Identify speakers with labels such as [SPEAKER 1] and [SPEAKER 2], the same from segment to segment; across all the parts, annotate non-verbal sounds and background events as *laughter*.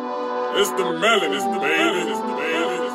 [SPEAKER 1] It's the melon, it's the melon, it's the melon, it's the melon.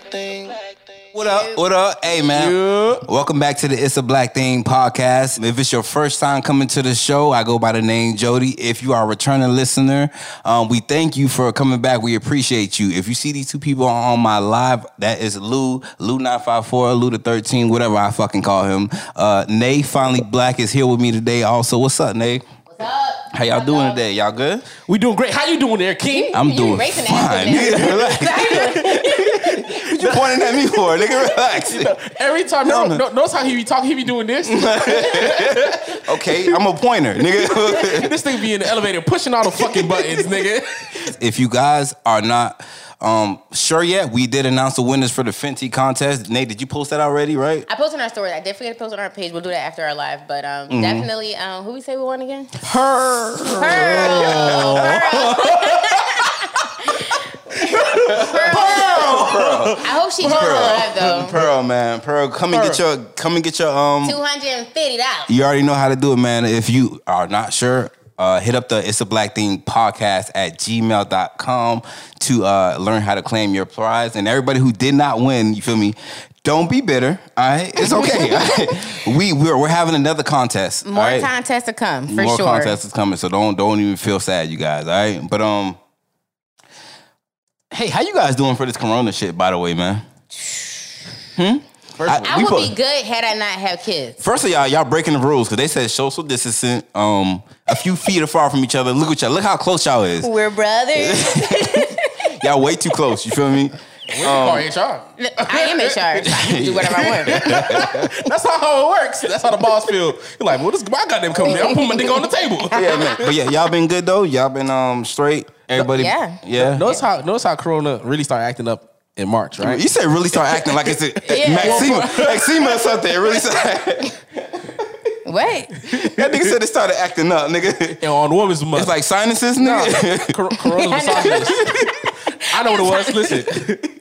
[SPEAKER 2] What up? What up? Hey, man. Welcome back to the It's a Black Thing podcast. If it's your first time coming to the show, I go by the name Jody. If you are a returning listener, um, we thank you for coming back. We appreciate you. If you see these two people on my live, that is Lou, Lou954, Lou the 13, whatever I fucking call him. Uh, Nay Finally Black is here with me today also. What's up, Nay? What's up? How y'all doing today? Y'all good?
[SPEAKER 3] We doing great. How you doing there, King?
[SPEAKER 2] I'm
[SPEAKER 4] You
[SPEAKER 2] doing
[SPEAKER 4] racing
[SPEAKER 2] fine. *laughs*
[SPEAKER 4] ass
[SPEAKER 2] Nigga, relax. *laughs* what you pointing at me for? Nigga, relax.
[SPEAKER 3] Every time,
[SPEAKER 2] No,
[SPEAKER 3] no,
[SPEAKER 2] no.
[SPEAKER 3] no, notice how he be talking. He be doing
[SPEAKER 2] *laughs*
[SPEAKER 3] this.
[SPEAKER 2] Okay, I'm a pointer,
[SPEAKER 4] *laughs*
[SPEAKER 2] nigga.
[SPEAKER 3] this thing be in the elevator pushing all the
[SPEAKER 2] *laughs*
[SPEAKER 3] fucking buttons, nigga.
[SPEAKER 2] if you guys are not um, sure yet, we did announce the winners for the Fenty contest. Nate, did you post that already? Right?
[SPEAKER 4] I posted on our story. I did forget to post on our page. We'll do that after our live. But um,
[SPEAKER 2] Mm-hmm.
[SPEAKER 4] definitely, um, who we say we won again?
[SPEAKER 3] Her.
[SPEAKER 2] Oh.
[SPEAKER 4] Pearl.
[SPEAKER 2] *laughs*
[SPEAKER 4] Pearl. I hope she joins the live though.
[SPEAKER 2] *laughs* Pearl, man, Pearl, come and get your, come and get your. Um,
[SPEAKER 4] Two hundred and fifty dollars.
[SPEAKER 2] you already know how to do it, man. If you are not sure. Uh, hit up the It's a Black Thing podcast at gmail.com to uh, learn how to claim your prize. And everybody who did not win, you feel me? Don't be bitter. All right. It's okay.
[SPEAKER 4] *laughs*
[SPEAKER 2] *laughs* all right? We, we're, we're having another contest. all
[SPEAKER 4] More
[SPEAKER 2] right?
[SPEAKER 4] contests to come for
[SPEAKER 2] more
[SPEAKER 4] sure.
[SPEAKER 2] contests is coming, so don't don't even feel sad, you guys. All right, but um, hey, how you guys doing for this Corona shit? By the way, man. Hmm. First,
[SPEAKER 4] I would be good had I not have kids.
[SPEAKER 2] First of y'all, y'all breaking the rules because they said social distancing, um, a few feet apart from each other. Look what y'all, look how close y'all is. *laughs*
[SPEAKER 4] We're brothers.
[SPEAKER 2] Y'all way too close. You feel me?
[SPEAKER 3] Call HR.
[SPEAKER 4] I am in charge. I can do whatever I
[SPEAKER 2] *laughs*
[SPEAKER 4] want.
[SPEAKER 3] That's not how it works. That's how the boss feel. You're like, well, this my goddamn company. I'm putting my dick on the table.
[SPEAKER 2] *laughs* Yeah, man. But yeah, y'all been good though. Y'all been um straight. Everybody.
[SPEAKER 4] Yeah.
[SPEAKER 2] Yeah.
[SPEAKER 3] Notice how notice how Corona really started acting up in March, right?
[SPEAKER 2] You said really start acting like it's a
[SPEAKER 4] *laughs* Yeah.
[SPEAKER 2] Maxima, Maxima or something. It really started. *laughs*
[SPEAKER 4] What?
[SPEAKER 2] That nigga said it started acting up, nigga.
[SPEAKER 3] And on Women's Month,
[SPEAKER 2] It's like sinuses, *laughs* nigga.
[SPEAKER 3] Cor- Corona was
[SPEAKER 4] I know.
[SPEAKER 3] misogynist. I know what it
[SPEAKER 2] *laughs*
[SPEAKER 3] was. Listen,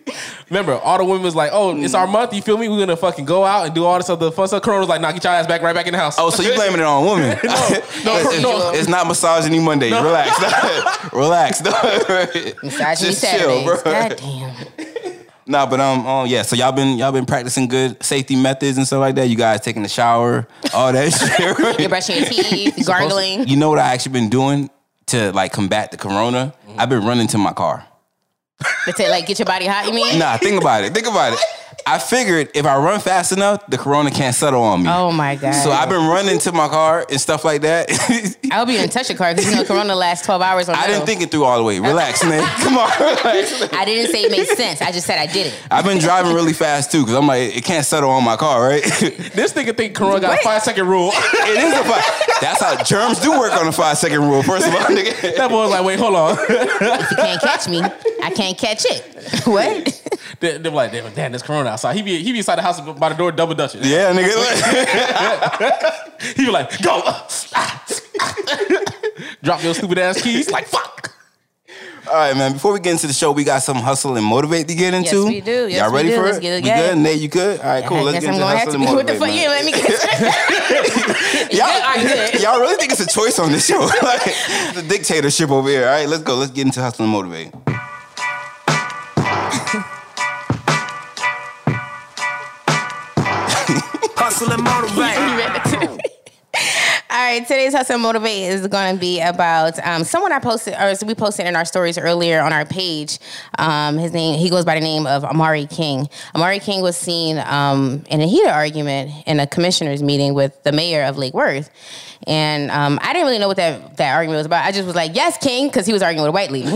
[SPEAKER 3] remember, all the women was like, "Oh, it's
[SPEAKER 2] Mm.
[SPEAKER 3] our month. You feel me? We're gonna fucking go out and do all this other fun stuff." Corona was like, "Nah, get your ass back right back in the house."
[SPEAKER 2] Oh, so you blaming it on women? *laughs* no,
[SPEAKER 3] no,
[SPEAKER 2] it's,
[SPEAKER 3] no.
[SPEAKER 2] it's not misogyny Monday. *laughs* Relax, relax.
[SPEAKER 4] Misogyny
[SPEAKER 2] Just chill,
[SPEAKER 4] Saturdays.
[SPEAKER 2] bro.
[SPEAKER 4] God damn.
[SPEAKER 2] nah, but um, um, yeah. So y'all been y'all been practicing good safety methods and stuff like that. You guys taking a shower, all that *laughs*
[SPEAKER 4] *laughs*
[SPEAKER 2] shit. right?
[SPEAKER 4] You're brushing your teeth, gargling.
[SPEAKER 2] You know what I actually been doing to like combat the corona?
[SPEAKER 4] Mm-hmm.
[SPEAKER 2] I've been running to my car.
[SPEAKER 4] That's it. Like get your body hot. You mean?
[SPEAKER 2] Nah, think about it. Think about it. I figured if I run fast enough, the corona can't settle on me.
[SPEAKER 4] Oh my god.
[SPEAKER 2] So I've been running to my car and stuff like that. *laughs*
[SPEAKER 4] I hope you didn't touch your car because you know Corona lasts twelve hours. On
[SPEAKER 2] I
[SPEAKER 4] metal.
[SPEAKER 2] didn't think it through all the way. Relax,
[SPEAKER 4] *laughs*
[SPEAKER 2] man. Come on. relax.
[SPEAKER 4] I didn't say it made sense. I just said I did it.
[SPEAKER 2] I've been driving really fast too, because I'm like, it can't settle on my car, right? *laughs* it
[SPEAKER 3] This nigga think Corona got a
[SPEAKER 4] Wait.
[SPEAKER 3] five
[SPEAKER 4] *laughs*
[SPEAKER 3] second rule. *laughs*
[SPEAKER 2] is a five. That's how germs do work on the five second rule. First of all, nigga.
[SPEAKER 3] that boy was like, "Wait, hold on." *laughs*
[SPEAKER 4] If you can't catch me, I can't catch
[SPEAKER 2] *laughs*
[SPEAKER 4] it. *laughs* What?
[SPEAKER 3] they, they were like, "Damn, damn, there's Corona outside." He be he be inside the house by the door, double dutching.
[SPEAKER 2] Yeah, nigga.
[SPEAKER 3] *laughs* He be like, "Go, *laughs* Ah. drop your stupid ass keys." Like, fuck.
[SPEAKER 2] *laughs* all right, man. Before we get into the show, we got some hustle and motivate to get into.
[SPEAKER 4] we do. Yes,
[SPEAKER 2] Y'all
[SPEAKER 4] we
[SPEAKER 2] ready
[SPEAKER 4] do.
[SPEAKER 2] for
[SPEAKER 4] Let's
[SPEAKER 2] it?
[SPEAKER 4] get it
[SPEAKER 2] we
[SPEAKER 4] going.
[SPEAKER 2] good? Nate, you good? All right, cool.
[SPEAKER 4] I
[SPEAKER 2] Let's
[SPEAKER 4] guess
[SPEAKER 2] get
[SPEAKER 4] I'm
[SPEAKER 2] into
[SPEAKER 4] gonna have
[SPEAKER 2] hustle
[SPEAKER 4] to
[SPEAKER 2] and
[SPEAKER 4] be. What the
[SPEAKER 2] motivate.
[SPEAKER 4] fuck? You didn't
[SPEAKER 2] man.
[SPEAKER 4] let me
[SPEAKER 2] *laughs*
[SPEAKER 4] get *laughs*
[SPEAKER 2] Y'all,
[SPEAKER 4] Alright, good.
[SPEAKER 2] y'all really think it's a choice on this show? *laughs* like,
[SPEAKER 4] *laughs*
[SPEAKER 2] the dictatorship over here. All right, let's go. Let's get into hustle and motivate.
[SPEAKER 5] Hustle and motivate.
[SPEAKER 4] All right, today's Hustle and Motivate is going to be about um, someone I posted, or we posted in our stories earlier on our page. Um, his name, he goes by the name of Amari King. Amari King was seen um, in a heated argument in a commissioner's meeting with the mayor of Lake Worth. And um, I didn't really know what that, that argument was about. I just was like, yes, King, because he was arguing with a white lady.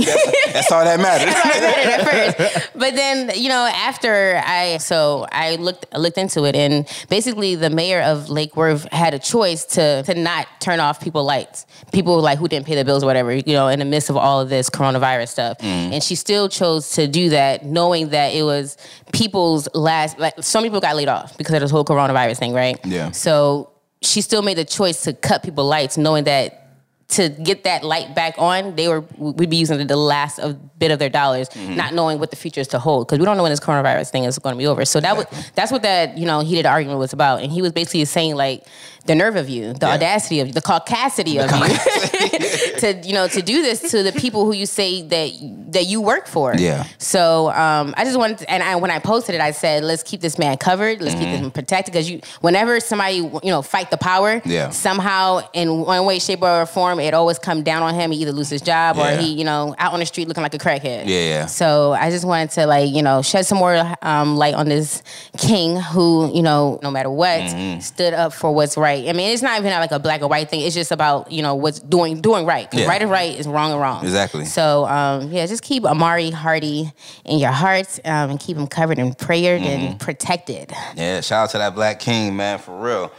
[SPEAKER 2] That's all that *laughs*
[SPEAKER 4] *laughs*
[SPEAKER 2] matters.
[SPEAKER 4] at first. But then, you know, after I so I looked looked into it and basically the mayor of Lake Worth had a choice to to not not turn off people lights, people like who didn't pay their bills or whatever, you know, in the midst of all of this coronavirus stuff. And she still chose to do that, knowing that it was people's last. Like some people got laid off because of this whole coronavirus thing, right?
[SPEAKER 2] Yeah.
[SPEAKER 4] So she still made the choice to cut people lights, knowing that to get that light back on, they were we'd be using the last of bit of their dollars, not knowing what the future is to hold because we don't know when this coronavirus thing is going to be over. So that was that's what that you know heated argument was about, and he was basically saying like the nerve of you, the audacity of you, the caucasity of you *laughs* to you know to do this to the people who you say that that you work for.
[SPEAKER 2] Yeah.
[SPEAKER 4] So um, I just wanted, to, and I, when I posted it, I said, "Let's keep this man covered. Let's keep
[SPEAKER 2] Mm-hmm.
[SPEAKER 4] him protected." Because you, whenever somebody you know fight the power,
[SPEAKER 2] Yeah.
[SPEAKER 4] somehow in one way, shape, or form, it always come down on him. He either lose his job
[SPEAKER 2] Yeah.
[SPEAKER 4] or he, you know, out on the street looking like a crackhead.
[SPEAKER 2] Yeah, yeah.
[SPEAKER 4] So I just wanted to like you know shed some more um, light on this king who you know no matter what
[SPEAKER 2] Mm-hmm.
[SPEAKER 4] stood up for what's right. I mean, it's not even like a black or white thing. It's just about you know what's doing doing right. 'Cause
[SPEAKER 2] Yeah.
[SPEAKER 4] Right and right is wrong and wrong.
[SPEAKER 2] Exactly.
[SPEAKER 4] So um, yeah, just keep Amari Hardy in your hearts um, and keep him covered and prayered
[SPEAKER 2] Mm-hmm.
[SPEAKER 4] and protected.
[SPEAKER 2] Yeah, shout out to that Black King, man, for real.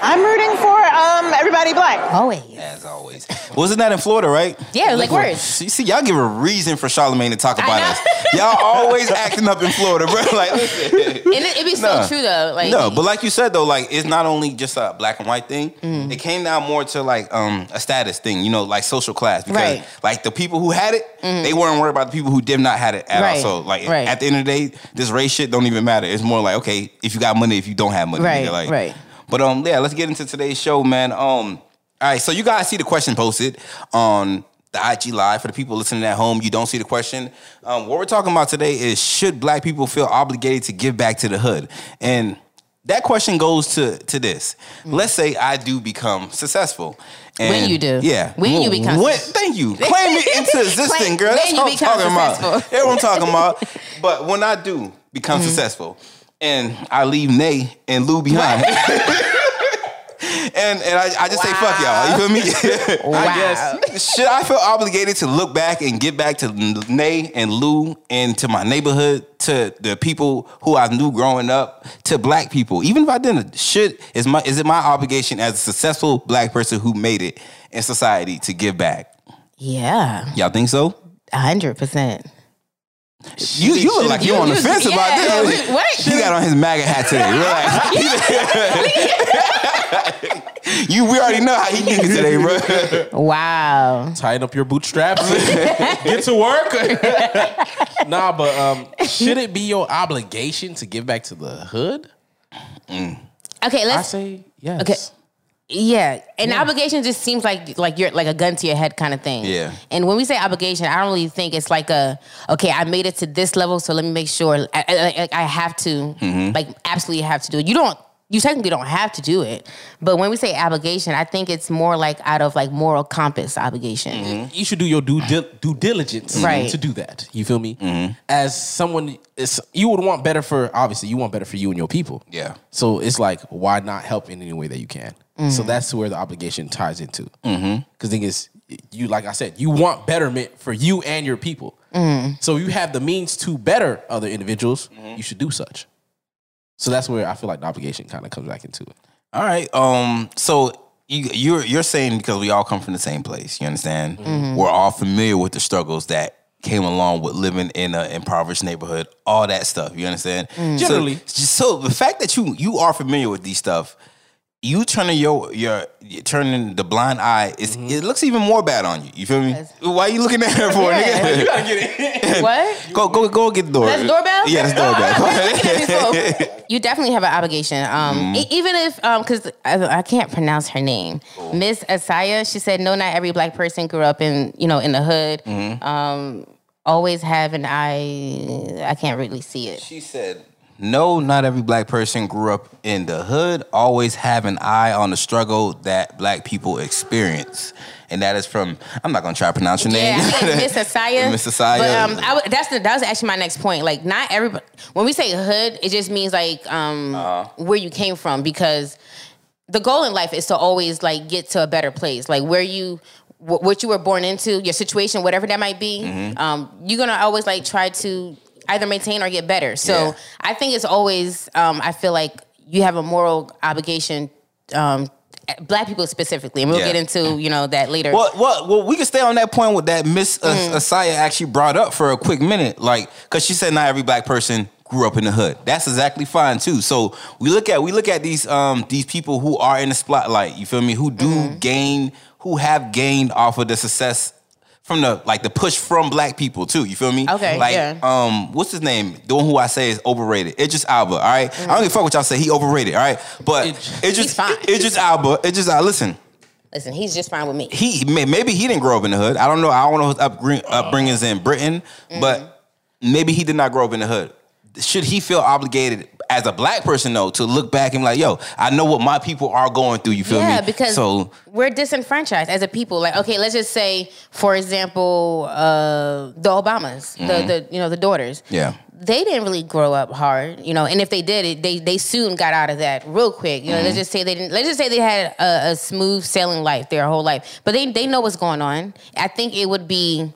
[SPEAKER 6] I'm rooting for um, everybody black.
[SPEAKER 4] Always.
[SPEAKER 2] As always. *laughs* Wasn't that in Florida, right?
[SPEAKER 4] Yeah, like words.
[SPEAKER 2] See, see, y'all give a reason for Charlemagne to talk about
[SPEAKER 4] know.
[SPEAKER 2] us. Y'all always acting up in Florida, bro. *laughs* Like, listen.
[SPEAKER 4] And it, it'd be
[SPEAKER 2] Nah.
[SPEAKER 4] so true though. Like
[SPEAKER 2] no, but like you said though, like it's not only just a black and white thing.
[SPEAKER 4] Mm.
[SPEAKER 2] It came down more to like um a status thing, you know, like social class. Because
[SPEAKER 4] Right. Mm-hmm.
[SPEAKER 2] like the people who had it, they weren't worried about the people who did not had it at all.
[SPEAKER 4] Right.
[SPEAKER 2] So like
[SPEAKER 4] Right.
[SPEAKER 2] at the end of the day, this race shit don't even matter. It's more like okay, if you got money, if you don't have money,
[SPEAKER 4] Right,
[SPEAKER 2] nigga, like
[SPEAKER 4] right.
[SPEAKER 2] But um, yeah, let's get into today's show, man. Um, all right, so you guys see the question posted on the IG live for the people listening at home. You don't see the question. Um, what we're talking about today is should Black people feel obligated to give back to the hood? And that question goes to to this. Let's say I do become successful. And
[SPEAKER 4] Mm. you do.
[SPEAKER 2] yeah.
[SPEAKER 4] When you become-
[SPEAKER 2] When, thank you. *laughs* Claim it into existing,
[SPEAKER 4] Claim-
[SPEAKER 2] girl. That's
[SPEAKER 4] when
[SPEAKER 2] what
[SPEAKER 4] you
[SPEAKER 2] I'm
[SPEAKER 4] become
[SPEAKER 2] talking about. *laughs*
[SPEAKER 4] successful. Mm-hmm.
[SPEAKER 2] That's what I'm talking about. But when I do become successful, and I leave Nay and Lou behind. *laughs* And, and I, I just say fuck y'all. You feel *laughs* me?
[SPEAKER 4] Wow.
[SPEAKER 2] Should I feel obligated to look back and give back to Nay and Lou and to my neighborhood, to the people who I knew growing up, to black people? Even if I didn't, should is my is it my obligation as a successful black person who made it in society to give back?
[SPEAKER 4] Yeah,
[SPEAKER 2] Y'all think so?
[SPEAKER 4] hundred percent.
[SPEAKER 2] You you look like you're on the
[SPEAKER 4] you-
[SPEAKER 2] fence
[SPEAKER 4] yeah,
[SPEAKER 2] about this.
[SPEAKER 4] we- what?
[SPEAKER 2] He got on his MAGA hat today.
[SPEAKER 4] *laughs*
[SPEAKER 2] Relax. *laughs* you we already know how he thinking today, bro.
[SPEAKER 4] Wow.
[SPEAKER 3] Tighten up your bootstraps. *laughs* Get to work. *laughs* nah, but um, should it be your obligation to give back to the hood?
[SPEAKER 4] Okay,
[SPEAKER 3] I
[SPEAKER 4] let's.
[SPEAKER 3] say yes.
[SPEAKER 4] Okay. Yeah, and obligation just seems like like you're like a gun to your head kind of thing.
[SPEAKER 2] Yeah.
[SPEAKER 4] And when we say obligation, I don't really think it's like a okay, I made it to this level, so let me make sure I, I, I have to like absolutely have to do it. You don't. You technically don't have to do it, but when we say obligation, I think it's more like out of like moral compass obligation.
[SPEAKER 3] you should do your due dil- due diligence
[SPEAKER 4] Right.
[SPEAKER 3] to do that. You feel me? As someone, it's, you would want better for obviously you want better for you and your people.
[SPEAKER 2] Yeah.
[SPEAKER 3] So it's like, why not help in any way that you can? So that's where the obligation ties into. Because thing is, you like I said, you want betterment for you and your people. So you have the means to better other individuals. You should do such. So that's where I feel like the obligation kind of comes back into it.
[SPEAKER 2] All right. Um. So you you're you're saying because we all come from the same place. You understand?
[SPEAKER 4] Mm-hmm.
[SPEAKER 2] We're all familiar with the struggles that came along with living in an impoverished neighborhood. All that stuff. You understand?
[SPEAKER 4] Mm.
[SPEAKER 2] So-
[SPEAKER 3] Generally.
[SPEAKER 2] So, the fact that you you are familiar with these stuff. You turning your your you turning the blind eye is it looks even more bad on you. You feel me? Why you looking at her for?
[SPEAKER 4] *laughs* Yeah.
[SPEAKER 2] *laughs* Nigga?
[SPEAKER 4] What?
[SPEAKER 2] Go go go get the door.
[SPEAKER 4] That's doorbell?
[SPEAKER 2] Yeah, that's
[SPEAKER 4] *laughs*
[SPEAKER 2] doorbell. *laughs*
[SPEAKER 4] you definitely have an obligation. Um, e- even if, because I, I can't pronounce her name, Miss Asaya, she said, "No, not every black person grew up in, you know, in the hood. Um, always have an eye. I can't really see it.
[SPEAKER 2] She said, No, not every black person grew up in the hood. Always have an eye on the struggle that black people experience. And that is from, I'm not going to try to pronounce your
[SPEAKER 4] Yeah,
[SPEAKER 2] name.
[SPEAKER 4] I
[SPEAKER 2] *laughs*
[SPEAKER 4] think it's Miss Asaya.
[SPEAKER 2] Miss Asaya.
[SPEAKER 4] But um, I would that's the, that was actually my next point. Like, not everybody. When we say hood, it just means like um,
[SPEAKER 2] Uh-huh.
[SPEAKER 4] where you came from because the goal in life is to always like get to a better place. Like where you. wh- What you were born into, your situation, whatever that might be,
[SPEAKER 2] Mm-hmm.
[SPEAKER 4] um, you're gonna always like try to either maintain or get better. So
[SPEAKER 2] Yeah.
[SPEAKER 4] I think it's always, um, I feel like you have a moral obligation. Um, black people specifically, and we'll
[SPEAKER 2] Yeah.
[SPEAKER 4] get into you know that later.
[SPEAKER 2] Well, well, well, we can stay on that point with that Miss
[SPEAKER 4] Mm.
[SPEAKER 2] As- Asaya actually brought up for a quick minute, like because she said not every black person grew up in the hood. That's exactly fine too. So we look at we look at these um these people who are in the spotlight. You feel me? Who do
[SPEAKER 4] Mm-hmm.
[SPEAKER 2] gain? Who have gained off of the success from the like the push from black people too? You feel me?
[SPEAKER 4] Okay,
[SPEAKER 2] Like
[SPEAKER 4] yeah.
[SPEAKER 2] um what's his name? The one who I say is overrated. Idris Alba. All right? I don't give a fuck what y'all say. He overrated. All right. But
[SPEAKER 3] Id-
[SPEAKER 2] Idris
[SPEAKER 4] Mm. He's fine.
[SPEAKER 2] Idris Alba. Idris Alba. Listen
[SPEAKER 4] Listen, he's just fine with me.
[SPEAKER 2] he may- maybe he didn't grow up in the hood. I don't know. I don't know his upgre-
[SPEAKER 4] Uh-huh.
[SPEAKER 2] upbringings in Britain, but
[SPEAKER 4] Mm-hmm.
[SPEAKER 2] maybe he did not grow up in the hood. Should he feel obligated as a black person though to look back and be like, yo, I know what my people are going through. You feel me?
[SPEAKER 4] yeah, because
[SPEAKER 2] so
[SPEAKER 4] we're disenfranchised as a people. Like, okay, let's just say, for example, uh, the Obamas,
[SPEAKER 3] Mm-hmm.
[SPEAKER 4] the, the you know the daughters.
[SPEAKER 2] Yeah.
[SPEAKER 4] they didn't really grow up hard, you know. And if they did, it they they soon got out of that real quick. You know,
[SPEAKER 3] Mm-hmm.
[SPEAKER 4] let's just say they didn't. Let's just say they had a, a smooth sailing life their whole life, but they they know what's going on. I think it would be,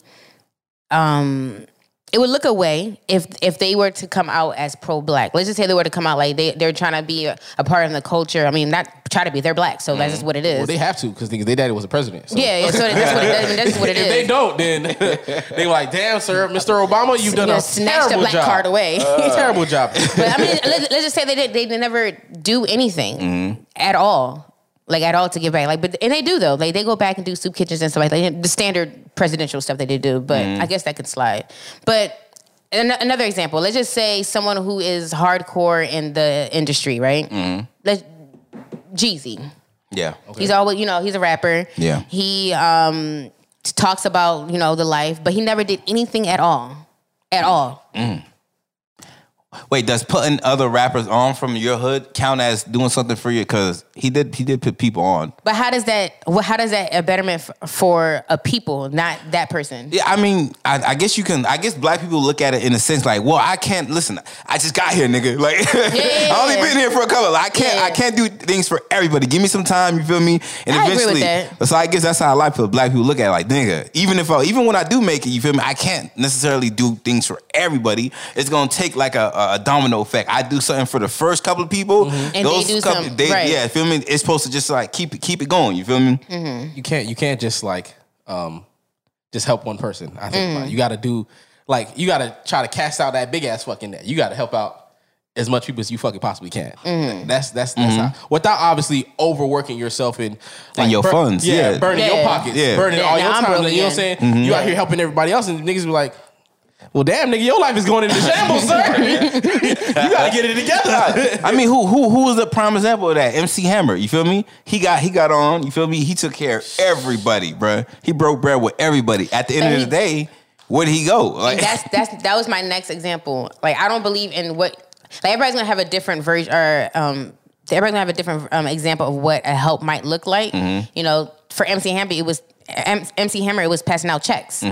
[SPEAKER 4] um. It would look away if if they were to come out as pro black. Let's just say they were to come out like they they're trying to be a, a part of the culture. I mean, not try to be. They're black, so that's just what it is.
[SPEAKER 3] Mm-hmm. Well, they have to because their daddy was a president. So.
[SPEAKER 4] Yeah, yeah. So that's what it, I mean, that's what it
[SPEAKER 3] *laughs* if they
[SPEAKER 4] is.
[SPEAKER 3] don't, then they like, damn, sir, Mr. Obama, you've done
[SPEAKER 4] You know,
[SPEAKER 3] a
[SPEAKER 4] snatched the
[SPEAKER 3] terrible
[SPEAKER 4] black
[SPEAKER 3] job. Uh.
[SPEAKER 4] card away. *laughs*
[SPEAKER 3] *laughs* terrible job.
[SPEAKER 4] but I mean, let's, let's just say they did, they did never do anything
[SPEAKER 3] Mm-hmm.
[SPEAKER 4] at all, like at all to give back. Like, but and they do though. Like they go back and do soup kitchens and stuff like that. The standard presidential stuff they did do, but
[SPEAKER 3] Mm-hmm.
[SPEAKER 4] I guess that could slide. But an- another example, let's just say someone who is hardcore in the industry, right?
[SPEAKER 3] Mm-hmm.
[SPEAKER 4] Let's Jeezy.
[SPEAKER 2] yeah,
[SPEAKER 4] He's always, you know, he's a rapper.
[SPEAKER 2] Yeah.
[SPEAKER 4] He um talks about, you know, the life, but he never did anything at all. At all.
[SPEAKER 2] Wait, does putting other rappers on from your hood count as doing something for you? Because he did he did put people on.
[SPEAKER 4] But how does that wh- how does that a betterment f- for a people, not that person?
[SPEAKER 2] Yeah, I mean, I, I guess you can. I guess black people look at it in a sense like, well, I can't listen. I just got here, nigga. Like, *laughs*
[SPEAKER 4] yeah,
[SPEAKER 2] I only
[SPEAKER 4] yeah.
[SPEAKER 2] been here for a couple. Like, I can't.
[SPEAKER 4] Yeah.
[SPEAKER 2] I can't do things for everybody. Give me some time. You feel me? And
[SPEAKER 4] I agree with that.
[SPEAKER 2] so I guess that's how a lot of people- black people look at it. Like, nigga, even if I, even when I do make it, you feel me? I can't necessarily do things for everybody. It's gonna take like a, a domino effect. I do something for the first couple of people.
[SPEAKER 4] Mm-hmm. And they do some-
[SPEAKER 2] they,
[SPEAKER 4] right.
[SPEAKER 2] yeah, feel me? It's supposed to just like keep it keep it going. You feel me?
[SPEAKER 3] you can't you can't just like um just help one person. I think
[SPEAKER 4] Mm.
[SPEAKER 3] about it. you got to do like you got to try to cast out that big ass fucking net. You got to help out as much people as you fucking possibly can.
[SPEAKER 4] Mm.
[SPEAKER 3] That's that's that's how, without obviously overworking yourself and like,
[SPEAKER 2] Mm-hmm. your funds, yeah.
[SPEAKER 3] burning
[SPEAKER 4] Yeah.
[SPEAKER 3] your pockets,
[SPEAKER 2] Yeah. Mm-hmm.
[SPEAKER 3] burning
[SPEAKER 4] Yeah,
[SPEAKER 3] all
[SPEAKER 4] now
[SPEAKER 3] your
[SPEAKER 4] I'm
[SPEAKER 3] time.
[SPEAKER 4] broke
[SPEAKER 3] like, you know what I'm saying?
[SPEAKER 4] again.
[SPEAKER 3] You out here helping everybody else, and niggas be like. Well, damn, nigga, your life is going into
[SPEAKER 4] *laughs*
[SPEAKER 3] shambles, sir. *laughs* you gotta get it together.
[SPEAKER 2] *laughs* I mean, who who who was the prime example of that? MC Hammer. You feel me? He got he got on. You feel me? He took care of everybody, bruh. He broke bread with everybody. At the end
[SPEAKER 4] But
[SPEAKER 2] of
[SPEAKER 4] he-
[SPEAKER 2] the day, where did he go? Like,
[SPEAKER 4] And that's that's that was my next example. Like I don't believe in what like everybody's gonna have a different version or um everybody's gonna have a different um, example of what a help might look like.
[SPEAKER 2] Mm-hmm.
[SPEAKER 4] You know, for MC Hammer it was M- MC Hammer it was passing out checks.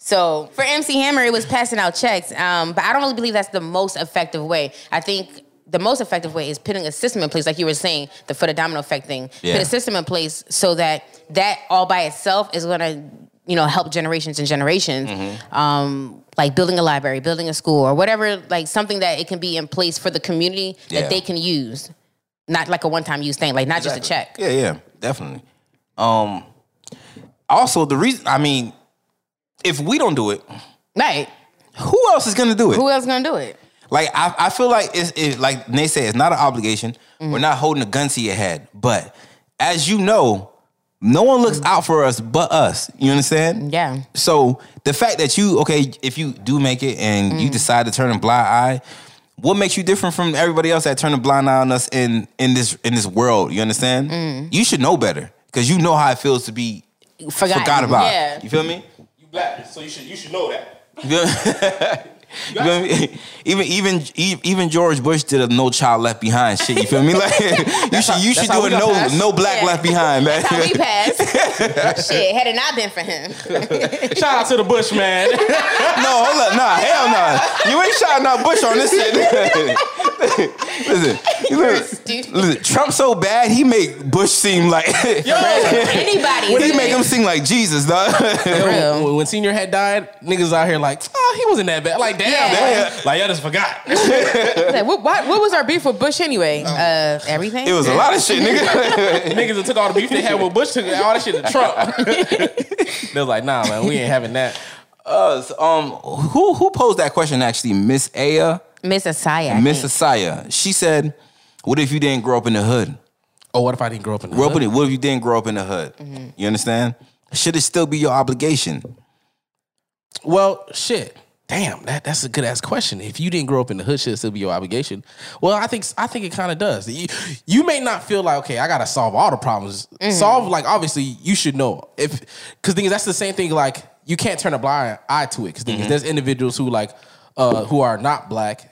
[SPEAKER 4] So for MC Hammer it was passing out checks. Um, but I don't really believe that's the most effective way. I think. The most effective way is putting a system in place, like you were saying, the for the domino effect thing.
[SPEAKER 2] Yeah.
[SPEAKER 4] Put a system in place so that that all by itself is going to, you know, help generations and generations
[SPEAKER 2] Mm-hmm.
[SPEAKER 4] um, like building a library, building a school, or whatever, like something that it can be in place for the community
[SPEAKER 2] Yeah.
[SPEAKER 4] that they can use, not like a one-time use thing, like
[SPEAKER 2] *laughs*
[SPEAKER 4] not just a check.
[SPEAKER 2] Yeah, yeah, definitely. Um, also the reason. I mean, if we don't do it,
[SPEAKER 4] Right?
[SPEAKER 2] who else is gonna do it?
[SPEAKER 4] Who else gonna do it?
[SPEAKER 2] Like I, I feel like it's it, like they say it's not an obligation.
[SPEAKER 4] Mm-hmm.
[SPEAKER 2] We're not holding a gun to your head, but as you know, no one
[SPEAKER 4] Mm-hmm.
[SPEAKER 2] looks out for us but us. You understand? *laughs*
[SPEAKER 4] Yeah.
[SPEAKER 2] So the fact that you okay, if you do make it and
[SPEAKER 3] Mm.
[SPEAKER 2] you decide to turn a blind eye, what makes you different from everybody else that turned a blind eye on us in in this in this world? You understand?
[SPEAKER 3] Mm.
[SPEAKER 2] You should know better because you know how it feels to be
[SPEAKER 4] Forgotten.
[SPEAKER 2] forgot about.
[SPEAKER 4] Yeah.
[SPEAKER 2] You feel me?
[SPEAKER 3] You black, so you should you should know that.
[SPEAKER 2] You feel me? *laughs* even even e- even George Bush did a no child left behind shit. You feel me? *laughs* Like you should you
[SPEAKER 3] that's
[SPEAKER 2] should do
[SPEAKER 3] how
[SPEAKER 2] a
[SPEAKER 3] we got
[SPEAKER 2] no
[SPEAKER 3] past.
[SPEAKER 2] no black
[SPEAKER 4] Yeah.
[SPEAKER 2] left
[SPEAKER 3] *laughs*
[SPEAKER 2] behind, man.
[SPEAKER 4] That's how we
[SPEAKER 2] *laughs*
[SPEAKER 4] passed. Shit, had it not been for him,
[SPEAKER 3] Shout out to the Bush man.
[SPEAKER 4] *laughs*
[SPEAKER 2] no, hold up, nah, hell no. You ain't shouting out Bush on this shit. *laughs* listen, listen, listen, Trump so bad he make Bush seem like *laughs*
[SPEAKER 4] Anybody.
[SPEAKER 2] he make him seem like Jesus, dog.
[SPEAKER 4] Real.
[SPEAKER 3] When, when Senior had died, niggas out here like, oh, he wasn't that bad. Like, damn,
[SPEAKER 4] Yeah.
[SPEAKER 3] *laughs* like, like, y'all just forgot. *laughs*
[SPEAKER 4] Like, what, what, what was our beef with Bush anyway? Uh,
[SPEAKER 2] *laughs*
[SPEAKER 4] everything.
[SPEAKER 2] it was a lot of shit, nigga.
[SPEAKER 3] niggas that took all the beef they had with Bush, took all that shit to *laughs* Trump. They're like, nah, man, we ain't having that.
[SPEAKER 2] uh, so, um, who who posed that question? Actually, Miss Aya,
[SPEAKER 4] Miss Asaya. I
[SPEAKER 2] Miss
[SPEAKER 4] think.
[SPEAKER 2] Asaya. She said, "What if you didn't grow up in the hood?
[SPEAKER 3] Oh, what if I didn't grow up in the
[SPEAKER 2] Grow up
[SPEAKER 3] hood?
[SPEAKER 2] in it. What if you didn't grow up in the hood? You understand? Should it still be your obligation?
[SPEAKER 3] Well, shit. Damn, that, that's a good ass question. If you didn't grow up in the hood, should it still be your obligation? Well, I think I think it kind of does. You, you may not feel like okay, I gotta solve all the problems. Solve like obviously you should know if because thing is that's the same thing. Like you can't turn a blind eye to it because there's individuals who like uh who are not black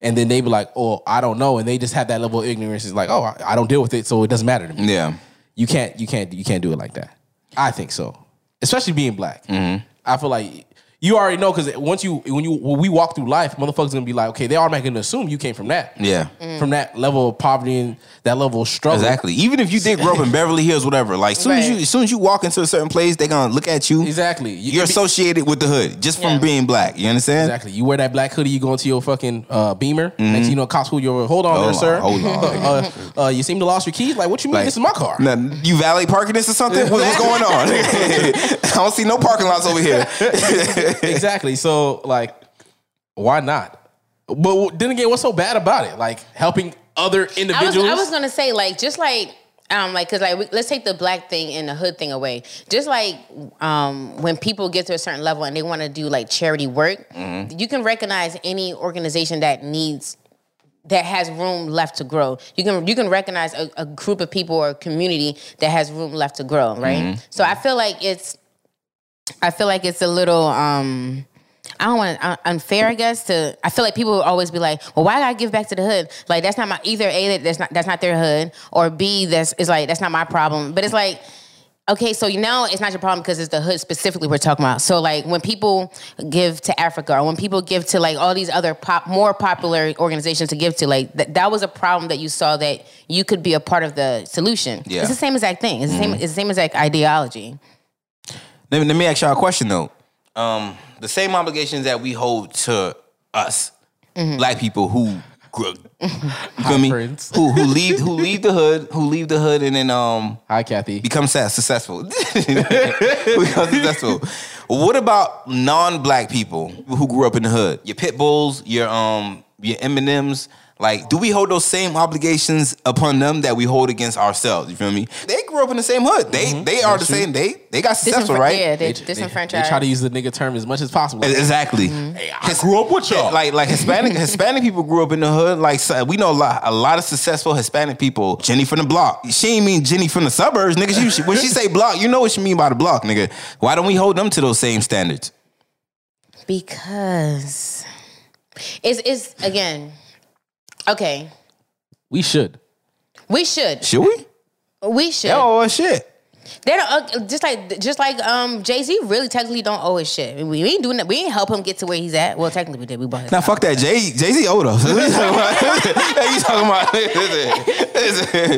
[SPEAKER 3] and then they be like, oh, I don't know, and they just have that level of ignorance. It's like, oh, I, I don't deal with it, so it doesn't matter to me.
[SPEAKER 2] Yeah,
[SPEAKER 3] You can't, you can't, you can't do it like that. I think so, especially being black.
[SPEAKER 2] Mm-hmm.
[SPEAKER 3] I feel like you already know because once you, when you, when we walk through life, motherfuckers gonna be like, okay, they automatically gonna assume you came from that,
[SPEAKER 2] yeah."
[SPEAKER 3] from that level of poverty and that level of struggle.
[SPEAKER 2] Exactly. Even if you did grow up in Beverly Hills, whatever. Like soon as
[SPEAKER 4] Right.
[SPEAKER 2] you as soon as you walk into a certain place, they gonna look at you.
[SPEAKER 3] exactly. You-
[SPEAKER 2] You're associated with the hood just from
[SPEAKER 4] Yeah.
[SPEAKER 2] being black. You understand?
[SPEAKER 3] Exactly. You wear that black hoodie, you go into your fucking uh, beamer.
[SPEAKER 2] Mm-hmm.
[SPEAKER 3] Next, thing you know, cops pull you over. Hold on,
[SPEAKER 2] Hold
[SPEAKER 3] there,
[SPEAKER 2] on,
[SPEAKER 3] sir.
[SPEAKER 2] hold on.
[SPEAKER 3] *laughs* uh, uh, you seem to lost your keys. Like, what you mean?
[SPEAKER 2] oh Like,
[SPEAKER 3] this is my car.
[SPEAKER 2] Now, you valet parking this or something? What- what's going on?
[SPEAKER 3] *laughs*
[SPEAKER 2] *laughs* I don't see no parking lots over here.
[SPEAKER 3] exactly. So like, why not? But then again, what's so bad about it? Like helping other
[SPEAKER 4] I was,
[SPEAKER 3] individuals.
[SPEAKER 4] I was gonna say like just like um like because like we, let's take the black thing and the hood thing away. Just like um when people get to a certain level and they want to do like charity work, you can recognize any organization that needs that has room left to grow. You can you can recognize a, a group of people or a community that has room left to grow, right? So I feel like it's I feel like it's a little um I don't want to unfair, I guess. To I feel like people will always be like, "Well, why I give back to the hood? Like that's not my either a that- that's not that's not their hood or b that's is like that's not my problem." But it's like, okay, so you know it's not your problem because it's the hood specifically we're talking about. So like when people give to Africa or when people give to like all these other pop more popular organizations to give to, like th- that was a problem that you saw that you could be a part of the solution.
[SPEAKER 2] Yeah.
[SPEAKER 4] It's the same exact thing. It's the
[SPEAKER 3] Mm-hmm.
[SPEAKER 4] same. It's the same exact ideology.
[SPEAKER 2] Let me, let me ask y'all a question though. Um, the same obligations that we hold to us,
[SPEAKER 3] Mm-hmm.
[SPEAKER 2] black people who
[SPEAKER 3] *laughs*
[SPEAKER 2] grew, you feel me?
[SPEAKER 3] friends.
[SPEAKER 2] who who leave who leave the hood, who leave the hood, and then um
[SPEAKER 3] Hi, Kathy.
[SPEAKER 2] become sa- successful. *laughs* become successful. What about non-black people who grew up in the hood? Your pit bulls, your um, your M and M's. Like, do we hold those same obligations upon them that we hold against ourselves? You feel me? They grew up in the same hood. They they are the same. They they got successful,
[SPEAKER 4] Disenfran-
[SPEAKER 2] right?
[SPEAKER 4] Yeah, they,
[SPEAKER 3] They-
[SPEAKER 4] disenfranchised.
[SPEAKER 3] They try to use the nigga term as much as possible.
[SPEAKER 2] Exactly. His-
[SPEAKER 3] Mm-hmm. up with
[SPEAKER 2] Like like
[SPEAKER 3] *laughs*
[SPEAKER 2] Hispanic Hispanic people grew up in the hood. Like so- we know a lot, a lot of successful Hispanic people. Jenny from the block. She ain't mean Jenny from the suburbs, nigga. She, she- when she say block, you know what she mean by the block, nigga. Why don't we hold them to those same standards?
[SPEAKER 4] Because it's it's again, okay.
[SPEAKER 3] we should.
[SPEAKER 4] We should.
[SPEAKER 2] Should we?
[SPEAKER 4] We should.
[SPEAKER 2] Oh shit.
[SPEAKER 4] They don't uh, just like just like um Jay Z really technically don't owe his shit. We, we ain't doing that. We ain't help him get to where he's at. Well, technically we did. We bought his.
[SPEAKER 2] Now fuck that Jay Jay Z *laughs* older. you talking about?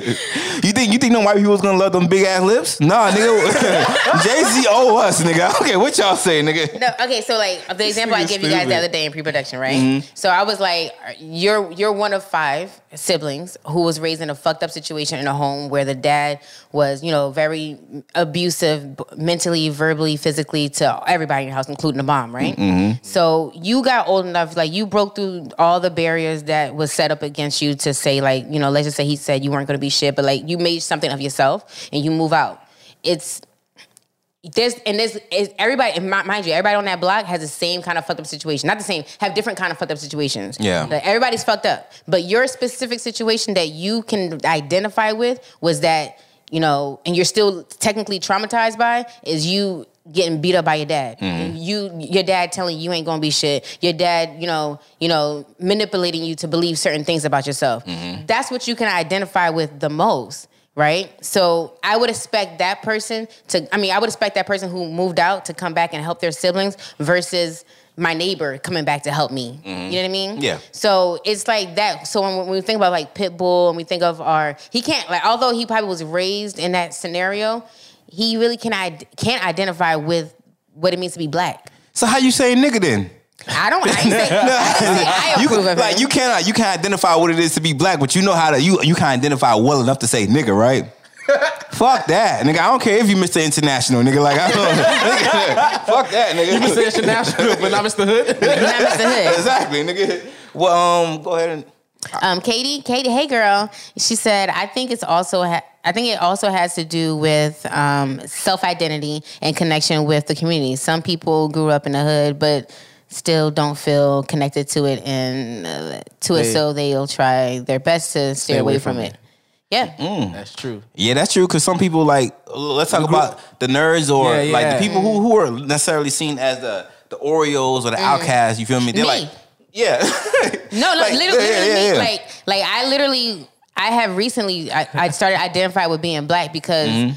[SPEAKER 2] *laughs* you think you think them white people was gonna love them big ass lips? Nah, nigga. *laughs* Jay Z owe us, nigga. Okay, what y'all say, nigga?
[SPEAKER 4] No, okay, so like the example I
[SPEAKER 2] nigga's
[SPEAKER 4] gave you guys
[SPEAKER 2] stupid. Mm-hmm.
[SPEAKER 4] the other day in pre-production, right? So I was like, you're you're one of five siblings who was raised in a fucked up situation in a home where the dad was, you know, very abusive, b- mentally, verbally, physically to everybody in your house, including the mom, right?
[SPEAKER 2] Mm-hmm.
[SPEAKER 4] So you got old enough, like you broke through all the barriers that was set up against you to say, like, you know, let's just say he said you weren't going to be shit, but like you made something of yourself and you move out. It's there's and there's is everybody and mi- mind you everybody on that block has the same kind of fucked up situation not the same have different kind of fucked up situations
[SPEAKER 2] Yeah.
[SPEAKER 4] Like, everybody's fucked up but your specific situation that you can identify with was that you know and you're still technically traumatized by is you getting beat up by your dad you your dad telling you you ain't gonna be shit your dad you know you know manipulating you to believe certain things about yourself that's what you can identify with the most right? So I would expect that person to, I mean, I would expect that person who moved out to come back and help their siblings versus my neighbor coming back to help me. You know what I mean?
[SPEAKER 2] Yeah.
[SPEAKER 4] So it's like that. So when, when we think about like Pitbull and we think of our, he can't like although he probably was raised in that scenario, he really can I can't identify with what it means to be black.
[SPEAKER 2] So how you say nigga then?
[SPEAKER 4] I don't. I ain't
[SPEAKER 2] *laughs*
[SPEAKER 4] say, I, didn't say I
[SPEAKER 2] You
[SPEAKER 4] approve of
[SPEAKER 2] like
[SPEAKER 4] him.
[SPEAKER 2] you can't you can't identify what it is to be black, but you know how to you you can identify well enough to say nigga,
[SPEAKER 3] *laughs*
[SPEAKER 2] right? Fuck that, nigga. I don't care if you Mr. International, nigga. Like I don't. nigga,
[SPEAKER 3] *laughs*
[SPEAKER 2] fuck that, nigga.
[SPEAKER 3] Mr. International, but not Mr. Hood.
[SPEAKER 4] Not
[SPEAKER 2] *laughs*
[SPEAKER 4] Mr. Hood.
[SPEAKER 2] exactly, nigga. Well, um, go ahead and
[SPEAKER 4] Um, Katie, Katie, hey girl. She said, I think it's also. Ha- I think it also has to do with um, self identity and connection with the community. Some people grew up in the hood, but still don't feel connected to it and uh, to it,
[SPEAKER 3] They-
[SPEAKER 4] so they'll try their best to stay away from, it. Yeah,
[SPEAKER 3] That's true.
[SPEAKER 2] yeah, that's true. Because some people like let's talk
[SPEAKER 3] grew-
[SPEAKER 2] about the nerds or
[SPEAKER 3] Yeah,
[SPEAKER 2] like
[SPEAKER 3] yeah.
[SPEAKER 2] the people who who are necessarily seen as the the Oreos or the outcasts. You feel me? They're
[SPEAKER 4] Mm. Me.
[SPEAKER 2] like, yeah.
[SPEAKER 4] no,
[SPEAKER 2] *laughs*
[SPEAKER 4] no,
[SPEAKER 2] Like,
[SPEAKER 4] literally,
[SPEAKER 2] yeah, yeah,
[SPEAKER 4] literally
[SPEAKER 2] yeah.
[SPEAKER 4] like, like I literally, I have recently, I, I started identifying with being black because.
[SPEAKER 2] Mm-hmm.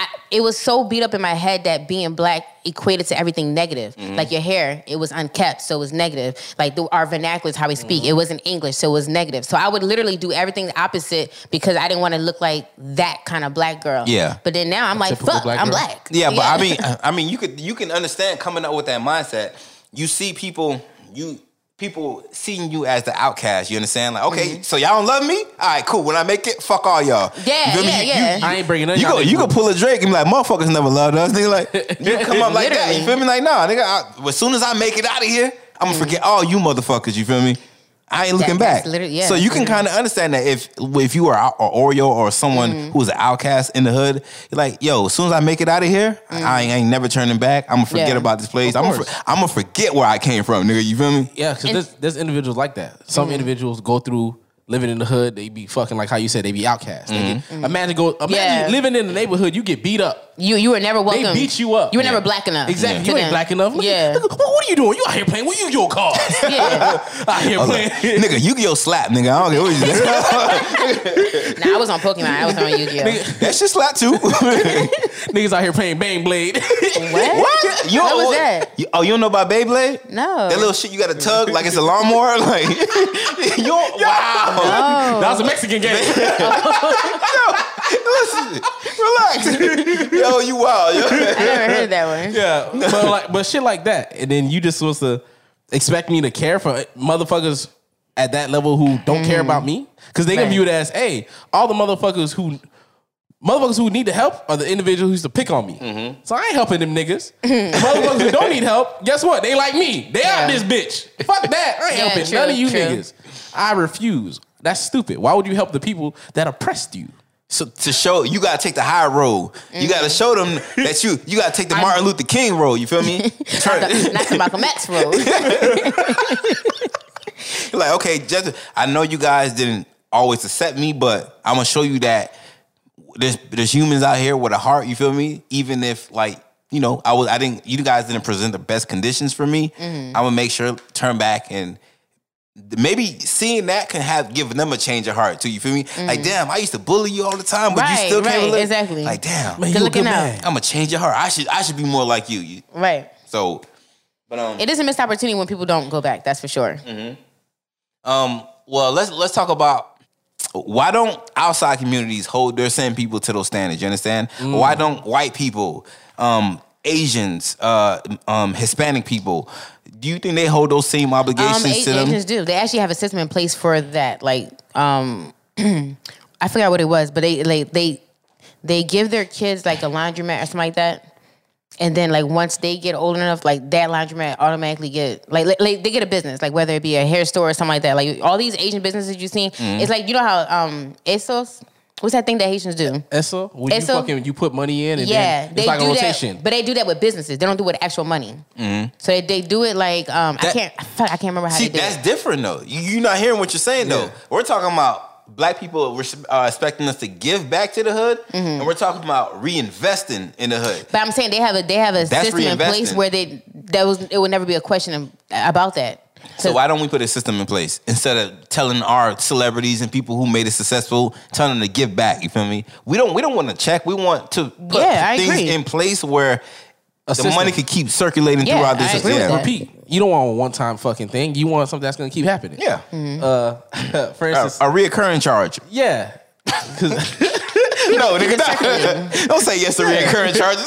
[SPEAKER 4] I, it was so beat up in my head that being black equated to everything negative.
[SPEAKER 2] Mm-hmm.
[SPEAKER 4] Like your hair, it was unkept, so it was negative. Like the, our vernacular is how we speak,
[SPEAKER 2] Mm-hmm.
[SPEAKER 4] it wasn't English, so it was negative. So I would literally do everything the opposite because I didn't want to look like that kind of black girl.
[SPEAKER 2] Yeah.
[SPEAKER 4] But then now I'm like,
[SPEAKER 3] typical
[SPEAKER 4] fuck,
[SPEAKER 3] black
[SPEAKER 4] I'm
[SPEAKER 3] girl.
[SPEAKER 4] black.
[SPEAKER 2] Yeah, but I mean,
[SPEAKER 4] *laughs*
[SPEAKER 2] I mean, you could you can understand coming up with that mindset. You see people, you people seeing you as the outcast. You understand? Like, okay,
[SPEAKER 4] Mm-hmm.
[SPEAKER 2] so y'all don't love me. All right, cool. When I make it, fuck all y'all.
[SPEAKER 4] Yeah,
[SPEAKER 2] You feel me?
[SPEAKER 4] yeah,
[SPEAKER 2] You-
[SPEAKER 4] yeah.
[SPEAKER 2] You,
[SPEAKER 3] I ain't bringing none
[SPEAKER 2] you
[SPEAKER 3] of
[SPEAKER 2] go,
[SPEAKER 3] y'all
[SPEAKER 2] you go
[SPEAKER 3] niggas.
[SPEAKER 2] pull a Drake and be like, motherfuckers never loved us. Nigga, like,
[SPEAKER 3] *laughs*
[SPEAKER 2] you come up like that.
[SPEAKER 4] Literally.
[SPEAKER 2] You feel me? Like, nah, nigga. I, as soon as I make it out of here, I'm gonna forget all you motherfuckers. You feel me? I ain't looking
[SPEAKER 4] Mm. that's
[SPEAKER 2] back.
[SPEAKER 4] literally- yeah,
[SPEAKER 2] so you can kind of understand that if if you are out- or Oreo or someone
[SPEAKER 4] Mm-hmm.
[SPEAKER 2] who's an outcast in the hood, you're like, yo, as soon as I make it out of here, I, ain't, I ain't never turning back. I'm gonna forget
[SPEAKER 4] Mm. Yeah.
[SPEAKER 2] about this place.
[SPEAKER 3] Of
[SPEAKER 2] I'm gonna,
[SPEAKER 3] course.
[SPEAKER 2] for, I'm gonna forget where I came from, nigga. You feel
[SPEAKER 4] *laughs*
[SPEAKER 2] me?
[SPEAKER 3] Yeah, because
[SPEAKER 4] And- Mm.
[SPEAKER 3] there's, there's individuals like that. Some individuals go through living in the hood. They be fucking like how you said. They be outcast. They get-
[SPEAKER 4] Mm-hmm.
[SPEAKER 3] Imagine go. Imagine
[SPEAKER 4] Yeah.
[SPEAKER 3] living in the neighborhood. You get beat up.
[SPEAKER 4] You you were never welcome.
[SPEAKER 3] They beat you up.
[SPEAKER 4] You were never black enough.
[SPEAKER 3] Exactly.
[SPEAKER 4] to
[SPEAKER 3] You ain't
[SPEAKER 4] them.
[SPEAKER 3] black enough. Look at- *laughs*
[SPEAKER 4] yeah.
[SPEAKER 3] look at- what, what are you doing? You out here playing? What you your cars?
[SPEAKER 4] *laughs* yeah.
[SPEAKER 3] *laughs* out here
[SPEAKER 2] I was like,
[SPEAKER 3] playing. *laughs*
[SPEAKER 2] nigga, you yo slap, nigga. I don't care what you say. *laughs*
[SPEAKER 4] Nah, I was on Pokemon. I was on Yu-Gi-Oh.
[SPEAKER 2] that shit slap too. *laughs*
[SPEAKER 3] Niggas out here playing Bane Blade. *laughs*
[SPEAKER 2] What? You
[SPEAKER 4] What
[SPEAKER 2] don't-
[SPEAKER 4] was that?
[SPEAKER 2] You- oh, you don't know about Beyblade?
[SPEAKER 4] No.
[SPEAKER 2] That little shit you got to tug like it's a lawnmower. *laughs* Like you don't, wow.
[SPEAKER 4] Oh.
[SPEAKER 3] that was a Mexican game.
[SPEAKER 2] Listen, relax. *laughs* yo, you wild. Yo.
[SPEAKER 4] I never heard that one.
[SPEAKER 3] Yeah, but like, but shit like that, and then you just supposed to expect me to care for motherfuckers at that level who don't care about me because they gonna
[SPEAKER 4] Right.
[SPEAKER 3] view it as, hey, all the motherfuckers who. Motherfuckers who need the help are the individuals who used to pick on me. So I ain't helping them niggas. motherfuckers who don't need help, guess what? They like me. They out
[SPEAKER 4] Yeah.
[SPEAKER 3] this bitch. Fuck that. I ain't
[SPEAKER 4] Yeah,
[SPEAKER 3] helping
[SPEAKER 4] true,
[SPEAKER 3] none of you
[SPEAKER 4] true.
[SPEAKER 3] niggas. I refuse. That's stupid. Why would you help the people that oppressed you?
[SPEAKER 2] So to show you gotta take the high road. You
[SPEAKER 4] Mm.
[SPEAKER 2] gotta show them that you you gotta
[SPEAKER 4] *laughs*
[SPEAKER 2] take the Martin Luther King road. You feel me? Turn,
[SPEAKER 4] Not the Malcolm X role.
[SPEAKER 2] *laughs* like okay, just I know you guys didn't always accept me, but I'm gonna show you that there's there's humans out here with a heart. You feel me? Even if like you know I was I didn't you guys didn't present the best conditions for me.
[SPEAKER 4] Mm.
[SPEAKER 2] I'm gonna make sure turn back and maybe seeing that can have give them a change of heart too. You feel me? Like damn, I used to bully you all the time, but you
[SPEAKER 4] Mm. Right,
[SPEAKER 2] still can't
[SPEAKER 4] right,
[SPEAKER 2] relate.
[SPEAKER 4] exactly.
[SPEAKER 2] Like damn,
[SPEAKER 3] Man,
[SPEAKER 4] Good
[SPEAKER 3] you a
[SPEAKER 4] looking
[SPEAKER 3] good
[SPEAKER 4] out.
[SPEAKER 3] man.
[SPEAKER 2] I'm gonna change your heart. I should I should be more like you. You-
[SPEAKER 4] right.
[SPEAKER 2] So, but um,
[SPEAKER 4] It is a missed opportunity when people don't go back. That's for sure.
[SPEAKER 2] Mm-hmm. um, well, let's let's talk about why don't outside communities hold their same people to those standards? You understand?
[SPEAKER 4] Mm.
[SPEAKER 2] Why don't white people, um, Asians, uh, um, Hispanic people? Do you think they hold those same obligations
[SPEAKER 4] Um, A-
[SPEAKER 2] to them?
[SPEAKER 4] Asians do. They actually have a system in place for that. Like, um, *clears throat* I forgot what it was, but they like they they give their kids like a laundromat or something like that. And then, like once they get old enough, like that laundromat automatically get like, like, like, they get a business, like whether it be a hair store or something like that. Like all these Asian businesses you've seen,
[SPEAKER 2] Mm-hmm.
[SPEAKER 4] it's like you know how um ASOS, what's that thing that Haitians do?
[SPEAKER 3] Eso, when you
[SPEAKER 4] Eso-
[SPEAKER 3] fucking you put money in and
[SPEAKER 4] Yeah,
[SPEAKER 3] then
[SPEAKER 4] they
[SPEAKER 3] it's like
[SPEAKER 4] do
[SPEAKER 3] a rotation. Mm-hmm.
[SPEAKER 4] that, but they do that with businesses. They don't do it with actual money. So they, they do it like um, I
[SPEAKER 2] That-
[SPEAKER 4] can't fuck, I can't remember how
[SPEAKER 2] See,
[SPEAKER 4] they do
[SPEAKER 2] that's
[SPEAKER 4] it.
[SPEAKER 2] different though. You, you're not hearing what you're saying
[SPEAKER 3] Yeah.
[SPEAKER 2] though. We're talking about black people res- uh, expecting us to give back to the hood,
[SPEAKER 4] Mm-hmm.
[SPEAKER 2] and we're talking about reinvesting in the hood.
[SPEAKER 4] But I'm saying they have a they have a
[SPEAKER 2] That's
[SPEAKER 4] system in place
[SPEAKER 2] reinvesting.
[SPEAKER 4] where they that was it would never be a question of- about that.
[SPEAKER 2] So why don't we put a system in place instead of telling our celebrities and people who made it successful, telling them to give back? You feel me? We don't we don't want to check. We want to put
[SPEAKER 4] Yeah, I
[SPEAKER 2] things
[SPEAKER 4] agree.
[SPEAKER 2] in place where the
[SPEAKER 3] system.
[SPEAKER 2] money could keep circulating
[SPEAKER 4] Yeah,
[SPEAKER 2] throughout this.
[SPEAKER 4] I agree with
[SPEAKER 2] yeah.
[SPEAKER 4] that.
[SPEAKER 3] Repeat. You don't want a one time fucking thing. You want something that's gonna keep happening.
[SPEAKER 2] Yeah. Mm.
[SPEAKER 4] Mm-hmm.
[SPEAKER 3] Uh, *laughs* for
[SPEAKER 2] A,
[SPEAKER 3] instance,
[SPEAKER 2] a reoccurring charge.
[SPEAKER 3] yeah.
[SPEAKER 2] *laughs* No, nigga, don't, don't say yes to reoccurring charges.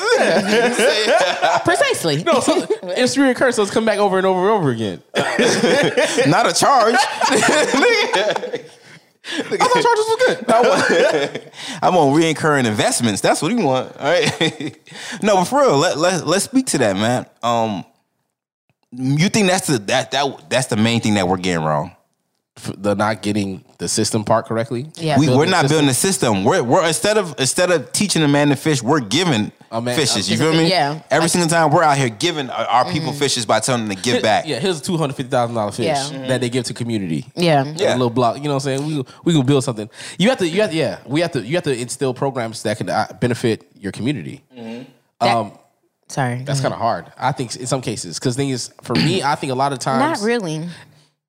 [SPEAKER 4] Precisely.
[SPEAKER 3] No,
[SPEAKER 2] Oh.
[SPEAKER 3] *laughs* so it's reoccurring, so it's come back over and over and over again. I
[SPEAKER 2] Not a
[SPEAKER 3] *laughs*
[SPEAKER 2] charge. *laughs*
[SPEAKER 3] thought charges was good.
[SPEAKER 2] *laughs* I want reoccurring investments. That's what we want. All right. *laughs* no, but for real, let, let, let's speak to that, man. Um, you think that's the that that that's the main thing that we're getting wrong.
[SPEAKER 3] the not getting the system part correctly.
[SPEAKER 4] Yeah.
[SPEAKER 2] we, we're
[SPEAKER 3] building
[SPEAKER 2] not
[SPEAKER 3] the
[SPEAKER 2] building a system. We're, we're instead of instead of teaching a man to fish, we're giving
[SPEAKER 3] A man-
[SPEAKER 2] fishes.
[SPEAKER 3] a- Mm-hmm.
[SPEAKER 2] You feel me?
[SPEAKER 4] Yeah.
[SPEAKER 2] Every single time we're out here giving our, our people fishes by telling them to
[SPEAKER 3] *laughs*
[SPEAKER 2] give back. Mm-hmm.
[SPEAKER 3] Yeah, here's a two hundred fifty thousand dollar fish
[SPEAKER 4] Yeah. Mhm.
[SPEAKER 3] that they give to community.
[SPEAKER 4] Yeah.
[SPEAKER 3] A little block. You know what I'm saying? We we can build something. You have to. You have to. Yeah, we have to. You have to instill programs that can uh, benefit your community.
[SPEAKER 4] That-
[SPEAKER 3] Um,
[SPEAKER 4] Sorry.
[SPEAKER 3] that's kind of hard. I think in some cases, because thing is, for me, I think a lot of times,
[SPEAKER 4] Not really.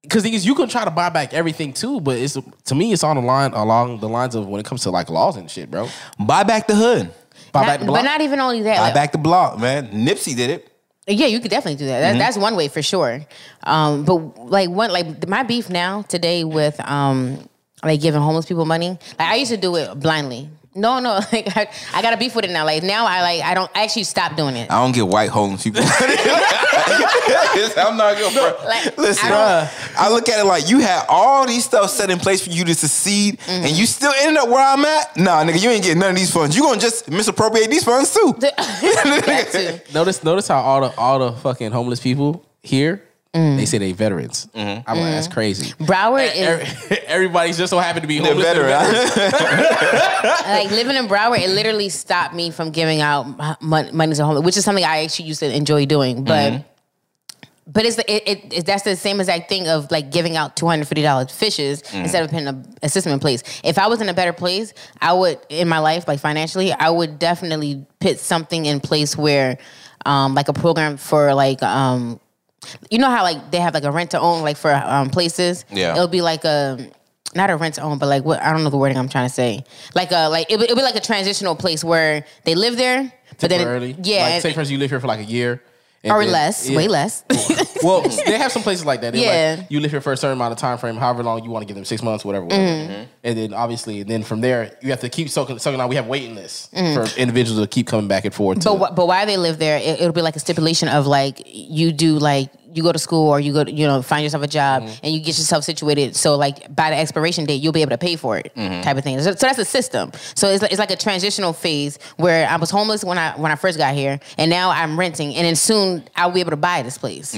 [SPEAKER 3] Because thing is, you can try to buy back everything too, but it's to me, it's on the line along the lines of when it comes to like laws and shit, bro.
[SPEAKER 2] Buy back the hood.
[SPEAKER 3] Buy
[SPEAKER 4] Not-
[SPEAKER 3] back the block.
[SPEAKER 4] But not even only that.
[SPEAKER 2] Buy
[SPEAKER 4] like,
[SPEAKER 2] back the block, man. Nipsey did it.
[SPEAKER 4] Yeah, you could definitely do that. that That's one way for sure. Um, but like one, like my beef now today with um, like giving homeless people money. Like I used to do it blindly. No, no, *laughs* like I, I got a beef with it now. Like now, I like I don't I actually stop doing it.
[SPEAKER 2] I don't get white homeless people. *laughs* I'm not good, bro.
[SPEAKER 4] Like,
[SPEAKER 2] Listen,
[SPEAKER 4] I don't-
[SPEAKER 2] I, look at it like you had all these stuff set in place for you to succeed,
[SPEAKER 4] Mm-hmm.
[SPEAKER 2] and you still ended up where I'm at. Nah, nigga, you ain't getting none of these funds. You gonna just misappropriate these funds too. *laughs*
[SPEAKER 4] *laughs* That too.
[SPEAKER 3] Notice, notice how all the all the fucking homeless people here,
[SPEAKER 4] Mm.
[SPEAKER 3] they say they veterans. I'm like, that's crazy. *laughs*
[SPEAKER 4] Broward is
[SPEAKER 3] Every- Everybody's just so happy to be
[SPEAKER 2] The
[SPEAKER 3] homeless.
[SPEAKER 2] veteran.
[SPEAKER 4] like living in Broward. It literally stopped me from giving out mon- money to homeless, which is something I actually used to enjoy doing. But but it's it, it, it that's the same exact thing of like giving out two hundred fifty dollars fishes
[SPEAKER 3] Mm.
[SPEAKER 4] instead of putting a, a system in place. If I was in a better place, I would in my life like financially, I would definitely put something in place where, um, like a program for like um, you know how like they have like a rent to own like for um places.
[SPEAKER 2] Yeah.
[SPEAKER 4] it'll be like a. Not a rent to own, but like what I don't know the wording I'm trying to say. Like a like it would it'd be like a transitional place where they live there, *laughs* but then
[SPEAKER 3] Temporarily.
[SPEAKER 4] yeah,
[SPEAKER 3] Like,
[SPEAKER 4] and-
[SPEAKER 3] say, for instance, you live here for like a year. and
[SPEAKER 4] or
[SPEAKER 3] then-
[SPEAKER 4] less,
[SPEAKER 3] yeah.
[SPEAKER 4] way less. *laughs*
[SPEAKER 3] Well, they have some places like that. yeah.
[SPEAKER 4] Yeah.
[SPEAKER 3] you live here for a certain amount of time frame, however long you want to give them, six months, whatever. whatever.
[SPEAKER 4] Mm.
[SPEAKER 3] And then obviously, and then from there, you have to keep soaking, soaking out. We have waiting lists for individuals to keep coming back and forth. To,
[SPEAKER 4] Mm. But wh- but why they live there? It, it'll be like a stipulation of like you do like you go to school or you go to, you know find yourself a job and you get yourself situated. So like by the expiration date, you'll be able to pay for it, type of thing. So, so that's a system. So it's like, it's like a transitional phase where I was homeless when I when I first got here, and now I'm renting, and then soon I'll be able to buy this place,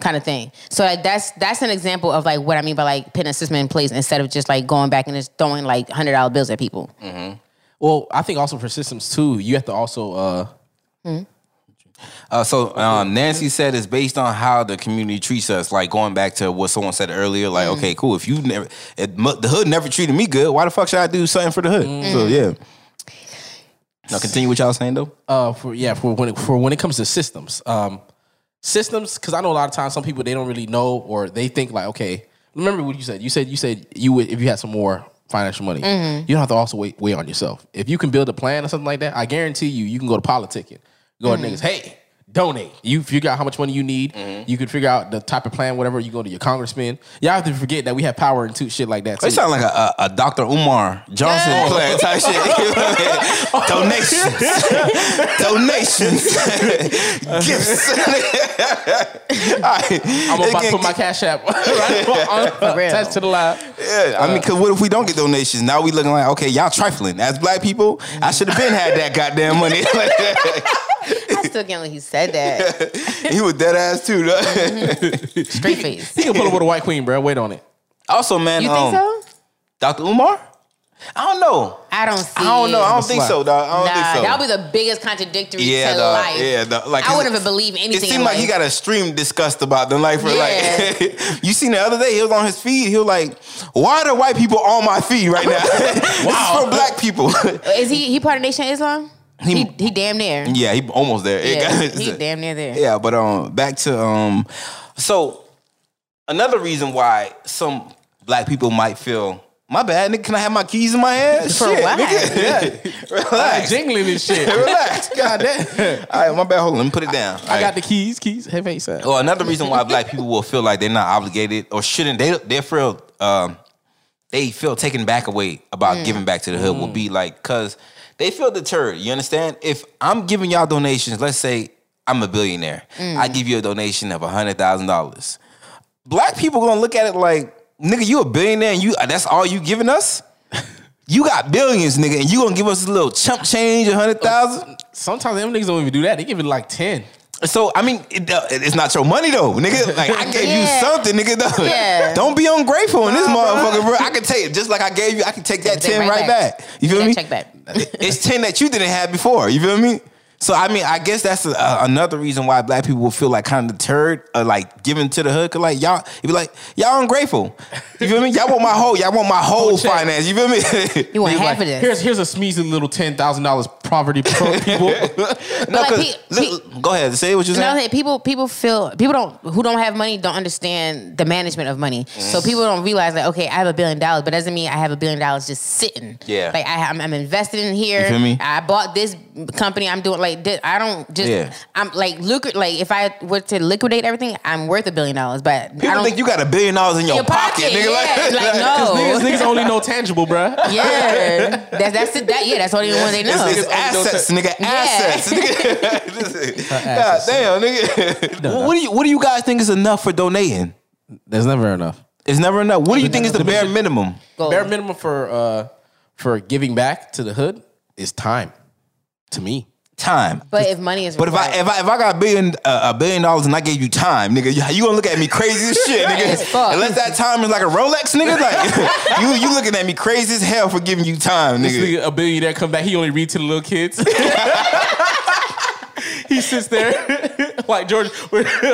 [SPEAKER 4] kind of thing. So like that's that's an example of like what I mean by like putting a system in place instead of just like going back and just throwing like hundred dollar bills at people.
[SPEAKER 3] well, I think also for systems too, you have to also. uh
[SPEAKER 2] Uh, so um, Nancy said it's based on how the community treats us. Like going back to what someone said earlier, like
[SPEAKER 4] Mm.
[SPEAKER 2] okay, cool. If you never, if mu- the hood never treated me good, why the fuck should I do something for the hood?
[SPEAKER 4] Mm.
[SPEAKER 2] So yeah. Now continue what y'all saying though.
[SPEAKER 3] uh, for yeah, for when it, for when it comes to systems, um, systems. Because I know a lot of times some people they don't really know or they think like, okay, remember what you said? You said you said you would if you had some more financial money, you don't have to also wait wait on yourself. If you can build a plan or something like that, I guarantee you, you can go to politicking, go to niggas, hey. Donate. You figure out how much money you need. You can figure out the type of plan, whatever. You go to your congressman. Y'all have to forget that we have power and two shit like that.
[SPEAKER 2] They
[SPEAKER 3] too.
[SPEAKER 2] sound like a, a, a Dr. Umar Johnson
[SPEAKER 4] Yeah.
[SPEAKER 2] player type shit. *laughs* You know what I mean?
[SPEAKER 4] *laughs*
[SPEAKER 2] Donations. Donations. Gifts. *laughs* All right.
[SPEAKER 3] I'm about to
[SPEAKER 2] Again,
[SPEAKER 3] put my cash app *laughs* right on,
[SPEAKER 4] real.
[SPEAKER 3] attached to the live.
[SPEAKER 2] yeah, I mean, because what if we don't get donations? Now we looking like, okay, y'all trifling. As black people, I should have been had that goddamn money. *laughs*
[SPEAKER 4] I still can't believe he said that
[SPEAKER 2] he was dead ass too. though.
[SPEAKER 4] Mm-hmm. straight face.
[SPEAKER 3] He can put up with a white queen, bro. Wait on it.
[SPEAKER 2] Also, man,
[SPEAKER 4] You
[SPEAKER 2] um,
[SPEAKER 4] think so?
[SPEAKER 2] Dr. Umar? I don't know.
[SPEAKER 4] I don't see.
[SPEAKER 2] I don't know. I
[SPEAKER 4] it.
[SPEAKER 2] don't think so, dog. I don't think
[SPEAKER 4] nah,
[SPEAKER 2] so.
[SPEAKER 4] that'll be the biggest contradictory
[SPEAKER 2] Yeah,
[SPEAKER 4] to
[SPEAKER 2] dog.
[SPEAKER 4] life.
[SPEAKER 2] Yeah, dog. Like,
[SPEAKER 4] I
[SPEAKER 2] it's-
[SPEAKER 4] wouldn't have believed
[SPEAKER 2] It
[SPEAKER 4] anything.
[SPEAKER 2] seemed
[SPEAKER 4] in
[SPEAKER 2] like he
[SPEAKER 4] life.
[SPEAKER 2] got extreme disgust about them. Like for like, *laughs* you seen the other day, he was on his feed. He was like, "Why are the white people on my feed right now? *laughs* wow, for black people." *laughs*
[SPEAKER 4] Is he he part of Nation of Islam? He he, damn near.
[SPEAKER 2] *laughs* yeah, he almost there. It
[SPEAKER 4] Yeah,
[SPEAKER 2] *laughs* got-
[SPEAKER 4] he damn near there.
[SPEAKER 2] yeah, but um, back to um, so another reason why some black people might feel My bad, nigga. Can I have my keys in my hand?
[SPEAKER 4] For
[SPEAKER 2] Shit,
[SPEAKER 4] what?
[SPEAKER 2] nigga. *laughs*
[SPEAKER 3] Like
[SPEAKER 2] Relax.
[SPEAKER 3] jingling and shit.
[SPEAKER 2] Relax. God damn. All right, my bad. Hold on. Let me put it down.
[SPEAKER 3] I got the keys, keys. Hey, face up.
[SPEAKER 2] Well, another reason why black people will feel like they're not obligated or shouldn't they they feel um they feel taken back away about giving back to the hood will be like cuz they feel deterred. You understand? If I'm giving y'all donations, let's say I'm a billionaire. I give you a donation of $100,000. Black people going to look at it like, "Nigga, you a billionaire and you that's all you giving us?" You got billions, nigga, and you gonna give us a little chump change, a hundred thousand?
[SPEAKER 3] Sometimes them niggas don't even do that. They give it like ten.
[SPEAKER 2] So I mean, it, uh, it's not your money though, nigga. Like I gave
[SPEAKER 4] *laughs* Yeah.
[SPEAKER 2] you something, nigga. Though.
[SPEAKER 4] Yeah.
[SPEAKER 2] Don't be ungrateful in this motherfucker, bro. I can take it just like I gave you. I can take that
[SPEAKER 4] Take it
[SPEAKER 2] ten
[SPEAKER 4] right
[SPEAKER 2] right,
[SPEAKER 4] back.
[SPEAKER 2] back. You feel
[SPEAKER 4] Take
[SPEAKER 2] me?
[SPEAKER 4] that check back.
[SPEAKER 2] It's ten that you didn't have before. You feel me? So I mean, I guess that's a, a, another reason why black people will feel like kind of deterred, or like giving to the hood. Cause like y'all, you be like y'all ungrateful. You feel me? Y'all want my whole, y'all want my whole,
[SPEAKER 3] check.
[SPEAKER 2] finance. You feel me? *laughs*
[SPEAKER 4] You want
[SPEAKER 3] He's
[SPEAKER 4] half of
[SPEAKER 3] like,
[SPEAKER 4] this?
[SPEAKER 3] Here's here's a smeezy little ten thousand dollars poverty
[SPEAKER 4] *laughs*
[SPEAKER 3] pro people.
[SPEAKER 4] Oh.
[SPEAKER 2] no,
[SPEAKER 4] like,
[SPEAKER 2] 'cause-
[SPEAKER 4] pe-
[SPEAKER 2] li- go ahead, say what you
[SPEAKER 4] No,
[SPEAKER 2] saying.
[SPEAKER 4] hey, people people feel people don't who don't have money don't understand the management of money.
[SPEAKER 2] Mm.
[SPEAKER 4] So people don't realize like, okay, I have a billion dollars, but doesn't mean I have a billion dollars just sitting.
[SPEAKER 2] Yeah.
[SPEAKER 4] like I, I'm, I'm invested in here.
[SPEAKER 2] You feel me?
[SPEAKER 4] I bought this company. I'm doing like thi- I don't just
[SPEAKER 2] Yeah.
[SPEAKER 4] I'm like look like if I were to liquidate everything, I'm worth a billion dollars, but I
[SPEAKER 2] People
[SPEAKER 4] don't
[SPEAKER 2] think you got a billion dollars in your,
[SPEAKER 4] your pocket.
[SPEAKER 2] nigga. *laughs*
[SPEAKER 4] yeah. like,
[SPEAKER 3] Niggas,
[SPEAKER 4] no.
[SPEAKER 3] niggas only know tangible, bruh.
[SPEAKER 4] Yeah, that's that's it. That yeah, that's all they want. They know.
[SPEAKER 2] It's, it's assets, nigga. Assets, nigga.
[SPEAKER 4] *laughs*
[SPEAKER 2] Listen. God damn, *laughs* nigga. What do you What do you guys think is enough for donating?
[SPEAKER 3] There's never enough.
[SPEAKER 2] It's never enough. What do you think is the bare minimum?
[SPEAKER 4] Gold.
[SPEAKER 3] Bare minimum for uh for giving back to the hood is time. To me,
[SPEAKER 2] Time.
[SPEAKER 4] but if money is,
[SPEAKER 2] But if I
[SPEAKER 4] required-
[SPEAKER 2] if I if I got a billion uh, a billion dollars and I gave you time, nigga, you, you gonna look at me crazy as shit, nigga.
[SPEAKER 4] As fuck.
[SPEAKER 2] Unless that time is like a Rolex, nigga. Like *laughs* you you looking at me crazy as hell for giving you time,
[SPEAKER 3] this
[SPEAKER 2] nigga.
[SPEAKER 3] nigga, a billionaire come back. He only read to the little kids. *laughs* he sits there *laughs* like George. Bush, Bush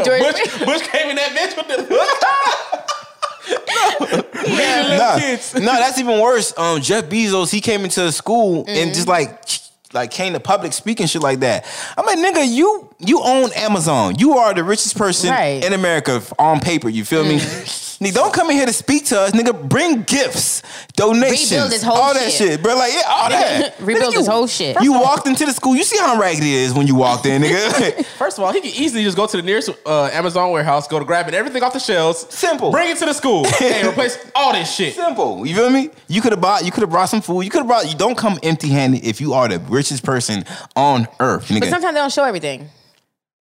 [SPEAKER 3] came in that bitch with the Reading little
[SPEAKER 2] Nah,
[SPEAKER 3] kids.
[SPEAKER 2] no, that's even worse. Um, Jeff Bezos, he came into the school and just
[SPEAKER 4] Mm-hmm.
[SPEAKER 2] like like came to public speaking shit like that. I'm like, nigga, you you own Amazon. You are the richest person
[SPEAKER 4] Right. Mm-hmm.
[SPEAKER 2] in America f- on paper. You feel me? *laughs* Nigga, don't come in here to speak to us, nigga. Bring gifts, donations,
[SPEAKER 4] Rebuild this whole
[SPEAKER 2] all that
[SPEAKER 4] shit.
[SPEAKER 2] shit. bro. Like, yeah, all that.
[SPEAKER 4] *laughs* Rebuild
[SPEAKER 2] Nigga,
[SPEAKER 4] this
[SPEAKER 2] you-
[SPEAKER 4] whole shit.
[SPEAKER 2] You walked into the school. You see how raggedy it is when you walked in,
[SPEAKER 4] *laughs*
[SPEAKER 2] nigga. *laughs*
[SPEAKER 3] First of all, he could easily just go to the nearest uh, Amazon warehouse, go to grabbing everything off the shelves.
[SPEAKER 2] Simple.
[SPEAKER 3] Bring it to the
[SPEAKER 2] *laughs*
[SPEAKER 3] school. hey, replace all this shit.
[SPEAKER 2] Simple. You feel me? You could have bought. You could have brought some food. You could have brought. You don't come empty-handed if you are the richest person on earth, nigga.
[SPEAKER 4] but sometimes they don't show everything.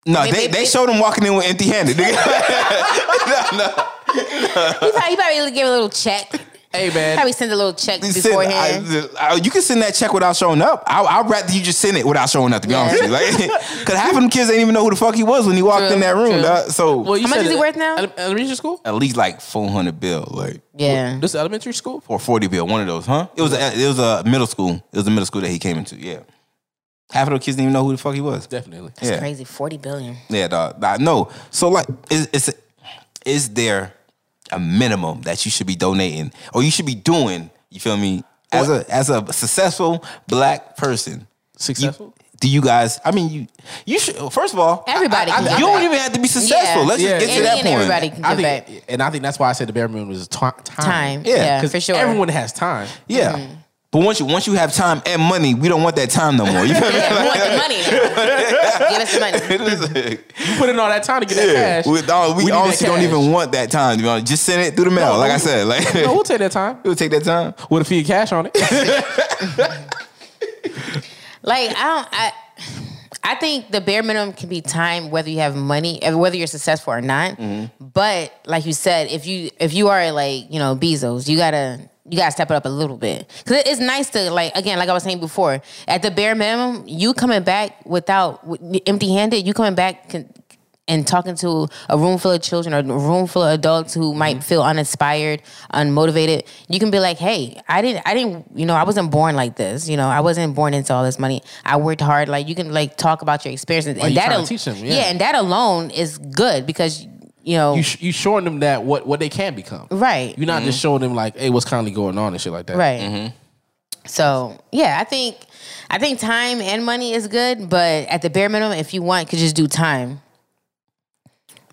[SPEAKER 2] no,
[SPEAKER 4] they-
[SPEAKER 2] they, they,
[SPEAKER 4] they-
[SPEAKER 2] showed him walking in with empty-handed, *laughs* nigga. no, no. Uh,
[SPEAKER 4] He probably, he probably gave a little check.
[SPEAKER 3] Hey, man.
[SPEAKER 4] Probably sent a little check
[SPEAKER 2] You send-
[SPEAKER 4] beforehand.
[SPEAKER 2] I- I- you can send that check without showing up. I, I'd rather you just send it without showing up. To be
[SPEAKER 4] Yeah.
[SPEAKER 2] honest with you, like, *laughs* cause half of them kids didn't even know who the fuck he was when he walked
[SPEAKER 4] True,
[SPEAKER 2] in that room.
[SPEAKER 4] true.
[SPEAKER 2] dawg. So
[SPEAKER 3] Well, you
[SPEAKER 4] How much
[SPEAKER 3] said
[SPEAKER 4] is it worth now?
[SPEAKER 3] ele- Elementary school?
[SPEAKER 2] at least like four hundred bill, like
[SPEAKER 4] yeah.
[SPEAKER 3] This is elementary school?
[SPEAKER 2] or forty bill, one of those, huh? It was a, it was a middle school. It was a middle school that he came into. Yeah, half of those kids didn't even know who the fuck he was.
[SPEAKER 3] Definitely.
[SPEAKER 4] It's
[SPEAKER 2] Yeah.
[SPEAKER 4] crazy. 40 billion.
[SPEAKER 2] Yeah, dog. I know. So like, is is is there a minimum that you should be donating or you should be doing? You feel me? As a as a successful black person,
[SPEAKER 3] Successful?
[SPEAKER 2] do you guys? I mean, you you should first of all,
[SPEAKER 4] Everybody
[SPEAKER 2] I- I-
[SPEAKER 4] can give
[SPEAKER 2] you don't
[SPEAKER 4] back.
[SPEAKER 2] even have to be successful.
[SPEAKER 4] Yeah.
[SPEAKER 2] Let's
[SPEAKER 3] Yeah.
[SPEAKER 2] just get
[SPEAKER 4] Any
[SPEAKER 2] to that
[SPEAKER 4] and
[SPEAKER 2] point.
[SPEAKER 4] everybody can
[SPEAKER 3] I
[SPEAKER 4] give back
[SPEAKER 3] think, and I think that's why I said the bare minimum was ti- time.
[SPEAKER 4] time.
[SPEAKER 2] yeah,
[SPEAKER 4] Yeah,
[SPEAKER 2] 'cause
[SPEAKER 4] for sure.
[SPEAKER 3] Everyone has time.
[SPEAKER 2] Yeah.
[SPEAKER 4] Mm-hmm.
[SPEAKER 2] But once you once you have time and money, we don't want that time no more. You feel me? *laughs*
[SPEAKER 4] yeah, we want the money. now. Give us the money.
[SPEAKER 3] You put in all that time to get
[SPEAKER 2] yeah.
[SPEAKER 3] that cash.
[SPEAKER 2] We, dog, we
[SPEAKER 3] We need that
[SPEAKER 2] honestly don't
[SPEAKER 3] cash.
[SPEAKER 2] even want that time. To be honest. Just send it through the mail,
[SPEAKER 3] No,
[SPEAKER 2] like I
[SPEAKER 3] we-
[SPEAKER 2] said. Like *laughs*
[SPEAKER 3] no, we'll take that time
[SPEAKER 2] it'll take that time.
[SPEAKER 3] with a fee of cash on
[SPEAKER 2] *laughs*
[SPEAKER 3] it.
[SPEAKER 4] Like, I don't, I, I think the bare minimum can be time, whether you have money, and whether you're successful or not.
[SPEAKER 2] Mm-hmm.
[SPEAKER 4] But like you said, if you if you are like you know Bezos, you gotta you gotta step it up a little bit because it's nice to like again, like I was saying before, at the bare minimum, you coming back without empty handed, you coming back. Con- and talking to a room full of children or a room full of adults who
[SPEAKER 3] Mm-hmm.
[SPEAKER 4] might feel uninspired, unmotivated, you can be like, "Hey, I didn't, I didn't, you know, I wasn't born like this. You know, I wasn't born into all this money. I worked hard. Like, you can like talk about your experiences,
[SPEAKER 3] you
[SPEAKER 4] that
[SPEAKER 3] trying to
[SPEAKER 4] al-
[SPEAKER 3] teach them, yeah.
[SPEAKER 4] and that alone is good because you know,
[SPEAKER 3] you sh- you showing them that what what they can become.
[SPEAKER 4] right,
[SPEAKER 3] You're not
[SPEAKER 2] Mm-hmm.
[SPEAKER 3] just showing them like, hey, what's currently going on and shit like that.
[SPEAKER 4] right. So yeah, I think I think time and money is good, but at the bare minimum, if you want, you could just do time.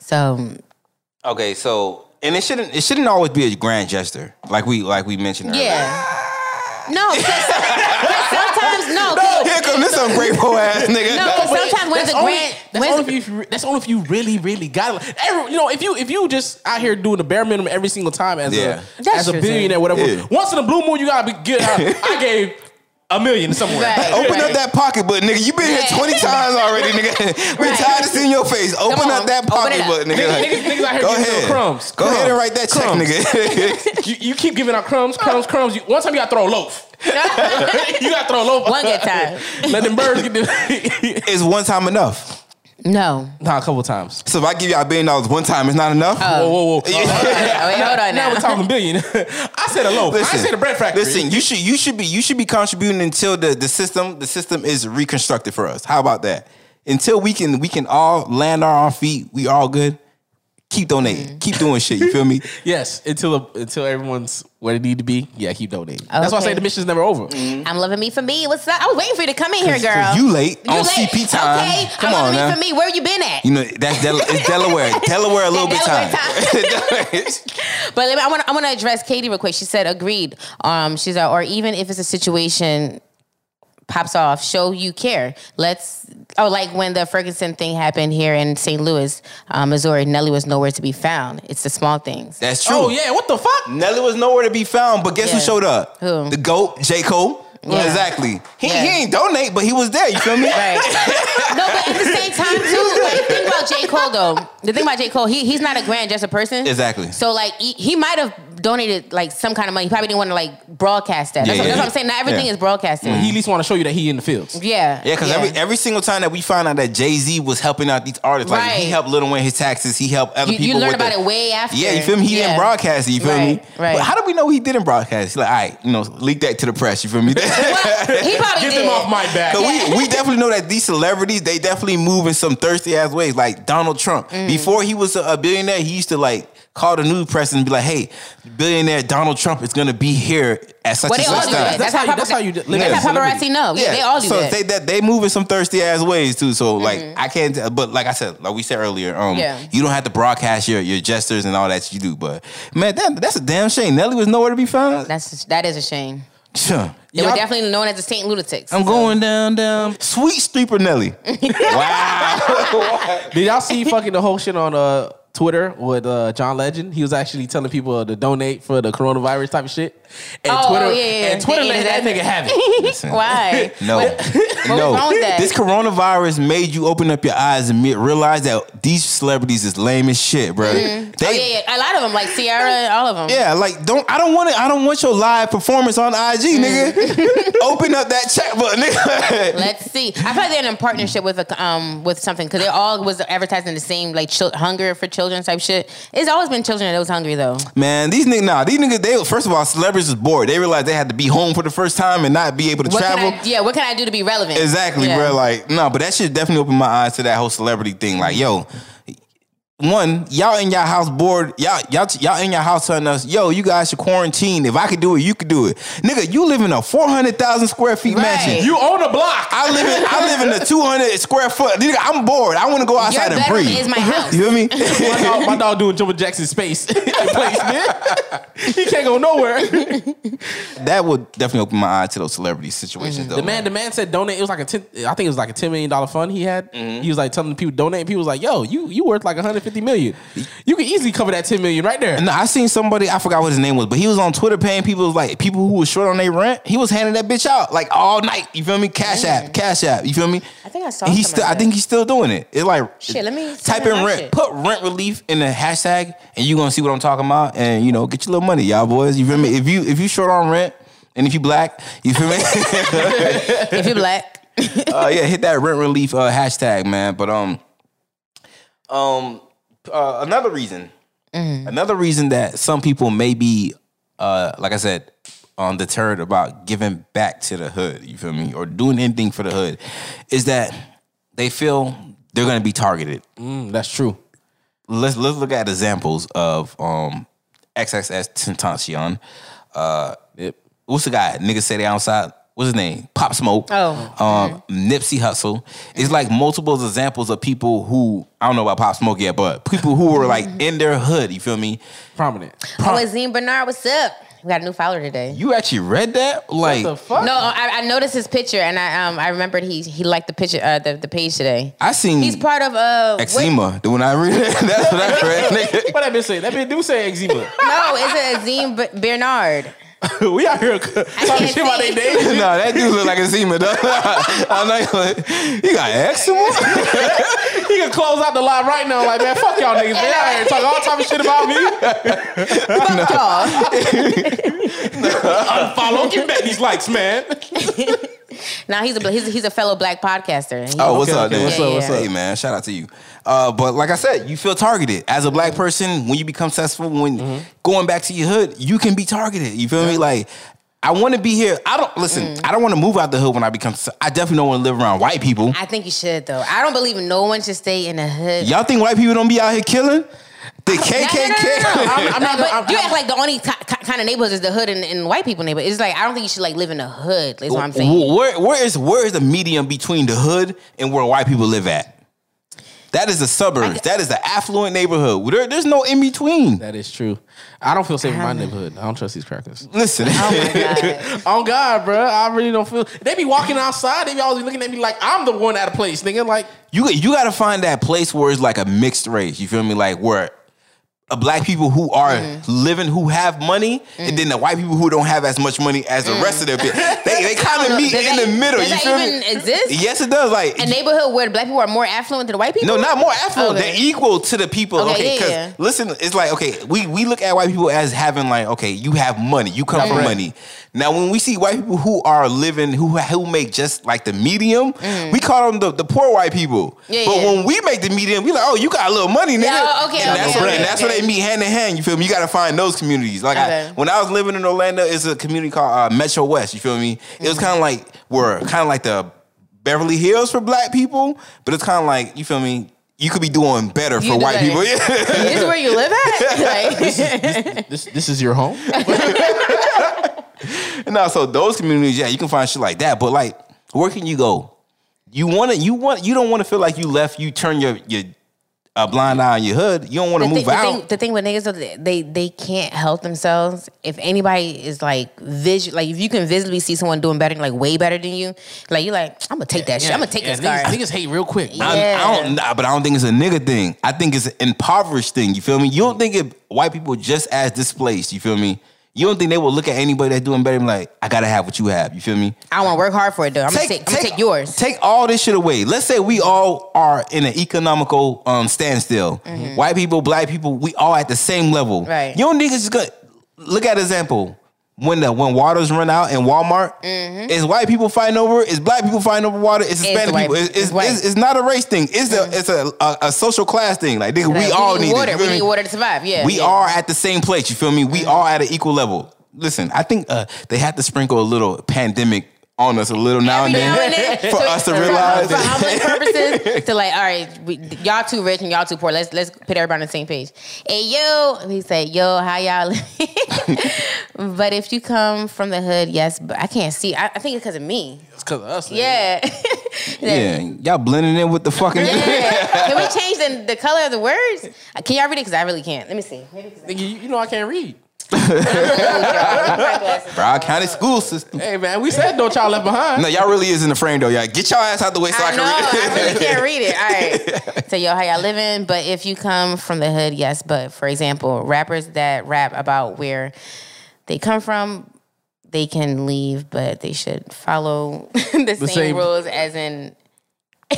[SPEAKER 4] So
[SPEAKER 2] Okay, so And it shouldn't it shouldn't always be a grand gesture, like we like we mentioned. Earlier.
[SPEAKER 4] Yeah. No, *laughs* 'cause- 'cause sometimes no.
[SPEAKER 2] No,
[SPEAKER 4] 'cause-
[SPEAKER 2] here come this ungrateful ass nigga.
[SPEAKER 4] No, 'cause sometimes when it's a
[SPEAKER 3] only,
[SPEAKER 4] grand,
[SPEAKER 3] that's
[SPEAKER 4] when it's-
[SPEAKER 3] only if you that's only if you really really got it. Like, every- you know, if you if you just out here doing the bare minimum every single time as
[SPEAKER 2] Yeah.
[SPEAKER 3] a
[SPEAKER 4] That's
[SPEAKER 3] as a
[SPEAKER 4] true,
[SPEAKER 3] billionaire,
[SPEAKER 4] too.
[SPEAKER 3] whatever.
[SPEAKER 2] Yeah.
[SPEAKER 3] Once in a blue moon, you gotta be good. I,
[SPEAKER 2] *laughs*
[SPEAKER 3] I gave a million somewhere.
[SPEAKER 4] Right.
[SPEAKER 2] Open up
[SPEAKER 4] Right.
[SPEAKER 2] that pocketbook, nigga. You been
[SPEAKER 4] Yeah.
[SPEAKER 2] here 20 times already, nigga. We
[SPEAKER 4] *laughs* Right.
[SPEAKER 2] tired of seeing your face. Open
[SPEAKER 4] Come
[SPEAKER 2] up
[SPEAKER 4] on.
[SPEAKER 2] that
[SPEAKER 4] Open it up.
[SPEAKER 2] pocketbook, nigga.
[SPEAKER 3] Niggas-
[SPEAKER 2] Like,
[SPEAKER 3] niggas- niggas out here giving little crumbs.
[SPEAKER 2] Go ahead and
[SPEAKER 3] Crumbs.
[SPEAKER 2] write that check,
[SPEAKER 3] Crumbs.
[SPEAKER 2] nigga. *laughs*
[SPEAKER 3] You, you keep giving out crumbs, crumbs, crumbs. You, one time you gotta throw a loaf. *laughs* you gotta throw a loaf.
[SPEAKER 4] *laughs* One
[SPEAKER 3] *laughs*
[SPEAKER 4] good time.
[SPEAKER 3] Let them birds
[SPEAKER 4] *laughs*
[SPEAKER 3] get this.
[SPEAKER 2] Is one time enough?
[SPEAKER 4] No.
[SPEAKER 3] *laughs* nah, a couple times.
[SPEAKER 2] So if I give y'all a billion dollars one time, it's not enough?
[SPEAKER 4] Uh,
[SPEAKER 3] Whoa,
[SPEAKER 4] *laughs*
[SPEAKER 3] whoa, whoa.
[SPEAKER 4] Oh, wait, hold on now.
[SPEAKER 3] Now we're talking billion. *laughs* I said a loaf. I said a bread factory.
[SPEAKER 2] Listen, you should you should be you should be contributing until the, the system the system is reconstructed for us. How about that? Until we can we can all land on our feet, we all good. Keep donating. Keep doing shit. You feel me?
[SPEAKER 3] Yes, until until everyone's where they need to be. Yeah, keep donating. That's
[SPEAKER 4] Okay.
[SPEAKER 3] why I
[SPEAKER 4] Mm.
[SPEAKER 3] say the mission's never over.
[SPEAKER 4] I'm loving me for me. What's up? I was waiting for you to come in here, girl.
[SPEAKER 2] 'cause you late
[SPEAKER 4] You
[SPEAKER 2] on CP time.
[SPEAKER 4] Okay.
[SPEAKER 2] Come
[SPEAKER 4] I'm loving
[SPEAKER 2] on, now.
[SPEAKER 4] me for me. Where you been at?
[SPEAKER 2] You know that's Del- it's Delaware. Delaware a little bit
[SPEAKER 4] Delaware
[SPEAKER 2] time.
[SPEAKER 4] But let me, I want I want to address Katie real quick. She said agreed. Um, she's like, or even if it's a situation pops off, show you care. Let's oh, like when the Ferguson thing happened here in St. Louis, um, Missouri. Nelly was nowhere to be found. It's the small
[SPEAKER 2] *laughs*
[SPEAKER 4] things.
[SPEAKER 2] that's true.
[SPEAKER 3] Oh yeah, what the fuck?
[SPEAKER 2] Nelly was nowhere to be found, but guess who
[SPEAKER 4] Yeah.
[SPEAKER 2] showed up?
[SPEAKER 4] Who?
[SPEAKER 2] The GOAT, J. Cole.
[SPEAKER 4] Yeah.
[SPEAKER 2] Exactly. He,
[SPEAKER 4] Yeah.
[SPEAKER 2] he ain't donate, but he was there. You feel me?
[SPEAKER 4] Right. *laughs* no, but at the same time too, like the thing about J. Cole though, the thing about J. Cole, he he's not a grand gesture person.
[SPEAKER 2] Exactly.
[SPEAKER 4] So like he, he might have donated like some kind of money. He probably didn't want to like broadcast that.
[SPEAKER 2] Yeah,
[SPEAKER 4] that's, what,
[SPEAKER 2] yeah,
[SPEAKER 4] that's what
[SPEAKER 2] yeah.
[SPEAKER 4] I'm saying. Not everything
[SPEAKER 2] Yeah.
[SPEAKER 4] is broadcasted.
[SPEAKER 3] He at least want to show you that he in the fields.
[SPEAKER 4] Yeah.
[SPEAKER 2] Yeah, because every every single time that we find out that Jay Z was helping out these artists, like
[SPEAKER 4] Right.
[SPEAKER 2] he helped Lil Wayne his taxes, he helped other
[SPEAKER 4] you,
[SPEAKER 2] people.
[SPEAKER 4] you learn
[SPEAKER 2] with
[SPEAKER 4] about
[SPEAKER 2] the-
[SPEAKER 4] it way after.
[SPEAKER 2] Yeah, you feel me? He
[SPEAKER 4] Yeah.
[SPEAKER 2] didn't broadcast it. You feel
[SPEAKER 4] Right,
[SPEAKER 2] me?
[SPEAKER 4] right.
[SPEAKER 2] But how do we know he didn't broadcast? it? Like, all right, you know, leak that to the press. You feel me? *laughs*
[SPEAKER 4] Well, he probably
[SPEAKER 3] Get
[SPEAKER 4] did.
[SPEAKER 3] them off my back.
[SPEAKER 2] But we, we definitely know that these celebrities, they definitely move in some thirsty ass ways. Like Donald Trump.
[SPEAKER 4] Mm.
[SPEAKER 2] Before he was a, a billionaire, he used to like call the news press and be like, hey, billionaire Donald Trump is gonna be here at such
[SPEAKER 4] Well,
[SPEAKER 2] and
[SPEAKER 4] they all
[SPEAKER 2] such
[SPEAKER 4] do
[SPEAKER 2] time.
[SPEAKER 4] that. That's,
[SPEAKER 3] That's
[SPEAKER 4] how,
[SPEAKER 3] how you-
[SPEAKER 4] paparazzi-
[SPEAKER 3] that's how you do-
[SPEAKER 4] That's how
[SPEAKER 3] Yeah.
[SPEAKER 4] paparazzi know. Oh, Yeah, they all do
[SPEAKER 2] so
[SPEAKER 4] that. Mm-hmm.
[SPEAKER 2] They, that they move in some thirsty ass ways too. So like I can't. tell- But like I said, like we said earlier, um,
[SPEAKER 4] Yeah.
[SPEAKER 2] you don't have to broadcast your your gestures and all that you do. But man, that, that's a damn shame. Nelly was nowhere to be found.
[SPEAKER 4] That's that is a shame.
[SPEAKER 2] *laughs* Sure.
[SPEAKER 4] They
[SPEAKER 3] Y'all-
[SPEAKER 4] were definitely known as the Saint Lunatics.
[SPEAKER 2] I'm going down, down. Sweet Streeper
[SPEAKER 4] *laughs*
[SPEAKER 2] Nelly. wow.
[SPEAKER 3] Did y'all see fucking the whole shit on uh Twitter with uh, John Legend? He was actually telling people uh, to donate for the coronavirus type of shit. And
[SPEAKER 4] Oh,
[SPEAKER 3] Twitter
[SPEAKER 4] oh, yeah, yeah,
[SPEAKER 3] and Twitter
[SPEAKER 4] yeah,
[SPEAKER 3] let that
[SPEAKER 4] exactly.
[SPEAKER 3] nigga have
[SPEAKER 4] *laughs*
[SPEAKER 2] *laughs*
[SPEAKER 4] *laughs*
[SPEAKER 3] it.
[SPEAKER 4] Why? Oh,
[SPEAKER 2] No,
[SPEAKER 4] was
[SPEAKER 2] no.
[SPEAKER 4] wrong with that?
[SPEAKER 2] This coronavirus made you open up your eyes and me- realize that these celebrities is lame as shit, bro. They,
[SPEAKER 4] Oh, yeah, yeah. A lot of them, like Ciara, all of them.
[SPEAKER 2] Yeah, like don't I don't want it. I don't want your live performance on IG,
[SPEAKER 4] Mm. *laughs*
[SPEAKER 2] nigga. Open up that chat button, nigga.
[SPEAKER 4] Let's see. I thought they're in a partnership with a um with something because they all was advertising the same like chil- hunger for children type shit. It's always been children that was hungry though.
[SPEAKER 2] Man, these niggas, nah, these niggas. They first of all, celebrities was bored. They realized they had to be home for the first time and not be able to
[SPEAKER 4] What
[SPEAKER 2] travel.
[SPEAKER 4] can I? Yeah. What can I do to be relevant?
[SPEAKER 2] Exactly,
[SPEAKER 4] yeah.
[SPEAKER 2] bro. Like, no, but that shit definitely opened my eyes to that whole celebrity thing. Like, yo, one, y'all in your house bored. Y'all, y'all, y'all in your house telling us, yo, you guys should quarantine. If I could do it, you could do it, nigga. You live in a four hundred thousand square feet
[SPEAKER 4] Right.
[SPEAKER 2] mansion.
[SPEAKER 3] you own the block.
[SPEAKER 2] I live in I live in a two hundred square foot. Nigga, I'm bored. I want to go
[SPEAKER 4] Your
[SPEAKER 2] outside and
[SPEAKER 4] bedroom
[SPEAKER 2] breathe.
[SPEAKER 4] is my house.
[SPEAKER 2] you hear
[SPEAKER 4] *laughs*
[SPEAKER 2] me?
[SPEAKER 3] my, *laughs* dog, my dog doing Jumbo Jackson space *laughs* in place, man. he can't go nowhere.
[SPEAKER 2] that would definitely open my eye to those celebrity
[SPEAKER 4] Mm-hmm.
[SPEAKER 2] situations. Though,
[SPEAKER 3] The man, the man said donate. It was like a ten. I think it was like a ten million dollar fund he had. He was like telling people donate. People was like, "Yo, you you worth like 150 million. You can easily cover that 10 million right there."
[SPEAKER 2] No, I seen somebody, I forgot what his name was, but he was on Twitter paying people like people who was short on their rent. He was handing that bitch out like all night. You feel me? Cash app, cash app. You feel me?
[SPEAKER 4] I think I saw
[SPEAKER 2] He
[SPEAKER 4] something
[SPEAKER 2] still, I
[SPEAKER 4] like
[SPEAKER 2] think
[SPEAKER 4] that.
[SPEAKER 2] he's still doing it. It's like
[SPEAKER 4] Shit, let me-
[SPEAKER 2] type
[SPEAKER 4] let me
[SPEAKER 2] in
[SPEAKER 4] watch
[SPEAKER 2] rent,
[SPEAKER 4] it.
[SPEAKER 2] put rent relief in the hashtag, and you gonna see what I'm talking about. And you know, get your little money, y'all boys. You feel me? If you if you short on rent. And if you black, you feel me? *laughs*
[SPEAKER 4] If you're black.
[SPEAKER 2] uh, yeah, hit that rent relief uh, hashtag, man. But um, um, uh, another reason, another reason that some people may be, uh, like I said, um, deterred about giving back to the hood. You feel me? Or doing anything for the hood, is that they feel they're gonna be targeted.
[SPEAKER 3] Mm, that's true.
[SPEAKER 2] Let's let's look at examples of um, XXS Tentacion. Uh,
[SPEAKER 3] Yep.
[SPEAKER 2] what's the guy? Niggas say they outside. What's what's his name? Pop Smoke.
[SPEAKER 4] Oh.
[SPEAKER 2] Um, Nipsey Hussle. It's like multiple examples of people who I don't know about Pop Smoke yet, but people who were like in their hood. You feel me?
[SPEAKER 3] Prominent.
[SPEAKER 4] Oh, it's Zine Bernard, what's up? We got a new follower today.
[SPEAKER 2] You actually read that? Like,
[SPEAKER 3] the fuck?
[SPEAKER 4] No, I, I noticed his picture, and I um I remembered he he liked the picture uh, the the page today.
[SPEAKER 2] I seen
[SPEAKER 4] He's part of uh what-
[SPEAKER 2] eczema. Do when I read it, *laughs* that's what I read. Nigga. *laughs*
[SPEAKER 3] What that been say? That been do say eczema.
[SPEAKER 4] No, it's a Zine
[SPEAKER 2] *laughs*
[SPEAKER 4] B- Bernard.
[SPEAKER 3] *laughs* we out here talking shit about
[SPEAKER 4] see.
[SPEAKER 3] their names.
[SPEAKER 2] no, that dude look like eczema. Though. *laughs* I'm like, you got eczema?
[SPEAKER 3] He can close out the line right now. Like, man, fuck y'all niggas. They out here talking all type of shit about me. Unfollow. Give back these likes, man.
[SPEAKER 4] Now he's a bl- he's, he's a fellow black podcaster. He-
[SPEAKER 2] Oh, what's
[SPEAKER 3] Okay,
[SPEAKER 2] up,
[SPEAKER 3] okay,
[SPEAKER 2] dude?
[SPEAKER 4] what's up, what's Yeah, yeah.
[SPEAKER 2] Hey, man, shout out to you. Uh, but like I said, you feel targeted as a black person when you become successful. When
[SPEAKER 4] Mm-hmm.
[SPEAKER 2] going back to your hood, you can be targeted. You feel me? Like. I want to be here. I don't listen.
[SPEAKER 4] Mm.
[SPEAKER 2] I don't want to move out the hood when I become. su- I definitely don't want to live around white people.
[SPEAKER 4] I think you should though. I don't believe no one should stay in the hood.
[SPEAKER 2] Y'all think white people don't be out here killing? The
[SPEAKER 4] No, no, no,
[SPEAKER 2] KKK.
[SPEAKER 4] no, no, no.
[SPEAKER 3] I'm- I'm
[SPEAKER 2] *laughs*
[SPEAKER 4] No,
[SPEAKER 3] not-
[SPEAKER 4] *laughs* but
[SPEAKER 3] I'm-
[SPEAKER 4] you
[SPEAKER 3] I'm-
[SPEAKER 4] act like the only kind of neighborhood is the hood and, and white people neighborhood. It's like I don't think you should like live in the hood. That's what I'm saying.
[SPEAKER 2] Wh- Where where is where is the medium between the hood and where white people live at? That is the suburbs. that is the affluent neighborhood. There- there's no in between.
[SPEAKER 3] That is true. I don't feel safe in my neighborhood. I don't trust these crackers.
[SPEAKER 2] Listen,
[SPEAKER 3] Oh God, bro, I really don't feel. They be walking outside. They be always looking at me like I'm the one out of place, nigga. Like
[SPEAKER 2] you you got to find that place where it's like a mixed race. You feel me? Like where uh, black people who are
[SPEAKER 4] Mm-hmm.
[SPEAKER 2] living who have money,
[SPEAKER 4] Mm.
[SPEAKER 2] and then the white people who don't have as much money as the rest of their people. They,
[SPEAKER 4] *laughs*
[SPEAKER 2] they kind of meet
[SPEAKER 4] Does
[SPEAKER 2] in
[SPEAKER 4] that-
[SPEAKER 2] the middle.
[SPEAKER 4] Does
[SPEAKER 2] You
[SPEAKER 4] that
[SPEAKER 2] feel
[SPEAKER 4] even
[SPEAKER 2] me?
[SPEAKER 4] exist?
[SPEAKER 2] Yes, it does. Like
[SPEAKER 4] A neighborhood where the black people are more affluent than the white people?
[SPEAKER 2] No, not more affluent.
[SPEAKER 4] Okay.
[SPEAKER 2] They're equal to the people.
[SPEAKER 4] Okay,
[SPEAKER 2] Okay,
[SPEAKER 4] yeah,
[SPEAKER 2] because
[SPEAKER 4] yeah.
[SPEAKER 2] listen, it's like okay, we we look at white people as having like okay, you have money, you come from money. Now, when we see white people who are living, who who make just like the medium, we call them the, the poor white people.
[SPEAKER 4] Mm. Yeah,
[SPEAKER 2] but
[SPEAKER 4] yeah.
[SPEAKER 2] when we make the medium, we like oh, you got a little money, nigga.
[SPEAKER 4] oh, okay,
[SPEAKER 2] and
[SPEAKER 4] okay,
[SPEAKER 2] that's
[SPEAKER 4] okay,
[SPEAKER 2] where
[SPEAKER 4] okay,
[SPEAKER 2] and that's where
[SPEAKER 4] okay.
[SPEAKER 2] they meet hand in hand. You feel me? You got to find those communities. Like I-
[SPEAKER 4] Okay.
[SPEAKER 2] when I was living in Orlando, it's a community called uh, Metro West. You feel me? It
[SPEAKER 4] Mm-hmm.
[SPEAKER 2] was kind of like we're kind of like the Beverly Hills for black people, but it's kind of like you feel me. You could be doing better
[SPEAKER 4] You
[SPEAKER 2] for
[SPEAKER 4] do
[SPEAKER 2] white
[SPEAKER 4] better.
[SPEAKER 2] people. *laughs* Yeah.
[SPEAKER 4] This is where you live
[SPEAKER 2] *laughs*
[SPEAKER 4] at? Like,
[SPEAKER 3] this, this is your
[SPEAKER 4] *laughs*
[SPEAKER 3] home.
[SPEAKER 2] no, so those communities, yeah, you can find shit like that. But like, where can you go? You want to, you want, you don't want to feel like you left. You turn your your a blind eye on your hood. You don't want to
[SPEAKER 4] the,
[SPEAKER 2] move
[SPEAKER 4] thing, the,
[SPEAKER 2] out.
[SPEAKER 4] thing, the thing with niggas, though, they- they they can't help themselves. If anybody is like visual, like if you can visibly see someone doing better, like way better than you, like you're like, I'm gonna take that shit. I'm gonna take
[SPEAKER 3] yeah,
[SPEAKER 4] this
[SPEAKER 3] niggas,
[SPEAKER 4] card.
[SPEAKER 3] Niggas hate real quick. bro.
[SPEAKER 4] Yeah.
[SPEAKER 2] I'm- I don't, nah, but I don't think it's a nigga thing. I think it's an impoverished thing. You feel me? You don't think if white people just as displaced. You feel me? You don't think they will look at anybody that's doing better and be like, I gotta have what you have. You feel me?
[SPEAKER 4] I don't want to work hard for it though. I'm gonna take, I'm gonna take yours.
[SPEAKER 2] Take all this shit away. Let's say we all are in an economical um, standstill. White people, black people, we all at the same level.
[SPEAKER 4] Mm-hmm. Right.
[SPEAKER 2] You niggas is good. Look at example. When the when waters run out in Walmart, is white people fighting over? it? Is black people fighting over water? Is
[SPEAKER 4] the
[SPEAKER 2] Hispanic
[SPEAKER 4] Mm-hmm. white-
[SPEAKER 2] people? It's,
[SPEAKER 4] it's
[SPEAKER 2] it's,
[SPEAKER 4] white.
[SPEAKER 2] it's, it's not a race thing. It's a it's a, a, a social class thing. Like nigga,
[SPEAKER 4] Like,
[SPEAKER 2] we all need, it.
[SPEAKER 4] water.
[SPEAKER 2] You
[SPEAKER 4] We
[SPEAKER 2] feel me?
[SPEAKER 4] need water to survive. Yeah,
[SPEAKER 2] We
[SPEAKER 4] yeah. Mm-hmm.
[SPEAKER 2] are at the same place. You feel me? We are at an equal level. Listen, I think uh, they have to sprinkle a little pandemic on us a little now and
[SPEAKER 4] Every now
[SPEAKER 2] then,
[SPEAKER 4] and
[SPEAKER 2] *laughs*
[SPEAKER 4] then,
[SPEAKER 2] for
[SPEAKER 4] so-
[SPEAKER 2] us to
[SPEAKER 4] *laughs* for-
[SPEAKER 2] realize.
[SPEAKER 4] for
[SPEAKER 2] *laughs*
[SPEAKER 4] humbling purposes to like, all right, we, y'all too rich and y'all too poor. Let's let's put everybody on the same page. Hey yo, he said, yo, how y'all? *laughs* living? but if you come from the hood, yes, but I can't see. I, I think it's because of me.
[SPEAKER 3] It's because of us. nigga.
[SPEAKER 4] Yeah.
[SPEAKER 2] Oh,
[SPEAKER 4] *laughs*
[SPEAKER 2] yeah, y'all blending in with the fucking. *laughs*
[SPEAKER 4] Can we change the, the color of the words? Can y'all read it? Because I really can't. Let me see. Maybe 'cause
[SPEAKER 3] Nigga, you, you know I can't read.
[SPEAKER 2] Broward County school system.
[SPEAKER 3] Hey man, we said no child left behind.
[SPEAKER 2] No, y'all really is in the frame though. Y'all get y'all ass out the way so I,
[SPEAKER 4] I know. I
[SPEAKER 2] can read.
[SPEAKER 4] really can't read it. All right. So, yo, how y'all living? But if you come from the hood, yes. But for example, rappers that rap about where they come from, they can leave, but they should follow *laughs* the, same,
[SPEAKER 3] same-
[SPEAKER 4] rules as in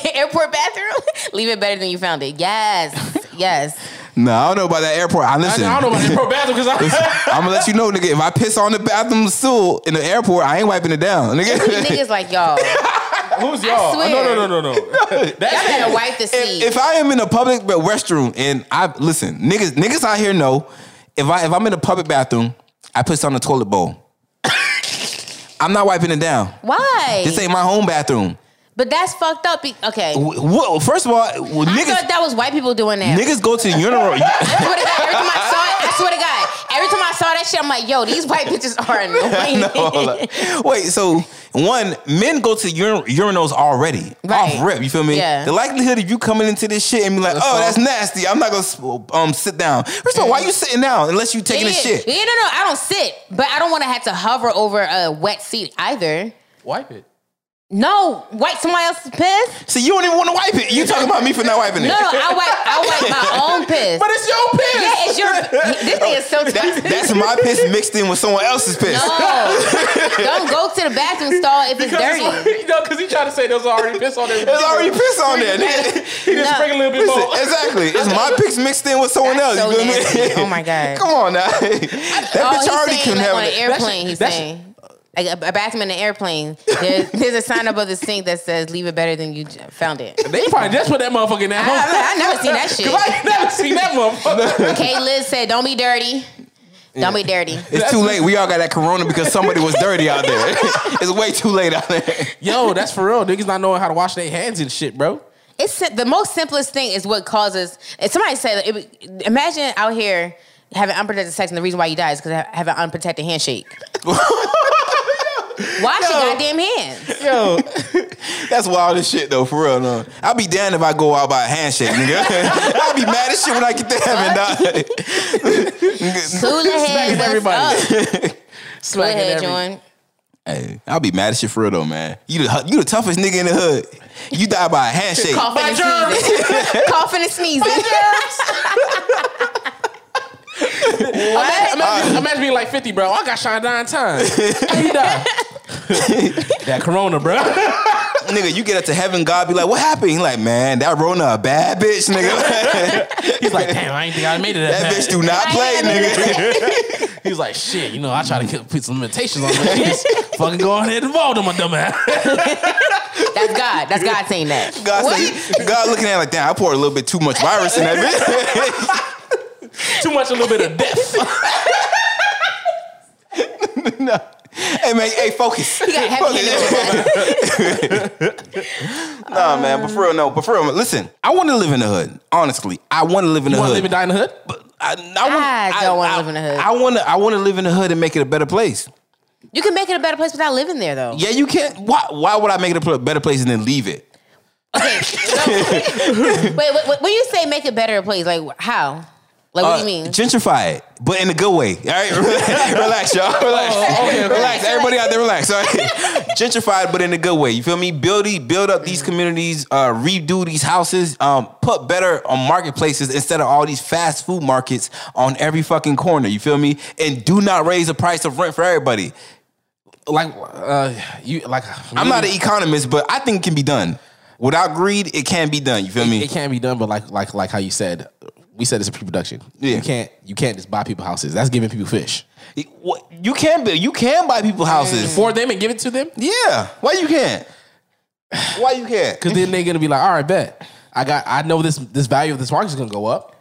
[SPEAKER 4] *laughs* airport bathroom. *laughs* leave it better than you found it. Yes. Yes.
[SPEAKER 2] *laughs* no, I don't know about that airport. I
[SPEAKER 3] I,
[SPEAKER 2] *laughs* listen.
[SPEAKER 3] I
[SPEAKER 2] *laughs*
[SPEAKER 3] don't know about *laughs* that pro bathroom because I.
[SPEAKER 2] I'm gonna let you know, nigga. If I piss on the bathroom stool in the airport, I ain't wiping it down, *laughs* nigga.
[SPEAKER 4] Niggas like y'all.
[SPEAKER 3] *laughs* Who's y'all?
[SPEAKER 4] swear.
[SPEAKER 3] No, no, no, no, no.
[SPEAKER 4] *laughs* Y'all
[SPEAKER 3] That's
[SPEAKER 4] better wipe the seat.
[SPEAKER 2] if, if I am in a public ba- restroom and I listen, niggas, niggas out here know if I if I'm in a public bathroom, I piss on the toilet bowl. *coughs* I'm not wiping it down.
[SPEAKER 4] Why?
[SPEAKER 2] This ain't my home bathroom.
[SPEAKER 4] but that's fucked up. Be- okay.
[SPEAKER 2] Wh- wh- first of all, wh-
[SPEAKER 4] I thought
[SPEAKER 2] niggas
[SPEAKER 4] that was white people doing that. *laughs*
[SPEAKER 2] niggas go to the urinal. *laughs*
[SPEAKER 4] I swear to God, every time I saw it, I swear to God, every time I saw that shit, I'm like, yo, these white bitches are
[SPEAKER 2] *laughs*
[SPEAKER 4] annoying.
[SPEAKER 2] no, hold up. Wait, so one, men go to ur- urinals already.
[SPEAKER 4] Right.
[SPEAKER 2] Off rip, you feel me?
[SPEAKER 4] Yeah.
[SPEAKER 2] The likelihood of you coming into this shit and be like, oh, that's nasty. I'm not gonna s- um sit down. First of all, why you sitting down unless you taking
[SPEAKER 4] yeah,
[SPEAKER 2] a shit?
[SPEAKER 4] yeah, no, no, I don't sit, but I don't want to have to hover over a wet seat either.
[SPEAKER 3] Wipe it.
[SPEAKER 4] No, wipe somebody else's piss.
[SPEAKER 2] So you don't even want to wipe it. You talking about me for not wiping it.
[SPEAKER 4] No, no, I wipe, I wipe my own piss.
[SPEAKER 3] But it's your piss.
[SPEAKER 4] yeah, it's your. This thing is so
[SPEAKER 2] That- that's my piss mixed in with someone else's piss.
[SPEAKER 4] No, don't go to the bathroom stall if it's
[SPEAKER 3] Because
[SPEAKER 4] dirty.
[SPEAKER 3] it's like- no, because he tried to say there was already piss on there.
[SPEAKER 2] There's already piss on there. nigga.
[SPEAKER 3] *laughs* He just
[SPEAKER 4] No.
[SPEAKER 3] sprinkled a little bit
[SPEAKER 2] Listen, eh,
[SPEAKER 3] more.
[SPEAKER 2] exactly. It's my pics mixed in with someone
[SPEAKER 4] That's
[SPEAKER 2] else.
[SPEAKER 4] so
[SPEAKER 2] you feel me?
[SPEAKER 4] nasty.
[SPEAKER 2] *laughs*
[SPEAKER 4] Oh my God.
[SPEAKER 2] Come on now. that
[SPEAKER 4] oh,
[SPEAKER 2] bitch
[SPEAKER 4] he's
[SPEAKER 2] already
[SPEAKER 4] saying,
[SPEAKER 2] couldn't
[SPEAKER 4] like,
[SPEAKER 2] have
[SPEAKER 4] on an
[SPEAKER 2] it.
[SPEAKER 4] airplane. He's
[SPEAKER 3] that's-
[SPEAKER 4] saying like a, a bathroom in an airplane.
[SPEAKER 2] *laughs*
[SPEAKER 4] There's, there's a sign above the sink that says "Leave it better than you j- found it."
[SPEAKER 3] They probably just put that motherfucker in that
[SPEAKER 4] I, I, I never
[SPEAKER 2] *laughs*
[SPEAKER 4] seen that shit.
[SPEAKER 3] *laughs* Cause I ain't never seen that motherfucker.
[SPEAKER 4] K. Liz said, "Don't be dirty. Don't
[SPEAKER 2] *laughs*
[SPEAKER 4] be dirty."
[SPEAKER 2] It's too late. We all got that corona because somebody was dirty out there. *laughs* it's way too late out there.
[SPEAKER 3] Yo, that's for real. Niggas not knowing how to wash their hands and shit, bro.
[SPEAKER 4] It's sim- the most simplest thing is what causes. and Somebody said, it, would- "Imagine out here." Having unprotected sex and the reason why you die is because I have an
[SPEAKER 2] *laughs*
[SPEAKER 4] unprotected handshake. Wash your
[SPEAKER 2] *laughs*
[SPEAKER 4] goddamn hands.
[SPEAKER 2] Yo, that's wild as shit though, for real. No, I'll be damned if I go out by a handshake, nigga. *laughs* I'll be mad as shit when I get to heaven, dog.
[SPEAKER 4] *laughs*
[SPEAKER 2] *laughs*
[SPEAKER 4] Cool your head.
[SPEAKER 3] everybody.
[SPEAKER 4] What's up? Cool your
[SPEAKER 3] Smacking
[SPEAKER 4] head,
[SPEAKER 3] every-
[SPEAKER 4] John.
[SPEAKER 2] Hey, I'll be mad as shit for real though, man. You the you the toughest nigga in the hood. You die by a handshake.
[SPEAKER 4] Coughing and
[SPEAKER 3] germs.
[SPEAKER 4] sneezing. *laughs* Coughing and sneezing. *laughs*
[SPEAKER 3] Imagine,
[SPEAKER 2] Uh.
[SPEAKER 3] imagine, imagine being like 50, bro. I got shot nine times. How
[SPEAKER 2] *laughs*
[SPEAKER 3] you die? that corona, bro.
[SPEAKER 2] *laughs* Nigga, you get up to heaven, God be like, what happened? He like, man, that Rona a bad bitch, nigga. *laughs*
[SPEAKER 3] He's like, damn, I ain't think I made it that,
[SPEAKER 2] that
[SPEAKER 3] bad.
[SPEAKER 2] bitch do not play, nigga.
[SPEAKER 3] He's like, shit, you know, I try to kill- put some limitations on this. He just fucking go ahead and involve them, my dumb ass. *laughs*
[SPEAKER 4] That's God. That's God saying that.
[SPEAKER 2] God, say, God looking at it like, damn, I poured a little bit too much virus in that bitch. *laughs*
[SPEAKER 3] Too much, a little bit of death.
[SPEAKER 2] no. Hey man, hey, focus.
[SPEAKER 4] He got heavy handed.
[SPEAKER 2] *laughs* Nah, man, but for real, no. But for real, listen, I want to live in the hood. Honestly, I want to live in the
[SPEAKER 3] You want
[SPEAKER 2] hood.
[SPEAKER 3] to live and die in the hood?
[SPEAKER 2] But I, I, wanna,
[SPEAKER 4] I don't wanna live in the hood.
[SPEAKER 2] I want to. I want to live in the hood and make it a better place.
[SPEAKER 4] You can make it a better place without living there, though.
[SPEAKER 2] Yeah, you can't. Why? Why would I make it a pl- better place and then leave it?
[SPEAKER 4] Okay. so- wait, wait, wait, when you say make it better a place, like how? Like what do
[SPEAKER 2] Uh,
[SPEAKER 4] you mean?
[SPEAKER 2] Gentrify it, but in a good way. All right, *laughs* relax, y'all. Relax, relax. Everybody out there, relax. All right, *laughs* gentrify it, but in a good way. You feel me? Build the- build up these communities, uh, redo these houses, um, put better on marketplaces instead of all these fast food markets on every fucking corner. You feel me? And do not raise the price of rent for everybody.
[SPEAKER 3] Like, uh, you like.
[SPEAKER 2] I'm not an economist, but I think it can be done. Without greed, it can be done. You feel me?
[SPEAKER 3] It can be done, but like, like, like how you said, we said it's a pre-production.
[SPEAKER 2] Yeah.
[SPEAKER 3] You can't, you can't just buy people houses. That's giving people fish.
[SPEAKER 2] It- what- You can build. You can buy people houses.
[SPEAKER 3] For them and give it to them,
[SPEAKER 2] Yeah. Why you can't? Why you can't?
[SPEAKER 3] because then they're gonna be like, all right, bet. I got, I know this, this value of this market is gonna go up,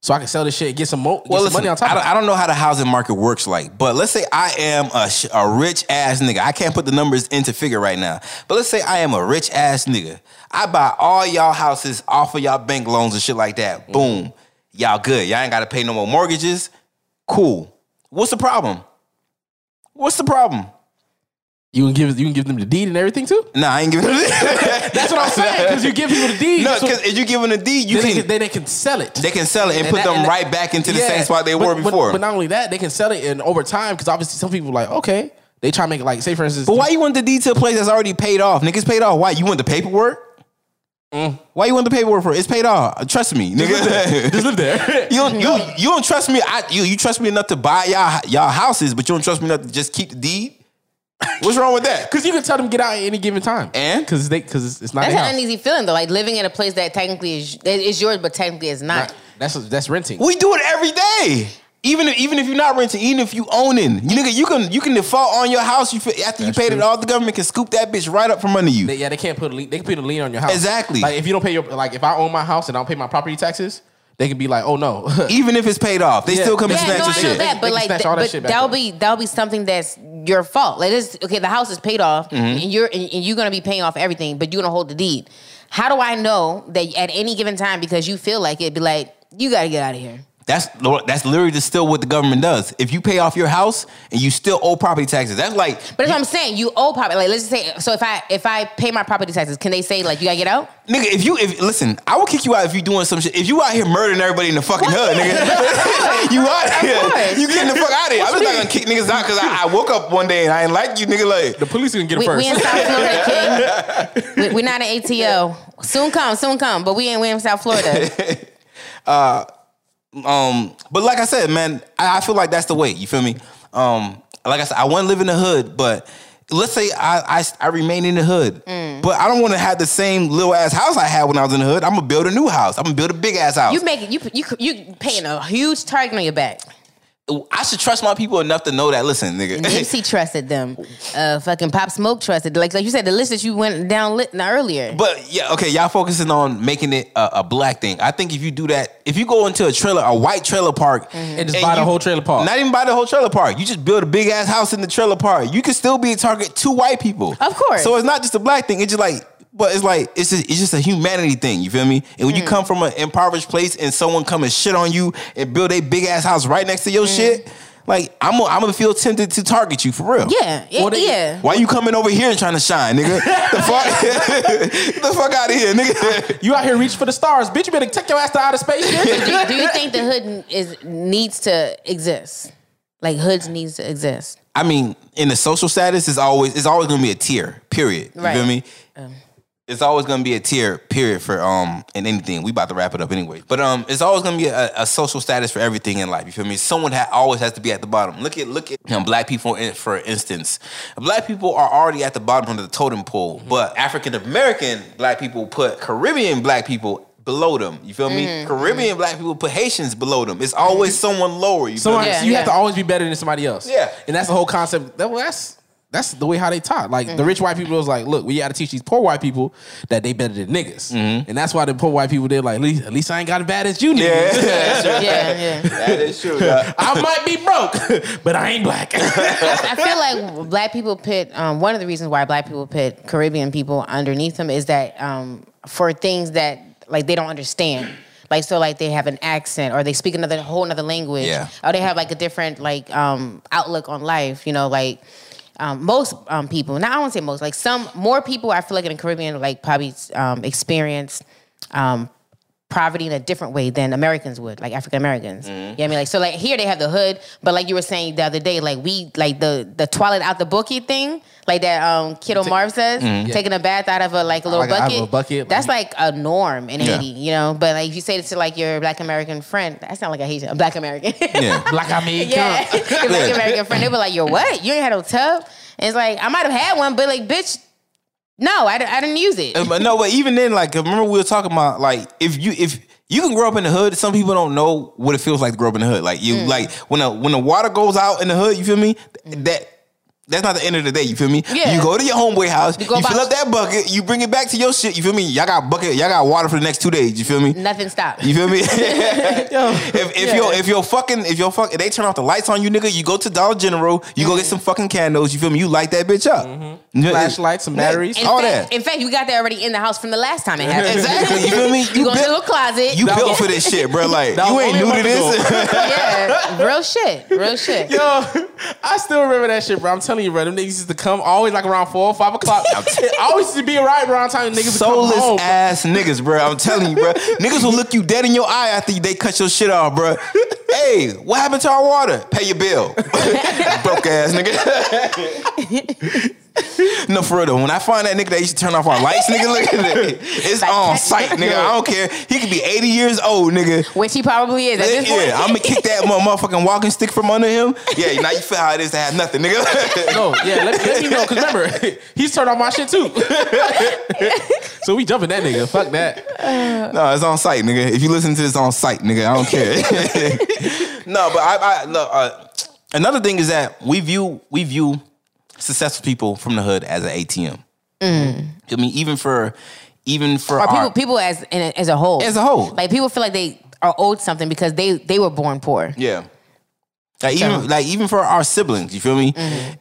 [SPEAKER 3] so I can sell this shit and get some, mo- get
[SPEAKER 2] Well,
[SPEAKER 3] some
[SPEAKER 2] listen,
[SPEAKER 3] money on top.
[SPEAKER 2] I,
[SPEAKER 3] of
[SPEAKER 2] don't,
[SPEAKER 3] it.
[SPEAKER 2] I don't know how the housing market works like, but let's say I am a, sh- a rich ass nigga. I can't put the numbers into figure right now, but let's say I am a rich ass nigga. I buy all y'all houses off of y'all bank loans and shit like that.
[SPEAKER 3] Mm.
[SPEAKER 2] Boom. Y'all good. Y'all ain't got to pay no more mortgages. Cool. What's the problem? What's the problem?
[SPEAKER 3] You can give, you can give them the deed and
[SPEAKER 2] *laughs*
[SPEAKER 3] everything too.
[SPEAKER 2] Nah, I ain't giving a
[SPEAKER 3] *laughs* That's what I'm saying. Because you give people the deed,
[SPEAKER 2] No,
[SPEAKER 3] that's what-
[SPEAKER 2] because if you giving a D, you
[SPEAKER 3] then, they
[SPEAKER 2] can,
[SPEAKER 3] can, then they can sell it.
[SPEAKER 2] they can sell it and, put
[SPEAKER 3] that-
[SPEAKER 2] them
[SPEAKER 3] and that-
[SPEAKER 2] right back into the
[SPEAKER 3] Yeah,
[SPEAKER 2] same spot they
[SPEAKER 3] but-
[SPEAKER 2] were
[SPEAKER 3] but-
[SPEAKER 2] before.
[SPEAKER 3] But, not only that, they can sell it and over time because obviously some people like okay, they try to make it like say for instance,
[SPEAKER 2] But why you want the detail place that's already paid off? Niggas paid off. Why you want the paperwork? Why you want the paperwork for? it? It's paid off. Uh, Trust me, *laughs* nigga.
[SPEAKER 3] just live there. *laughs*
[SPEAKER 2] you don't you, don't- you don't trust me. I you you trust me enough to buy y'all y'all houses, but you don't trust me enough to just keep the deed. *laughs* What's wrong with that?
[SPEAKER 3] Because you can tell them get out at any given time,
[SPEAKER 2] And?
[SPEAKER 3] because they because it's, it's not
[SPEAKER 4] That's
[SPEAKER 3] their
[SPEAKER 4] an
[SPEAKER 3] house.
[SPEAKER 4] uneasy feeling though. Like living in a place that technically is that is yours, but technically is not.
[SPEAKER 3] Not- that's that's renting.
[SPEAKER 2] We do it every day. Even if, even if you're not renting, even if you owning, you nigga, you can you can default on your house. You fi- after you paid it
[SPEAKER 3] true.
[SPEAKER 2] all, the government can scoop that bitch right up from under you.
[SPEAKER 3] They- yeah, they can't put a lien, they can put a lien on your house.
[SPEAKER 2] Exactly.
[SPEAKER 3] Like if you don't pay your like if I own my house and I don't pay my property taxes, they can be like, oh no, *laughs*
[SPEAKER 2] even if it's paid off, they
[SPEAKER 3] Yeah.
[SPEAKER 2] still come and
[SPEAKER 4] Yeah,
[SPEAKER 2] snatch
[SPEAKER 4] no,
[SPEAKER 2] your
[SPEAKER 4] I know
[SPEAKER 2] shit.
[SPEAKER 4] that,
[SPEAKER 3] They
[SPEAKER 4] but
[SPEAKER 3] can
[SPEAKER 4] like,
[SPEAKER 3] snatch
[SPEAKER 4] th-
[SPEAKER 3] all that
[SPEAKER 4] but
[SPEAKER 3] shit back
[SPEAKER 4] that'll
[SPEAKER 3] up.
[SPEAKER 4] be that'll be something that's your fault. Like this, okay, the house is paid
[SPEAKER 3] Mm-hmm.
[SPEAKER 4] off, and you're and, and you're gonna be paying off everything, but you're gonna hold the deed. How do I know that at any given time because you feel like it, be like you gotta get out of here.
[SPEAKER 2] That's that's literally just still what the government does. If you pay off your house and you still owe property taxes, that's like
[SPEAKER 4] But that's what I'm saying. You owe property. Like let's just say. So if I if I pay my property taxes, can they say like you gotta get out?
[SPEAKER 2] Nigga, if you if listen, I will kick you out if you doing some shit. If you out here murdering everybody in the fucking hood, nigga, *laughs* you out here,
[SPEAKER 4] course.
[SPEAKER 2] you getting the fuck out of here. I'm just not gonna kick niggas out because I, I woke up one day and I ain't like you, nigga. Like
[SPEAKER 3] The police gonna get
[SPEAKER 4] We,
[SPEAKER 3] it
[SPEAKER 4] we
[SPEAKER 3] first.
[SPEAKER 4] in South Florida,
[SPEAKER 3] *laughs*
[SPEAKER 4] King. We, are not in ATO. Soon come, soon come. But we ain't we in South
[SPEAKER 3] *laughs*
[SPEAKER 4] Florida.
[SPEAKER 2] Um, but like I said, man, I, I feel like that's the way. You feel me? Um, like I said, I want to live in the hood, but let's say I I, I remain in the hood, but I don't want to have the same little ass house I had when I was in the hood. I'm gonna build a new house. I'm gonna build a big ass house.
[SPEAKER 4] you make it. You you you paying a huge target on your back.
[SPEAKER 2] I should trust my people enough to know that. Listen, nigga,
[SPEAKER 4] MC trusted them. Uh, fucking Pop Smoke trusted. Like like you said, the list that you went down lit earlier.
[SPEAKER 2] *laughs* But yeah, okay, y'all focusing on making it a, a black thing. I think if you do that, if you go into a trailer, a white trailer park,
[SPEAKER 3] And just buy the
[SPEAKER 2] you-
[SPEAKER 3] whole trailer park.
[SPEAKER 2] not even buy the whole trailer park, you just build a big ass house in the trailer park. You can still be a target to white people,
[SPEAKER 4] Of course.
[SPEAKER 2] So it's not just a black thing. It's just like, but it's like it's just, it's just a humanity thing. You feel me? And when you
[SPEAKER 4] Hmm.
[SPEAKER 2] come from an impoverished place and someone come and shit on you and build a big ass house right next to
[SPEAKER 4] Hmm.
[SPEAKER 2] your shit, like I'm gonna- I'm gonna feel tempted to target you for real.
[SPEAKER 4] yeah, it-
[SPEAKER 3] Well, they- *laughs*
[SPEAKER 4] yeah.
[SPEAKER 2] Why you coming over here and trying to shine, nigga? The fuck, *laughs* the fuck out of here, nigga.
[SPEAKER 3] you out here reaching for the stars, bitch. You better take your ass to outer
[SPEAKER 2] *laughs*
[SPEAKER 3] space.
[SPEAKER 4] do,
[SPEAKER 3] nigga.
[SPEAKER 4] you- do you think the hood is needs to exist? Like hoods needs to exist.
[SPEAKER 2] I mean, in the social status, it's always it's always gonna be a tier. Period. You
[SPEAKER 4] Right.
[SPEAKER 2] feel me? It's always gonna be a tier. Period for um and anything. We about to wrap it up anyway. But um, it's always gonna be a, a social status for everything in life. You feel me? Someone ha- always has to be at the bottom. Look at look at you know, black people in, for instance. Black people are already at the bottom of the totem pole,
[SPEAKER 4] Mm-hmm.
[SPEAKER 2] but African American black people put Caribbean black people. Below them, you feel me?
[SPEAKER 4] Mm-hmm.
[SPEAKER 2] Caribbean black people put Haitians below them. It's always someone lower. You feel
[SPEAKER 3] Somebody,
[SPEAKER 2] me?
[SPEAKER 4] Yeah,
[SPEAKER 3] you have to
[SPEAKER 4] yeah.
[SPEAKER 3] always be better than somebody else.
[SPEAKER 2] Yeah.
[SPEAKER 3] and that's the whole concept. That, well, that's that's the way how they taught. Like
[SPEAKER 4] Mm-hmm.
[SPEAKER 3] the rich white people was like, look, we got to teach these poor white people that they better than niggas,
[SPEAKER 2] Mm-hmm.
[SPEAKER 3] and that's why the poor white people did like, at least, at least I ain't got as bad as you
[SPEAKER 4] Yeah,
[SPEAKER 3] niggas.
[SPEAKER 4] yeah.
[SPEAKER 2] That is true. dog.
[SPEAKER 3] *laughs* I might be broke, *laughs* but I ain't black.
[SPEAKER 4] I feel like black people pit. Um, one of the reasons why black people pit Caribbean people underneath them is that um, for things that like they don't understand. Like so, like they have an accent, or they speak another whole another language,
[SPEAKER 2] Yeah.
[SPEAKER 4] or they have like a different like um, outlook on life. You know, like um, most um, people. Now I won't say most. Like some more people, I feel like in the Caribbean, like probably um, experience um, poverty in a different way than Americans would, like African Americans. You know what I mean? Like so like here they have the hood, but like you were saying the other day, like we like the the toilet out the bookie thing, like that um kiddo Marv says,
[SPEAKER 3] Mm-hmm.
[SPEAKER 4] taking a bath out of a like a little
[SPEAKER 3] Like, Oh, out of
[SPEAKER 4] bucket.
[SPEAKER 3] a bucket,
[SPEAKER 4] That's
[SPEAKER 3] like-
[SPEAKER 4] like a norm in
[SPEAKER 2] Yeah.
[SPEAKER 4] Haiti, you know. But like if you say this to like your black American friend, that's not like a Haitian, a black American. *laughs*
[SPEAKER 2] *laughs* Yeah.
[SPEAKER 3] Black I mean,
[SPEAKER 4] Yeah,
[SPEAKER 3] come.
[SPEAKER 4] Your *laughs* Black American friend. They were like, "Yo, what? You ain't had no tub?" And it's like, I might have had one, but like, bitch, no, I, di- I didn't use
[SPEAKER 3] Uh,
[SPEAKER 4] it.
[SPEAKER 2] Uh, but no, but even then, like remember we were talking about like if you if you can grow up in the hood, some people don't know what it feels like to grow up in the hood. Like you like when a when the water goes out in the hood, you feel me? That that's not the end of the day, you feel me?
[SPEAKER 4] Yeah.
[SPEAKER 2] You go to your homeboy house, you,
[SPEAKER 4] go buy-
[SPEAKER 2] fill up that bucket, you bring it back to your shit, you feel me? Y'all got bucket, y'all got water for the next two days, you feel me?
[SPEAKER 4] Nothing stopped.
[SPEAKER 2] You feel me? if if you're if you're fucking if you're fuck if they turn off the lights on you, nigga, you go to Dollar General, you go get some fucking candles, you feel me? You light that bitch up. You-
[SPEAKER 3] Flashlights, some batteries.
[SPEAKER 4] In
[SPEAKER 2] all
[SPEAKER 4] fact,
[SPEAKER 2] that.
[SPEAKER 4] In fact, you got that already in the house from the last time it
[SPEAKER 2] *laughs*
[SPEAKER 4] happened.
[SPEAKER 2] Exactly. You feel me?
[SPEAKER 4] *laughs* You, go in the
[SPEAKER 2] built-
[SPEAKER 4] little closet.
[SPEAKER 2] You
[SPEAKER 4] *laughs* yeah,
[SPEAKER 2] built for this shit, bro. Like
[SPEAKER 3] That
[SPEAKER 2] you
[SPEAKER 3] was
[SPEAKER 2] ain't new
[SPEAKER 3] only
[SPEAKER 2] to
[SPEAKER 3] a
[SPEAKER 2] *laughs*
[SPEAKER 4] *laughs*
[SPEAKER 3] month
[SPEAKER 2] this.
[SPEAKER 4] real shit, real shit.
[SPEAKER 3] Yo, *laughs* I still remember that shit, bro. I'm telling you, bro. Them niggas used to come always like around four or
[SPEAKER 2] *laughs*
[SPEAKER 3] five o'clock. It *laughs* always used to be right around time niggas would come home.
[SPEAKER 2] Soulless
[SPEAKER 3] bro.
[SPEAKER 2] ass niggas, bro. I'm telling you,
[SPEAKER 4] *laughs*
[SPEAKER 2] bro. Niggas will look you dead in your eye after they cut your shit off,
[SPEAKER 4] *laughs*
[SPEAKER 2] bro. Hey, what happened to our water? Pay your bill, *laughs* broke ass
[SPEAKER 4] *laughs*
[SPEAKER 2] nigga. no, for real though. When I find that nigga that used to turn off our lights, nigga, look at
[SPEAKER 4] *laughs*
[SPEAKER 2] it. It's on sight, nigga. I don't care. He could be 80 years old, nigga.
[SPEAKER 4] Which he probably is at
[SPEAKER 2] Yeah,
[SPEAKER 4] this point.
[SPEAKER 2] I'm gonna kick
[SPEAKER 4] *laughs*
[SPEAKER 2] that mo- motherfucking walking stick from under him. Yeah, now you feel how it is to have nothing, nigga. *laughs*
[SPEAKER 3] No, yeah, let, let me know. Cause remember, *laughs* he's turned on my shit too. *laughs* so we jumping that nigga. Fuck that.
[SPEAKER 2] No, it's on site, nigga. If you listen to this on site, nigga, I don't care. *laughs* no, but I, I look. Uh, another thing is that we view we view successful people from the hood as an ATM. I mean, even for even for
[SPEAKER 4] Or Mm. people,
[SPEAKER 2] our,
[SPEAKER 4] people as in a, as a whole.
[SPEAKER 2] As a whole.
[SPEAKER 4] Like people feel like they are owed something because they they were born poor. Mm-hmm.
[SPEAKER 2] yeah, like even like even for our siblings, you feel me?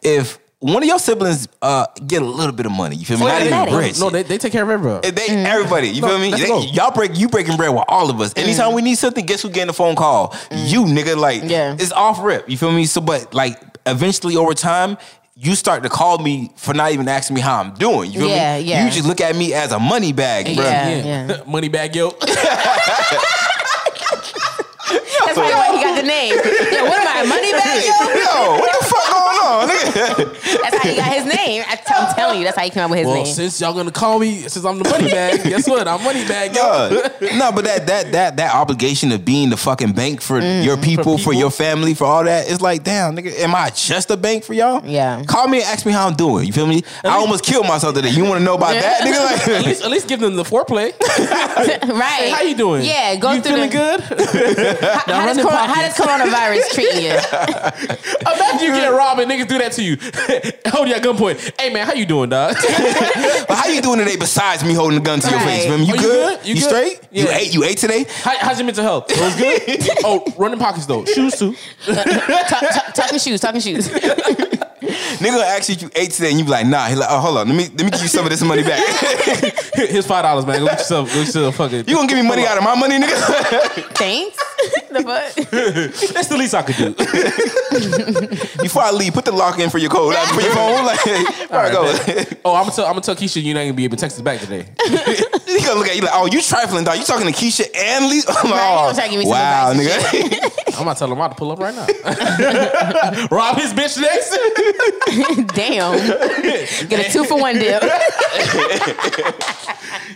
[SPEAKER 2] If one of your siblings uh, get a little bit of money. You feel me? Not even rich.
[SPEAKER 3] No, they, they take care of everybody.
[SPEAKER 2] And They,
[SPEAKER 4] Mm.
[SPEAKER 2] Everybody, you
[SPEAKER 3] No,
[SPEAKER 2] feel me?
[SPEAKER 3] let's
[SPEAKER 2] They-
[SPEAKER 3] go.
[SPEAKER 2] y'all break, you breaking bread with all of us. Anytime we need something, guess who getting a phone call? You nigga, like
[SPEAKER 4] Mm. Yeah.
[SPEAKER 2] it's off rip. You feel me? So, but like eventually over time, you start to call me for not even asking me how I'm doing. You feel
[SPEAKER 4] Yeah,
[SPEAKER 2] me?
[SPEAKER 4] yeah.
[SPEAKER 2] You just look at me as a money bag, bro.
[SPEAKER 4] Yeah, yeah.
[SPEAKER 3] *laughs* Money bag yo.
[SPEAKER 4] That's probably why he got the
[SPEAKER 2] *laughs*
[SPEAKER 4] name. Yeah, what am I, a money bag? yo?
[SPEAKER 2] Yo, what the fuck going on? Nigga?
[SPEAKER 4] That's how he got his name. I t- I'm telling you, that's how he came up with his
[SPEAKER 3] Well,
[SPEAKER 4] name.
[SPEAKER 3] since y'all gonna call me, since I'm the money
[SPEAKER 2] *laughs*
[SPEAKER 3] bag, guess what? I'm money bag yo.
[SPEAKER 2] Yeah. *laughs* no, but that that that that obligation of being the fucking bank for your people, for
[SPEAKER 3] Mm. people.
[SPEAKER 2] your family, for all that, it's like, damn, nigga, am I just a bank for y'all?
[SPEAKER 4] Yeah.
[SPEAKER 2] Call me and ask me how I'm doing. You feel me? I
[SPEAKER 3] *laughs*
[SPEAKER 2] almost killed myself today. You want to know about that, nigga?
[SPEAKER 3] At
[SPEAKER 2] Like,
[SPEAKER 3] *laughs* least, at least give them
[SPEAKER 4] *laughs*
[SPEAKER 3] the foreplay.
[SPEAKER 4] *laughs* right.
[SPEAKER 3] How you doing?
[SPEAKER 4] Yeah, go
[SPEAKER 3] you
[SPEAKER 4] through
[SPEAKER 3] feeling
[SPEAKER 4] the,
[SPEAKER 3] good?
[SPEAKER 4] How, how
[SPEAKER 3] run
[SPEAKER 4] does
[SPEAKER 3] them
[SPEAKER 4] corona, how does
[SPEAKER 3] pockets.
[SPEAKER 4] coronavirus treat you?
[SPEAKER 3] Imagine you get robbed and niggas do that to you. *laughs* Hold you at gunpoint. Hey man, how you doing, dog?
[SPEAKER 2] but how you doing today? Besides me holding a gun to your
[SPEAKER 4] Right.
[SPEAKER 2] face, man, you,
[SPEAKER 3] Are you
[SPEAKER 2] good?
[SPEAKER 3] good?
[SPEAKER 2] You,
[SPEAKER 3] You good?
[SPEAKER 2] straight? You
[SPEAKER 3] Yeah.
[SPEAKER 2] ate? You ate
[SPEAKER 3] *laughs*
[SPEAKER 2] today?
[SPEAKER 3] *laughs* How, how's your mental health? It was good. oh, running pockets though. Shoes too. *laughs*
[SPEAKER 4] talking shoes, talking shoes.
[SPEAKER 2] *laughs* Nigga ask you if you ate today, and you be like, nah. He like, oh, hold on, let me let me give you some of this money
[SPEAKER 3] *laughs*
[SPEAKER 2] back. *laughs*
[SPEAKER 3] Here's five dollars, man. Go get yourself. Go get yourself a fucking.
[SPEAKER 2] you gonna give me money out of my money, nigga? *laughs*
[SPEAKER 4] Thanks. the fuck?
[SPEAKER 3] That's the least I could do.
[SPEAKER 2] Before I leave, put the lock in for your code, for your phone.
[SPEAKER 3] *laughs*
[SPEAKER 2] Like, where I
[SPEAKER 3] All right,
[SPEAKER 2] go?
[SPEAKER 3] *laughs*
[SPEAKER 2] *laughs*
[SPEAKER 3] oh, I'm gonna tell. I'm gonna tell Keisha you're not gonna be able to text us back today.
[SPEAKER 2] He gonna look at you like, oh, you trifling, dog. You talking to Keisha and Lee? *laughs* I'm like,
[SPEAKER 4] Right,
[SPEAKER 2] oh,
[SPEAKER 4] I'm trying to give me some
[SPEAKER 2] wow,
[SPEAKER 4] advice
[SPEAKER 2] *laughs* nigga.
[SPEAKER 3] I'm gonna tell him how to pull up right now. *laughs* Rob his bitch next.
[SPEAKER 2] *laughs*
[SPEAKER 4] Damn. Get a two for one deal.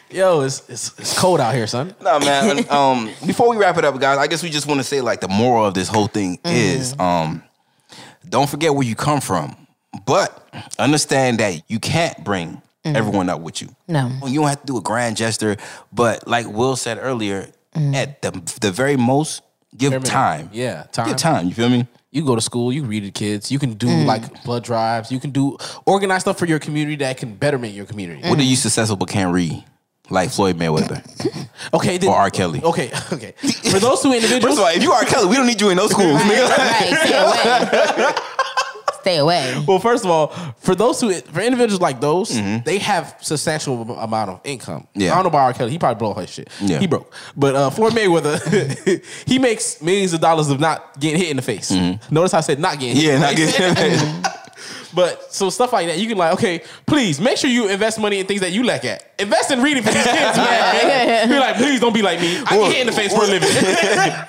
[SPEAKER 3] Yo, it's, it's it's cold out here, son.
[SPEAKER 2] nah, man. Um, before we wrap it up, guys, I guess we just want to say like the moral of this whole thing
[SPEAKER 4] Mm.
[SPEAKER 2] is, um, don't forget where you come from, but understand that you can't bring everyone up with you.
[SPEAKER 4] Mm. No.
[SPEAKER 2] You don't have to do a grand gesture, but like Will said earlier,
[SPEAKER 4] Mm.
[SPEAKER 2] at the the very most, give
[SPEAKER 3] minute.
[SPEAKER 2] time.
[SPEAKER 3] Yeah, time. Mm.
[SPEAKER 2] give time. You feel me?
[SPEAKER 3] You go to school. You read the kids. You can do like blood drives. You can do organize stuff for your community that can betterment your community.
[SPEAKER 2] What are you successful but can't read? Like Floyd
[SPEAKER 4] *laughs*
[SPEAKER 2] Mayweather
[SPEAKER 3] Okay, then,
[SPEAKER 2] or R. Kelly.
[SPEAKER 3] okay, *laughs* okay. For those two
[SPEAKER 2] *laughs*
[SPEAKER 3] individuals,
[SPEAKER 2] First of all, if you are Kelly, we don't need you in those schools, nigga.
[SPEAKER 4] Right, stay away. Stay away.
[SPEAKER 3] well, first of all, for those who for individuals like those, they have substantial am- amount of income.
[SPEAKER 2] Mm-hmm. Yeah.
[SPEAKER 3] I don't know about R. Kelly; he probably blow his shit.
[SPEAKER 2] Yeah.
[SPEAKER 3] He broke, but uh, Floyd Mayweather, *laughs* he makes millions of dollars of not getting hit in the face. Notice how I said not getting hit.
[SPEAKER 2] Mm-hmm. Yeah, *laughs* not
[SPEAKER 3] *laughs*
[SPEAKER 2] good.
[SPEAKER 3] But so stuff like that, you can like, okay, please make sure you invest money in things that you lack at. Invest in reading for
[SPEAKER 2] *laughs*
[SPEAKER 3] these kids, man. Be like, please don't be like me. I get hit in the face for a living.
[SPEAKER 2] *laughs*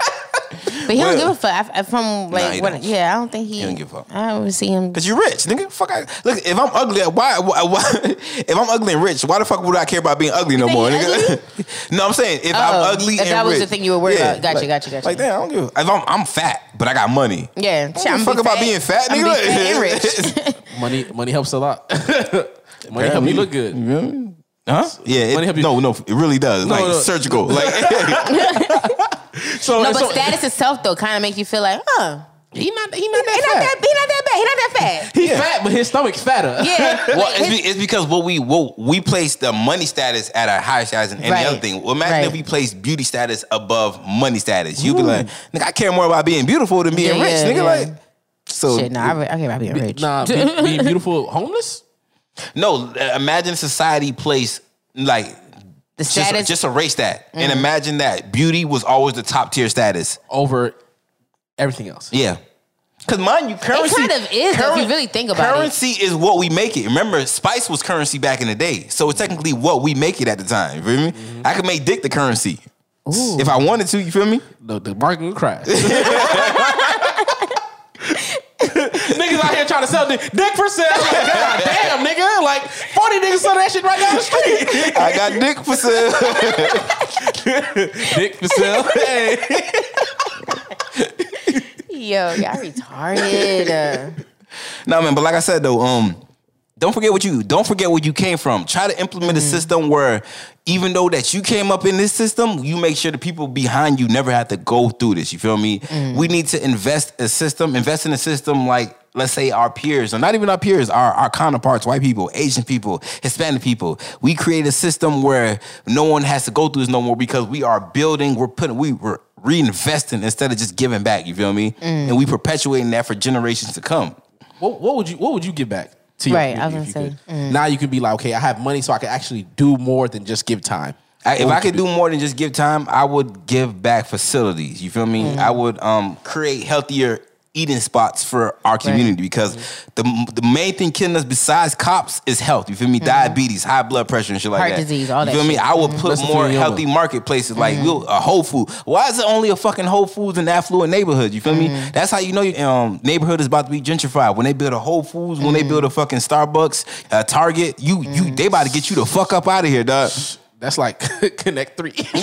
[SPEAKER 4] But he
[SPEAKER 2] Well-
[SPEAKER 4] don't give a fuck. I, I, from
[SPEAKER 2] he
[SPEAKER 4] like,
[SPEAKER 2] don't.
[SPEAKER 4] what, yeah, I don't think he.
[SPEAKER 2] He don't give a fuck.
[SPEAKER 4] I don't see him.
[SPEAKER 2] Cause you're rich, nigga. Fuck. I, look, if I'm ugly, why, why, *laughs* why? If I'm ugly and rich, why the fuck would I care about being ugly no
[SPEAKER 4] think
[SPEAKER 2] more,
[SPEAKER 4] you
[SPEAKER 2] nigga? *laughs* no, I'm saying if
[SPEAKER 4] Oh,
[SPEAKER 2] I'm ugly
[SPEAKER 4] if
[SPEAKER 2] and
[SPEAKER 4] that was
[SPEAKER 2] rich,
[SPEAKER 4] the thing you were worried
[SPEAKER 2] yeah,
[SPEAKER 4] about. Gotcha,
[SPEAKER 2] like,
[SPEAKER 4] gotcha, gotcha.
[SPEAKER 2] Like damn, I don't give. a- If I'm I'm fat, but I got money.
[SPEAKER 4] yeah,
[SPEAKER 2] I don't give a fuck about being fat,
[SPEAKER 4] I'm
[SPEAKER 2] nigga.
[SPEAKER 4] be fat
[SPEAKER 2] *laughs*
[SPEAKER 4] and rich.
[SPEAKER 3] money, money helps a lot. *laughs* money helps you look good.
[SPEAKER 2] huh? Yeah.
[SPEAKER 3] Money
[SPEAKER 2] It,
[SPEAKER 3] help you-
[SPEAKER 2] no, no, it really does. like
[SPEAKER 3] no.
[SPEAKER 2] surgical. Like
[SPEAKER 3] *laughs* So,
[SPEAKER 4] No, but
[SPEAKER 3] so-
[SPEAKER 4] status itself though kind of makes you feel like, huh?
[SPEAKER 3] he not he not
[SPEAKER 4] He
[SPEAKER 3] that
[SPEAKER 4] not
[SPEAKER 3] fat.
[SPEAKER 4] that. He not that bad. He not that
[SPEAKER 2] *laughs*
[SPEAKER 4] fat.
[SPEAKER 3] He's fat, but his stomach's fatter.
[SPEAKER 4] Yeah.
[SPEAKER 2] Well, it's,
[SPEAKER 4] Like, his-
[SPEAKER 2] be, it's because what we what we place the money status at a higher status than any
[SPEAKER 4] Right.
[SPEAKER 2] other thing. Well, imagine if
[SPEAKER 4] Right.
[SPEAKER 2] we place beauty status above money status. You'd be like, nigga, I care more about being beautiful than being
[SPEAKER 4] Yeah,
[SPEAKER 2] rich,
[SPEAKER 4] yeah,
[SPEAKER 2] nigga.
[SPEAKER 4] yeah.
[SPEAKER 2] Like, so
[SPEAKER 4] Shit, no, I, re- I care about being rich.
[SPEAKER 3] *laughs*
[SPEAKER 4] *laughs*
[SPEAKER 3] Nah, be, being beautiful homeless?
[SPEAKER 2] no, uh, imagine society place like
[SPEAKER 4] the
[SPEAKER 2] just,
[SPEAKER 4] status, Mm-hmm.
[SPEAKER 2] just erase that and imagine that beauty was always the top tier status.
[SPEAKER 3] Over everything else.
[SPEAKER 2] Yeah. Cause mind you, currency
[SPEAKER 4] kind of is, though, if you really think about it.
[SPEAKER 2] currency it. Currency is what we make it. Remember, spice was currency back in the day, so it's technically what we make it at the time. You feel me?
[SPEAKER 4] Mm-hmm.
[SPEAKER 2] I could make dick the currency if I wanted to. You feel me?
[SPEAKER 3] The, the market
[SPEAKER 4] *laughs*
[SPEAKER 3] will crash. niggas out here trying to sell dick, dick for sale. Like, God damn, nigga. Like 40 niggas sell that shit right down the
[SPEAKER 4] *laughs*
[SPEAKER 3] street.
[SPEAKER 2] I got dick for sale. *laughs*
[SPEAKER 3] dick for sale. Hey.
[SPEAKER 4] yo, y'all retarded.
[SPEAKER 2] *laughs*
[SPEAKER 4] Uh,
[SPEAKER 2] no man, but like I said though, um, don't forget what you don't forget where you came from. Try to implement a system where even though that you came up in this system, you make sure the people behind you never have to go through this. You feel me? We need to invest a system, invest in a system like let's say our peers, or not even our peers, our, our counterparts, white people, Asian people, Hispanic people. We create a system where no one has to go through this no more because we are building, we're putting, we were reinvesting instead of just giving back, you feel me? And we perpetuating that for generations to come.
[SPEAKER 3] what, what would you what would you give back to your
[SPEAKER 4] Right, I was
[SPEAKER 3] community if
[SPEAKER 4] gonna
[SPEAKER 3] you
[SPEAKER 4] say, Mm.
[SPEAKER 3] could. Now you can be like, okay, I have money, so I can actually do more than just give time.
[SPEAKER 2] I, if I could do more than just give time, I would give back facilities. You feel
[SPEAKER 4] Mm-hmm.
[SPEAKER 2] me? I would um, create healthier eating spots for our community because
[SPEAKER 4] Mm-hmm.
[SPEAKER 2] the the main thing killing us besides cops is health. You feel me? Diabetes, high blood pressure, and shit like
[SPEAKER 4] Heart
[SPEAKER 2] that.
[SPEAKER 4] disease, all
[SPEAKER 2] you
[SPEAKER 4] that
[SPEAKER 2] feel me?
[SPEAKER 4] shit.
[SPEAKER 2] I
[SPEAKER 4] Mm-hmm.
[SPEAKER 2] would put
[SPEAKER 3] Listen to
[SPEAKER 2] more
[SPEAKER 3] your
[SPEAKER 2] healthy
[SPEAKER 3] elbow.
[SPEAKER 2] marketplaces like we'll- a Whole Food. Why is it only a fucking Whole Foods in affluent neighborhoods? You feel
[SPEAKER 4] Mm-hmm.
[SPEAKER 2] me? That's how you know your um, neighborhood is about to be gentrified. When they build a Whole Foods, when
[SPEAKER 4] Mm-hmm.
[SPEAKER 2] they build a fucking Starbucks, a Target, you you they about to get you the fuck up out of here,
[SPEAKER 4] *laughs*
[SPEAKER 2] dog.
[SPEAKER 3] That's like *laughs* connect three. *laughs*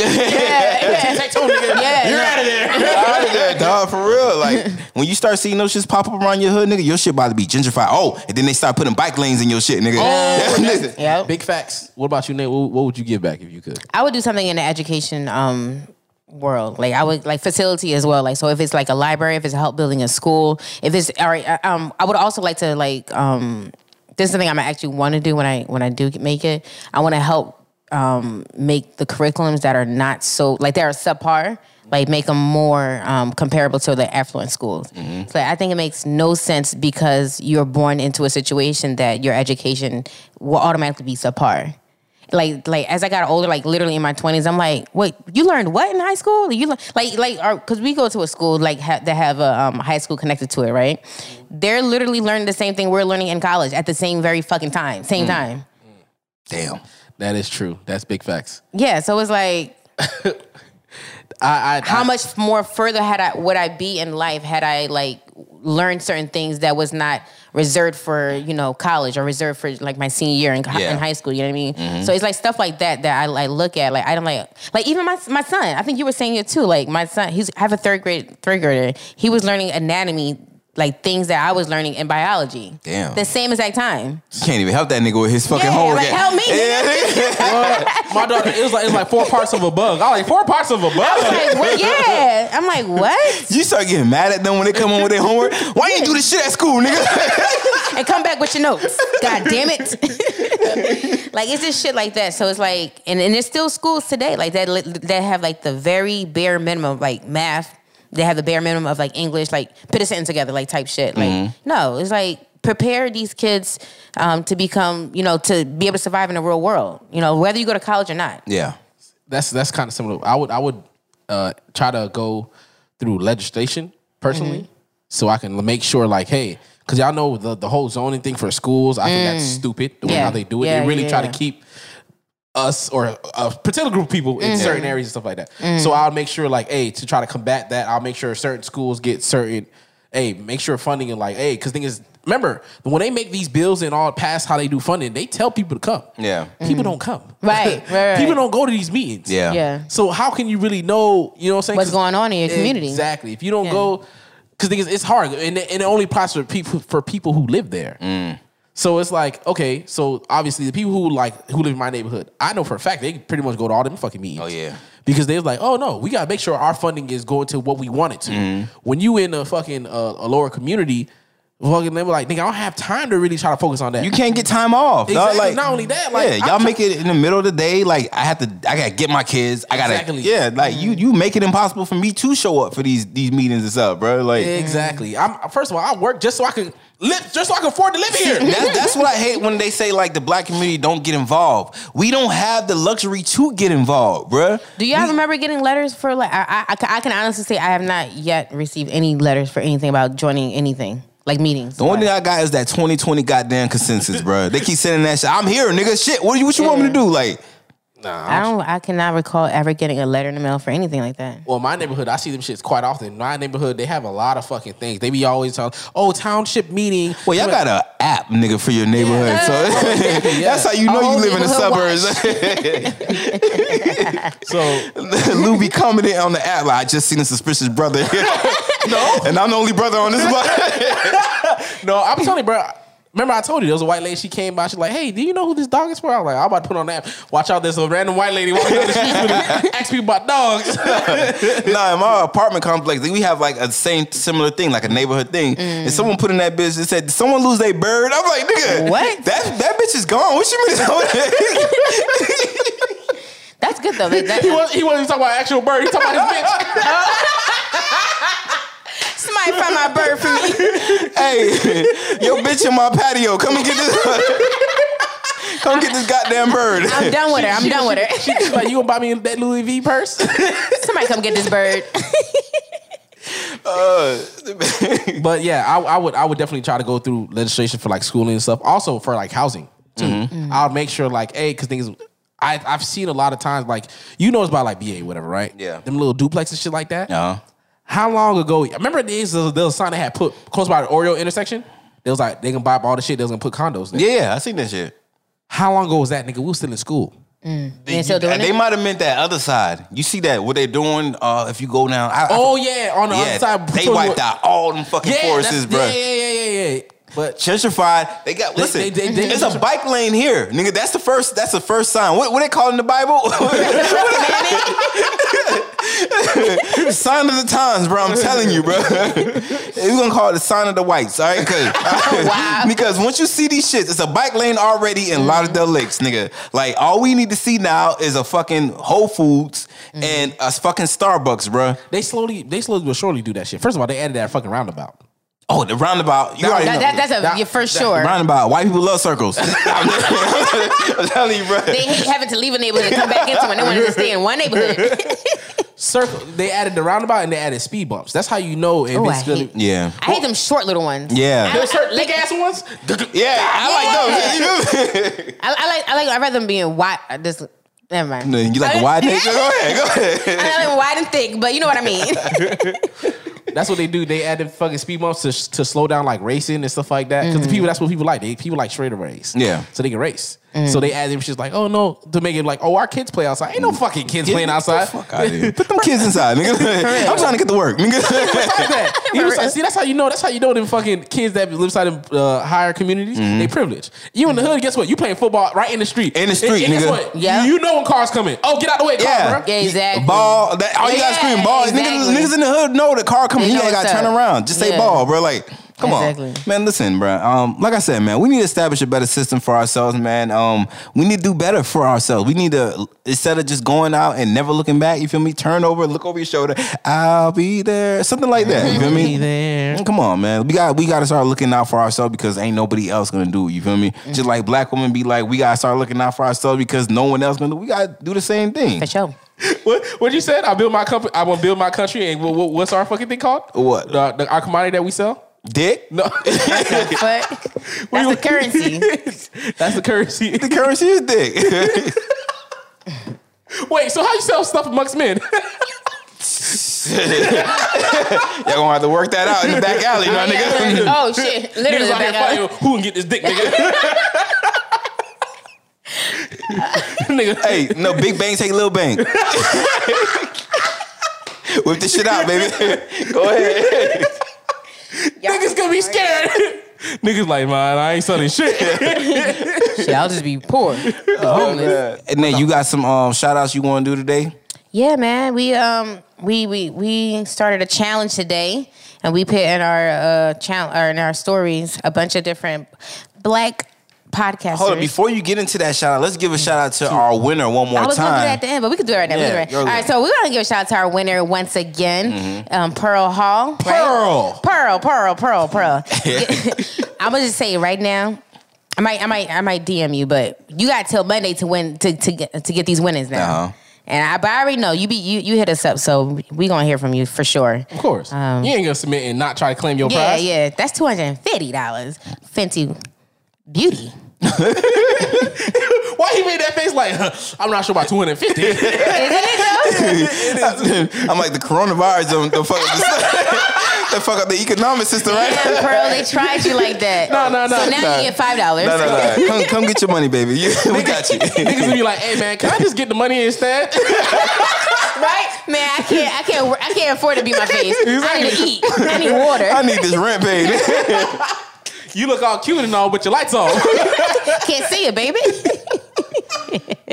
[SPEAKER 4] Yeah,
[SPEAKER 3] You're
[SPEAKER 4] yeah.
[SPEAKER 3] out of there.
[SPEAKER 2] out of there, dog. For real. Like when you start seeing those shits pop up around your hood, nigga, your shit about to be gentrified. Oh, and then they start putting bike lanes in your shit, nigga.
[SPEAKER 3] Oh,
[SPEAKER 2] *laughs* Listen,
[SPEAKER 4] Yep.
[SPEAKER 3] *laughs* Big facts. What about you, Nate? What, what would you give back if you could?
[SPEAKER 4] I would do something in the education um world. Like I would like facility as well. Like so if it's like a library, if it's help building a school, if it's all right, uh, um I would also like to like um this is something I'm gonna actually want to do when I when I do make it. I want to help um make the curriculums that are not so like they are subpar. Like make them more um, comparable to the affluent schools. So I think it makes no sense because you're born into a situation that your education will automatically be subpar like like as I got older, like literally in my twenties, I'm like, wait, you learned what in high school? You lear- like like because we go to a school like ha- that have a um, high school connected to it, right? They're literally learning the same thing we're learning in college at the same very fucking time, same time.
[SPEAKER 2] Damn.
[SPEAKER 3] That is true. That's big facts.
[SPEAKER 4] Yeah, so it's like
[SPEAKER 3] *laughs* I, I
[SPEAKER 4] how much more further had I would I be in life had I like learned certain things that was not reserved for you know college or reserved for like my senior year in, co-
[SPEAKER 2] Yeah.
[SPEAKER 4] in high school. You know what I mean?
[SPEAKER 3] Mm-hmm.
[SPEAKER 4] So it's like stuff like that that I like look at. Like I don't like like even my my son. I think you were saying it too. Like my son, he's I have a third grade third grader. He was learning anatomy. Like things that I was learning in biology.
[SPEAKER 2] Damn.
[SPEAKER 4] The same exact time.
[SPEAKER 2] You can't even help that nigga with his fucking
[SPEAKER 4] Yeah,
[SPEAKER 2] homework.
[SPEAKER 4] like, help me.
[SPEAKER 3] *laughs* my daughter, it was like it was like four parts of a bug. I was like four parts of a bug.
[SPEAKER 4] Like, what? *laughs* Yeah. I'm like, what?
[SPEAKER 2] *laughs* You start getting mad at them when they come home with their homework. Why you do this shit at school,
[SPEAKER 3] *laughs*
[SPEAKER 2] nigga?
[SPEAKER 4] and come back with your notes. God damn it! *laughs* like it's just shit like that. So it's like, and, and there's still schools today like that li- that have like the very bare minimum of, like math. They have the bare minimum of like English, like put a sentence together, like type shit. Like no, it's like prepare these kids um, to become, you know, to be able to survive in the real world. You know, whether you go to college or not.
[SPEAKER 2] yeah.
[SPEAKER 3] That's that's kind of similar. I would I would uh, try to go through legislation personally,
[SPEAKER 4] Mm-hmm.
[SPEAKER 3] so I can make sure like hey, because y'all know the the whole zoning thing for schools. I think that's stupid the way
[SPEAKER 4] Mm. Yeah.
[SPEAKER 3] how they do it.
[SPEAKER 4] Yeah,
[SPEAKER 3] they really
[SPEAKER 4] yeah,
[SPEAKER 3] try
[SPEAKER 4] yeah.
[SPEAKER 3] to keep us or a particular group of people
[SPEAKER 4] Mm-hmm.
[SPEAKER 3] in certain areas and stuff like that.
[SPEAKER 4] Mm.
[SPEAKER 3] So I'll make sure like hey to try to combat that. I'll make sure certain schools get certain. Hey, make sure funding and like hey, because thing is, remember when they make these bills and all past how they do funding, they tell people to come.
[SPEAKER 2] Yeah.
[SPEAKER 3] people don't come.
[SPEAKER 4] Mm.
[SPEAKER 3] *laughs*
[SPEAKER 4] Right, right, right.
[SPEAKER 3] people don't go to these meetings.
[SPEAKER 2] Yeah.
[SPEAKER 4] Yeah.
[SPEAKER 3] So how can you really know? You know what I'm saying?
[SPEAKER 4] What's
[SPEAKER 3] 'Cause-
[SPEAKER 4] going on in your community.
[SPEAKER 3] Exactly. If you don't go, because it's, it's hard, and it, and it only applies for people for people who live there.
[SPEAKER 2] Mm.
[SPEAKER 3] So it's like okay, so obviously the people who like who live in my neighborhood, I know for a fact they can pretty much go to all them fucking meetings.
[SPEAKER 2] Oh, yeah.
[SPEAKER 3] Because they was like, oh no, we gotta make sure our funding is going to what we want it to.
[SPEAKER 2] Mm-hmm.
[SPEAKER 3] When you in a fucking uh, a lower community, fucking they were like, nigga, I don't have time to really try to focus on that.
[SPEAKER 2] You can't get time off. dawg.
[SPEAKER 3] Exactly.
[SPEAKER 2] Like
[SPEAKER 3] Not only that, like,
[SPEAKER 2] yeah,
[SPEAKER 3] I'm
[SPEAKER 2] y'all
[SPEAKER 3] try-
[SPEAKER 2] make it in the middle of the day. Like I have to, I gotta get my kids. I gotta,
[SPEAKER 3] Exactly.
[SPEAKER 2] yeah. Like you, you make it impossible for me to show up for these these meetings and stuff, bro. Like
[SPEAKER 3] Exactly. I'm first of all, I work just so I can live, just so I can afford to live
[SPEAKER 2] *laughs*
[SPEAKER 3] *laughs* here.
[SPEAKER 2] That's, that's what I hate when they say like the black community don't get involved. We don't have the luxury to get involved, bruh.
[SPEAKER 4] Do y'all remember getting letters for like? I, I- I ca- I can honestly say I have not yet received any letters for anything about joining anything like meetings.
[SPEAKER 2] The only thing I got is that 2020 goddamn consensus, bruh. They keep sending that shit. I'm here, nigga. Shit, what you what you want me to do? Like,
[SPEAKER 4] I don't. I cannot recall ever getting a letter in the mail for anything like that.
[SPEAKER 3] Well, my neighborhood, I see them shits quite often. My neighborhood, they have a lot of fucking things. They be always talking, oh, township meeting.
[SPEAKER 2] well, y'all got an app, nigga, for your neighborhood. So *laughs* that's how you know
[SPEAKER 4] A whole
[SPEAKER 2] you live in the
[SPEAKER 4] neighborhood
[SPEAKER 2] suburbs.
[SPEAKER 3] so
[SPEAKER 2] *laughs* Lou be commenting on the app like, I just seen a suspicious brother. no, and I'm the only brother on this block.
[SPEAKER 3] no, I'm telling you, bro. Remember, I told you there was a white lady. She came by. She's like, "Hey, do you know who this dog is for?" I was like, "I'm about to put on that. Watch out, there's a random white lady walking down the
[SPEAKER 2] *laughs*
[SPEAKER 3] street with ask people about dogs."
[SPEAKER 2] nah, in my apartment complex, we have like a same similar thing, like a neighborhood thing.
[SPEAKER 4] Mm.
[SPEAKER 2] And someone put in that bitch and said, Did someone lose their bird? I'm like, nigga,
[SPEAKER 4] What?
[SPEAKER 2] That that bitch is gone. What you mean?
[SPEAKER 4] *laughs* That's good though. Like,
[SPEAKER 3] *laughs*
[SPEAKER 4] that-
[SPEAKER 3] he wasn't. He wasn't even talking about actual bird. He talking about his
[SPEAKER 2] *laughs*
[SPEAKER 3] bitch.
[SPEAKER 4] somebody find my bird for me.
[SPEAKER 2] *laughs* hey, your bitch bitch in my patio. Come and get this. *laughs* Come get this goddamn bird. *laughs*
[SPEAKER 4] I'm done with her. I'm done with her. *laughs*
[SPEAKER 3] She's like, you gonna buy me that Louis V purse?
[SPEAKER 4] Somebody come get this bird.
[SPEAKER 3] but yeah, I, I would I would definitely try to go through legislation for like schooling and stuff. Also for like housing too.
[SPEAKER 2] Mm-hmm.
[SPEAKER 3] I'll make sure like hey, because things I I've seen a lot of times like you know it's about like BA whatever right
[SPEAKER 2] Yeah.
[SPEAKER 3] them little duplex and shit like that.
[SPEAKER 2] Uh-huh.
[SPEAKER 3] How long ago? I Remember these there was a sign they had put close by the Oreo intersection. They was like they can buy up all the shit. They was gonna put condos. There.
[SPEAKER 2] Yeah, I seen that shit.
[SPEAKER 3] How long ago was that, nigga? We was still in school.
[SPEAKER 4] They still doing
[SPEAKER 2] they
[SPEAKER 4] it?
[SPEAKER 2] might have meant that other side. You see that what they're doing? Uh, if you go down, I, I-
[SPEAKER 3] Oh yeah, on the other side.
[SPEAKER 2] they wiped out all them fucking
[SPEAKER 3] Yeah,
[SPEAKER 2] forests,
[SPEAKER 3] that's-
[SPEAKER 2] bro.
[SPEAKER 3] Yeah, yeah, yeah, yeah, yeah. But
[SPEAKER 2] Gentrified. They got listen.
[SPEAKER 3] they- they- they-
[SPEAKER 2] it's a bike lane here, nigga. That's the first. That's the first sign. What what they call it in the Bible? *laughs* sign of the times, bro. I'm telling you, bro. *laughs* We're gonna call it the sign of the whites, all right? Cause,
[SPEAKER 4] wow.
[SPEAKER 2] *laughs* because once you see these shits, it's a bike lane already in Lauderdale Lakes, nigga. Like all we need to see now is a fucking Whole Foods
[SPEAKER 4] Mm-hmm.
[SPEAKER 2] and a fucking Starbucks, bro.
[SPEAKER 3] they slowly, they slowly but surely do that shit. First of all, they added that fucking roundabout.
[SPEAKER 2] Oh, the roundabout. You already
[SPEAKER 4] That,
[SPEAKER 2] know.
[SPEAKER 4] that, that's a
[SPEAKER 3] That-
[SPEAKER 4] yeah, for
[SPEAKER 3] that-
[SPEAKER 4] sure.
[SPEAKER 2] Roundabout. White people love
[SPEAKER 4] *laughs*
[SPEAKER 2] circles. *laughs* I'm telling you, bro.
[SPEAKER 4] They hate having to leave a neighborhood and come back into one. They wanted to stay in one neighborhood. *laughs*
[SPEAKER 3] Circle. They added the roundabout and they added speed bumps. That's how you know if
[SPEAKER 4] Oh, I
[SPEAKER 3] it's gonna.
[SPEAKER 4] hate.
[SPEAKER 2] Yeah.
[SPEAKER 4] I hate them short little ones.
[SPEAKER 2] Yeah.
[SPEAKER 4] I,
[SPEAKER 3] *laughs* Those
[SPEAKER 4] I,
[SPEAKER 3] certain
[SPEAKER 4] like,
[SPEAKER 3] big ass ones. *laughs*
[SPEAKER 2] Yeah, I like those. You feel me?
[SPEAKER 4] I, I like. I like. I rather them being wide. uh, This. Never mind.
[SPEAKER 2] No, you like a wide neck? Go ahead, go ahead.
[SPEAKER 4] *laughs* I like wide and thick, but you know what I mean.
[SPEAKER 2] *laughs*
[SPEAKER 3] That's what they do. They add the fucking speed bumps to, to slow down like racing and stuff like that. Because
[SPEAKER 4] Mm.
[SPEAKER 3] the people, that's what people like. They people like straightaways.
[SPEAKER 2] Yeah.
[SPEAKER 3] So they can race.
[SPEAKER 4] Mm.
[SPEAKER 3] So they add them shit like, oh no, to make it like, oh our kids play outside. Ain't no fucking kids playing outside.
[SPEAKER 2] Fuck out of
[SPEAKER 3] *laughs*
[SPEAKER 2] here. Put them kids inside, nigga. I'm trying to get to work, nigga.
[SPEAKER 4] *laughs*
[SPEAKER 3] Fuck that. You know, so- see, that's how you know. That's how you know them fucking kids that live inside them uh, higher communities. They privileged. You in the hood. Guess what? You playing football right in the street.
[SPEAKER 2] In the
[SPEAKER 3] And-
[SPEAKER 2] street,
[SPEAKER 3] and guess
[SPEAKER 2] nigga.
[SPEAKER 3] what?
[SPEAKER 4] Mm-hmm. Yeah.
[SPEAKER 3] You, you know when cars coming. Oh, get out the way, car,
[SPEAKER 2] Yeah.
[SPEAKER 3] bro.
[SPEAKER 4] Yeah, exactly.
[SPEAKER 2] Ball. That, all you gotta
[SPEAKER 4] Yeah,
[SPEAKER 2] scream ball.
[SPEAKER 4] exactly.
[SPEAKER 2] Niggas, niggas in the hood know the car coming.
[SPEAKER 4] They
[SPEAKER 2] You
[SPEAKER 4] know
[SPEAKER 2] ain't gotta
[SPEAKER 4] what's
[SPEAKER 2] turn
[SPEAKER 4] up.
[SPEAKER 2] around. Just say
[SPEAKER 4] Yeah.
[SPEAKER 2] ball, bro. Like, come
[SPEAKER 4] Exactly.
[SPEAKER 2] on. Man, listen, bro. Um, like I said, man, we need to establish a better system for ourselves, man. Um, we need to do better for ourselves. We need to instead of just going out and never looking back, you feel me? Turn over, look over your shoulder. I'll be there. Something like that. You feel me? Mm, Come on, man. We got we gotta start looking out for ourselves because ain't nobody else gonna do it. You feel me?
[SPEAKER 4] Mm.
[SPEAKER 2] Just like black women be like, we gotta start looking out for ourselves because no one else gonna do We gotta do the same thing.
[SPEAKER 4] For sure.
[SPEAKER 3] *laughs* What what you said? I build my company. I want to build my country. And what, what- what's our fucking thing called?
[SPEAKER 2] What?
[SPEAKER 3] The, the, our commodity that we sell?
[SPEAKER 2] Dick?
[SPEAKER 3] No,
[SPEAKER 4] But that's the currency.
[SPEAKER 3] *laughs* that's the currency. *laughs*
[SPEAKER 2] The *laughs* currency is dick. *laughs*
[SPEAKER 3] Wait, so how you sell stuff
[SPEAKER 4] *laughs*
[SPEAKER 3] amongst men?
[SPEAKER 2] Y'all gonna have to work that out in the back alley, my *laughs* nigga. *laughs*
[SPEAKER 4] oh shit! Literally, uh,
[SPEAKER 3] Niggas out here
[SPEAKER 4] back
[SPEAKER 3] fighting,
[SPEAKER 4] up.
[SPEAKER 3] Who can get this dick, nigga?
[SPEAKER 4] *laughs*
[SPEAKER 3] *laughs* nigga,
[SPEAKER 2] hey, no big bang, take little bang. *laughs* Whip this shit out,
[SPEAKER 4] *laughs*
[SPEAKER 2] baby. Go ahead.
[SPEAKER 3] niggas gonna be scared. *laughs* niggas like, man, I ain't selling
[SPEAKER 2] *laughs*
[SPEAKER 3] shit.
[SPEAKER 4] Shit, I'll just be poor. Oh,
[SPEAKER 2] and then you got some um, shout outs you wanna do today?
[SPEAKER 4] Yeah, man. We um we we we started a challenge today, and we put in our uh challenge or in our stories a bunch of different black podcasters.
[SPEAKER 2] Hold on, before you get into that shout out, let's give a shout out to our winner one more
[SPEAKER 4] I was gonna do that
[SPEAKER 2] time.
[SPEAKER 4] at the end, but we could do it right now. We
[SPEAKER 2] Yeah,
[SPEAKER 4] can do it right-
[SPEAKER 2] you're
[SPEAKER 4] All right,
[SPEAKER 2] good.
[SPEAKER 4] so we're gonna give a shout out to our winner once again, um, Pearl Hall. right?
[SPEAKER 2] Mm-hmm. Pearl.
[SPEAKER 4] Pearl, Pearl,
[SPEAKER 2] *laughs*
[SPEAKER 4] Pearl, Pearl. *laughs* I'm gonna just say it right now. I might, I might, I might DM you, but you got till Monday to win to to get to get these winnings now.
[SPEAKER 2] Uh-huh.
[SPEAKER 4] And I, but I already know you be you you hit us up, so we gonna hear from you for sure.
[SPEAKER 3] Of course, you ain't gonna submit and not try to claim your
[SPEAKER 4] Um, Yeah,
[SPEAKER 3] prize.
[SPEAKER 4] yeah, that's two hundred and fifty dollars. Fenty Beauty.
[SPEAKER 3] Why he made that face? Like, huh, I'm not sure about
[SPEAKER 4] *laughs*
[SPEAKER 3] *laughs* 250.
[SPEAKER 4] Isn't it though?
[SPEAKER 2] I'm like the coronavirus don't, don't fuck up *laughs*
[SPEAKER 4] *laughs*
[SPEAKER 2] the, they fuck up the economic system, right?
[SPEAKER 4] Damn, Pearl, they tried you like that.
[SPEAKER 3] No, no, no,
[SPEAKER 4] So now
[SPEAKER 2] *laughs* no.
[SPEAKER 4] you get five dollars.
[SPEAKER 2] No, no, no. Come, come get your money, baby. *laughs* You- we
[SPEAKER 4] *laughs*
[SPEAKER 2] got you.
[SPEAKER 3] niggas would be like, hey man, can I just get the money instead? *laughs*
[SPEAKER 4] Right? Man, I can't I can't I can't afford to be
[SPEAKER 2] *laughs*
[SPEAKER 4] my face. I need to eat. I need
[SPEAKER 2] I
[SPEAKER 4] water.
[SPEAKER 2] need this rent paid.
[SPEAKER 4] *laughs*
[SPEAKER 3] you look all cute and all, but your lights on. *laughs*
[SPEAKER 4] Can't see it, baby.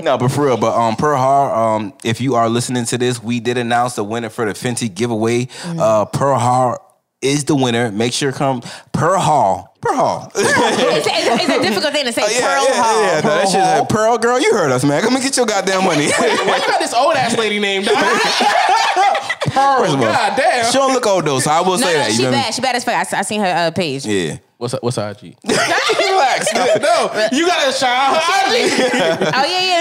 [SPEAKER 2] no, but for real. But um, Pearl Har, um, if you are listening to this, we did announce the winner for the Fenty giveaway.
[SPEAKER 4] Mm.
[SPEAKER 2] Uh, Pearl Har is the winner. Make sure come Pearl Hall. Pearl
[SPEAKER 4] *laughs*
[SPEAKER 2] Hall.
[SPEAKER 4] It's, it's- it's a difficult thing to
[SPEAKER 2] *laughs*
[SPEAKER 4] say.
[SPEAKER 2] Oh, yeah,
[SPEAKER 4] Pearl
[SPEAKER 2] yeah,
[SPEAKER 4] Hall.
[SPEAKER 2] yeah. No, that shit's like, Pearl
[SPEAKER 4] *laughs*
[SPEAKER 2] girl, you heard us, man. Come and get your goddamn money.
[SPEAKER 3] Why you got this old ass lady named? dog?
[SPEAKER 2] First of all,
[SPEAKER 3] God damn.
[SPEAKER 2] She don't look old though, so I will
[SPEAKER 4] No,
[SPEAKER 2] say
[SPEAKER 4] no,
[SPEAKER 2] that.
[SPEAKER 4] she
[SPEAKER 2] you know what I
[SPEAKER 4] bad. She bad as fuck. I, I seen her uh, page.
[SPEAKER 2] mean? Yeah.
[SPEAKER 3] What's what's IG?
[SPEAKER 2] Relax.
[SPEAKER 3] *laughs* no, you got a shot.
[SPEAKER 4] *laughs* *laughs* Oh yeah, yeah.
[SPEAKER 2] *laughs*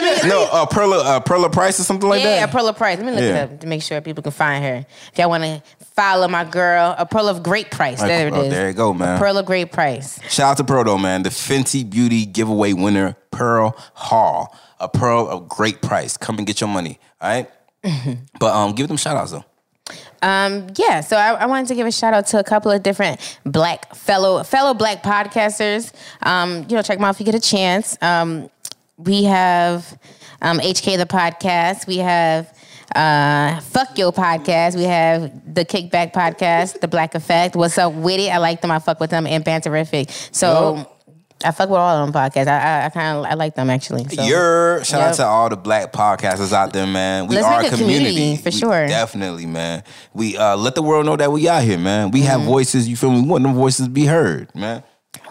[SPEAKER 4] Let me,
[SPEAKER 2] No, uh, Perla, uh, Perla Price or something like
[SPEAKER 4] yeah,
[SPEAKER 2] that.
[SPEAKER 4] Perla Price. Let me look
[SPEAKER 2] Yeah.
[SPEAKER 4] it up to make sure people can find her. If y'all want to follow my girl, a pearl of great price.
[SPEAKER 2] Like,
[SPEAKER 4] there it
[SPEAKER 2] oh,
[SPEAKER 4] is.
[SPEAKER 2] there you go, man.
[SPEAKER 4] Pearl of great price.
[SPEAKER 2] Shout out to Pearl though, man. The Fenty Beauty giveaway winner, Pearl Hall. A pearl of great price. Come and get your money. All right.
[SPEAKER 4] Mm-hmm.
[SPEAKER 2] but um, give them shout outs though.
[SPEAKER 4] Um, yeah, so I, I wanted to give a shout out to a couple of different black fellow fellow black podcasters. Um, you know, check them out if you get a chance. Um, we have um, HK the podcast. We have uh, Fuck Yo podcast. We have the Kickback podcast. The Black Effect. What's up with it? I like them. I fuck with them. And Banterific. So. I fuck with all of them podcasts. I I, I kind of I like them actually. So.
[SPEAKER 2] Your shout out
[SPEAKER 4] Yep.
[SPEAKER 2] to all the black podcasters out there, man. We
[SPEAKER 4] Let's
[SPEAKER 2] are
[SPEAKER 4] make
[SPEAKER 2] a
[SPEAKER 4] a
[SPEAKER 2] community,
[SPEAKER 4] community, for
[SPEAKER 2] We-
[SPEAKER 4] sure.
[SPEAKER 2] Definitely, man. We uh, let the world know that we out here, man. We
[SPEAKER 4] Mm-hmm.
[SPEAKER 2] have voices. You feel me? We want them voices to be heard, man.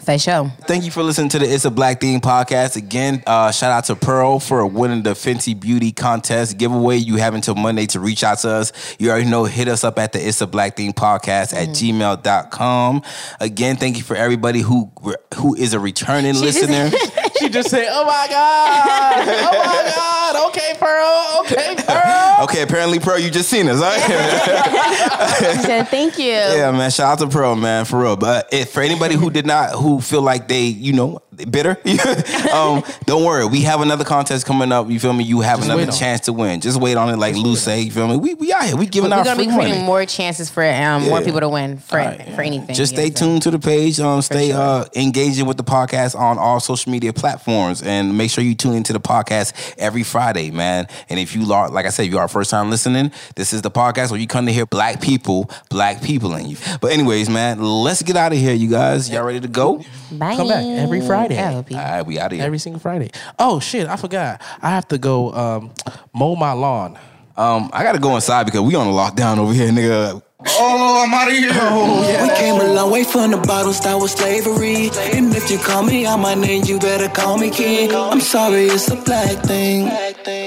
[SPEAKER 4] for sure.
[SPEAKER 2] Thank you for listening to the It's a Black Thing podcast. Again, uh, shout out to Pearl for winning the Fenty Beauty contest giveaway. You have until Monday to reach out to us. You already know, hit us up at the It's a Black Thing podcast at gmail.com. Again, thank you for everybody who who is a returning listener.
[SPEAKER 3] She just said, "Oh my god, oh my god, okay, Pearl, okay, Pearl."
[SPEAKER 2] okay, apparently, Pearl, you just seen us. all right?
[SPEAKER 4] She said thank you.
[SPEAKER 2] Yeah, man. Shout out to Pearl, man, for real. But if, for anybody who did not, who feel like they, you know, bitter, *laughs* um, don't worry. We have another contest coming up. You feel me? You have another
[SPEAKER 3] wait on it.
[SPEAKER 2] chance to win. Just wait on it, like Lou say. You feel me? We we out here. We giving
[SPEAKER 4] We're
[SPEAKER 2] our
[SPEAKER 4] gonna
[SPEAKER 2] free
[SPEAKER 4] be creating
[SPEAKER 2] money.
[SPEAKER 4] more chances for um, more
[SPEAKER 2] Yeah.
[SPEAKER 4] people to win for
[SPEAKER 3] Alright,
[SPEAKER 4] for anything.
[SPEAKER 2] Just
[SPEAKER 4] yeah,
[SPEAKER 2] stay
[SPEAKER 4] so.
[SPEAKER 2] tuned to the page. Um, stay
[SPEAKER 4] sure.
[SPEAKER 2] uh, engaging with the podcast on all social media platforms, and make sure you tune into the podcast every Friday, man. And if you are, like I said, you are a first time listening, this is the podcast where you come to hear black people, black people in you. But anyways, man, let's get out of here, you guys. Y'all ready to go?
[SPEAKER 4] Bye.
[SPEAKER 3] Come back every Friday.
[SPEAKER 4] That'll be-
[SPEAKER 2] All right, we out of here.
[SPEAKER 3] Every single Friday. Oh shit, I forgot. I have to go um, mow my lawn.
[SPEAKER 2] Um, I gotta go inside because we on a lockdown over here, nigga. Oh, I'm out of here.
[SPEAKER 7] We came a long way from the bottle, start with slavery. And if you call me out my name, you better call me king. I'm sorry, it's a black thing.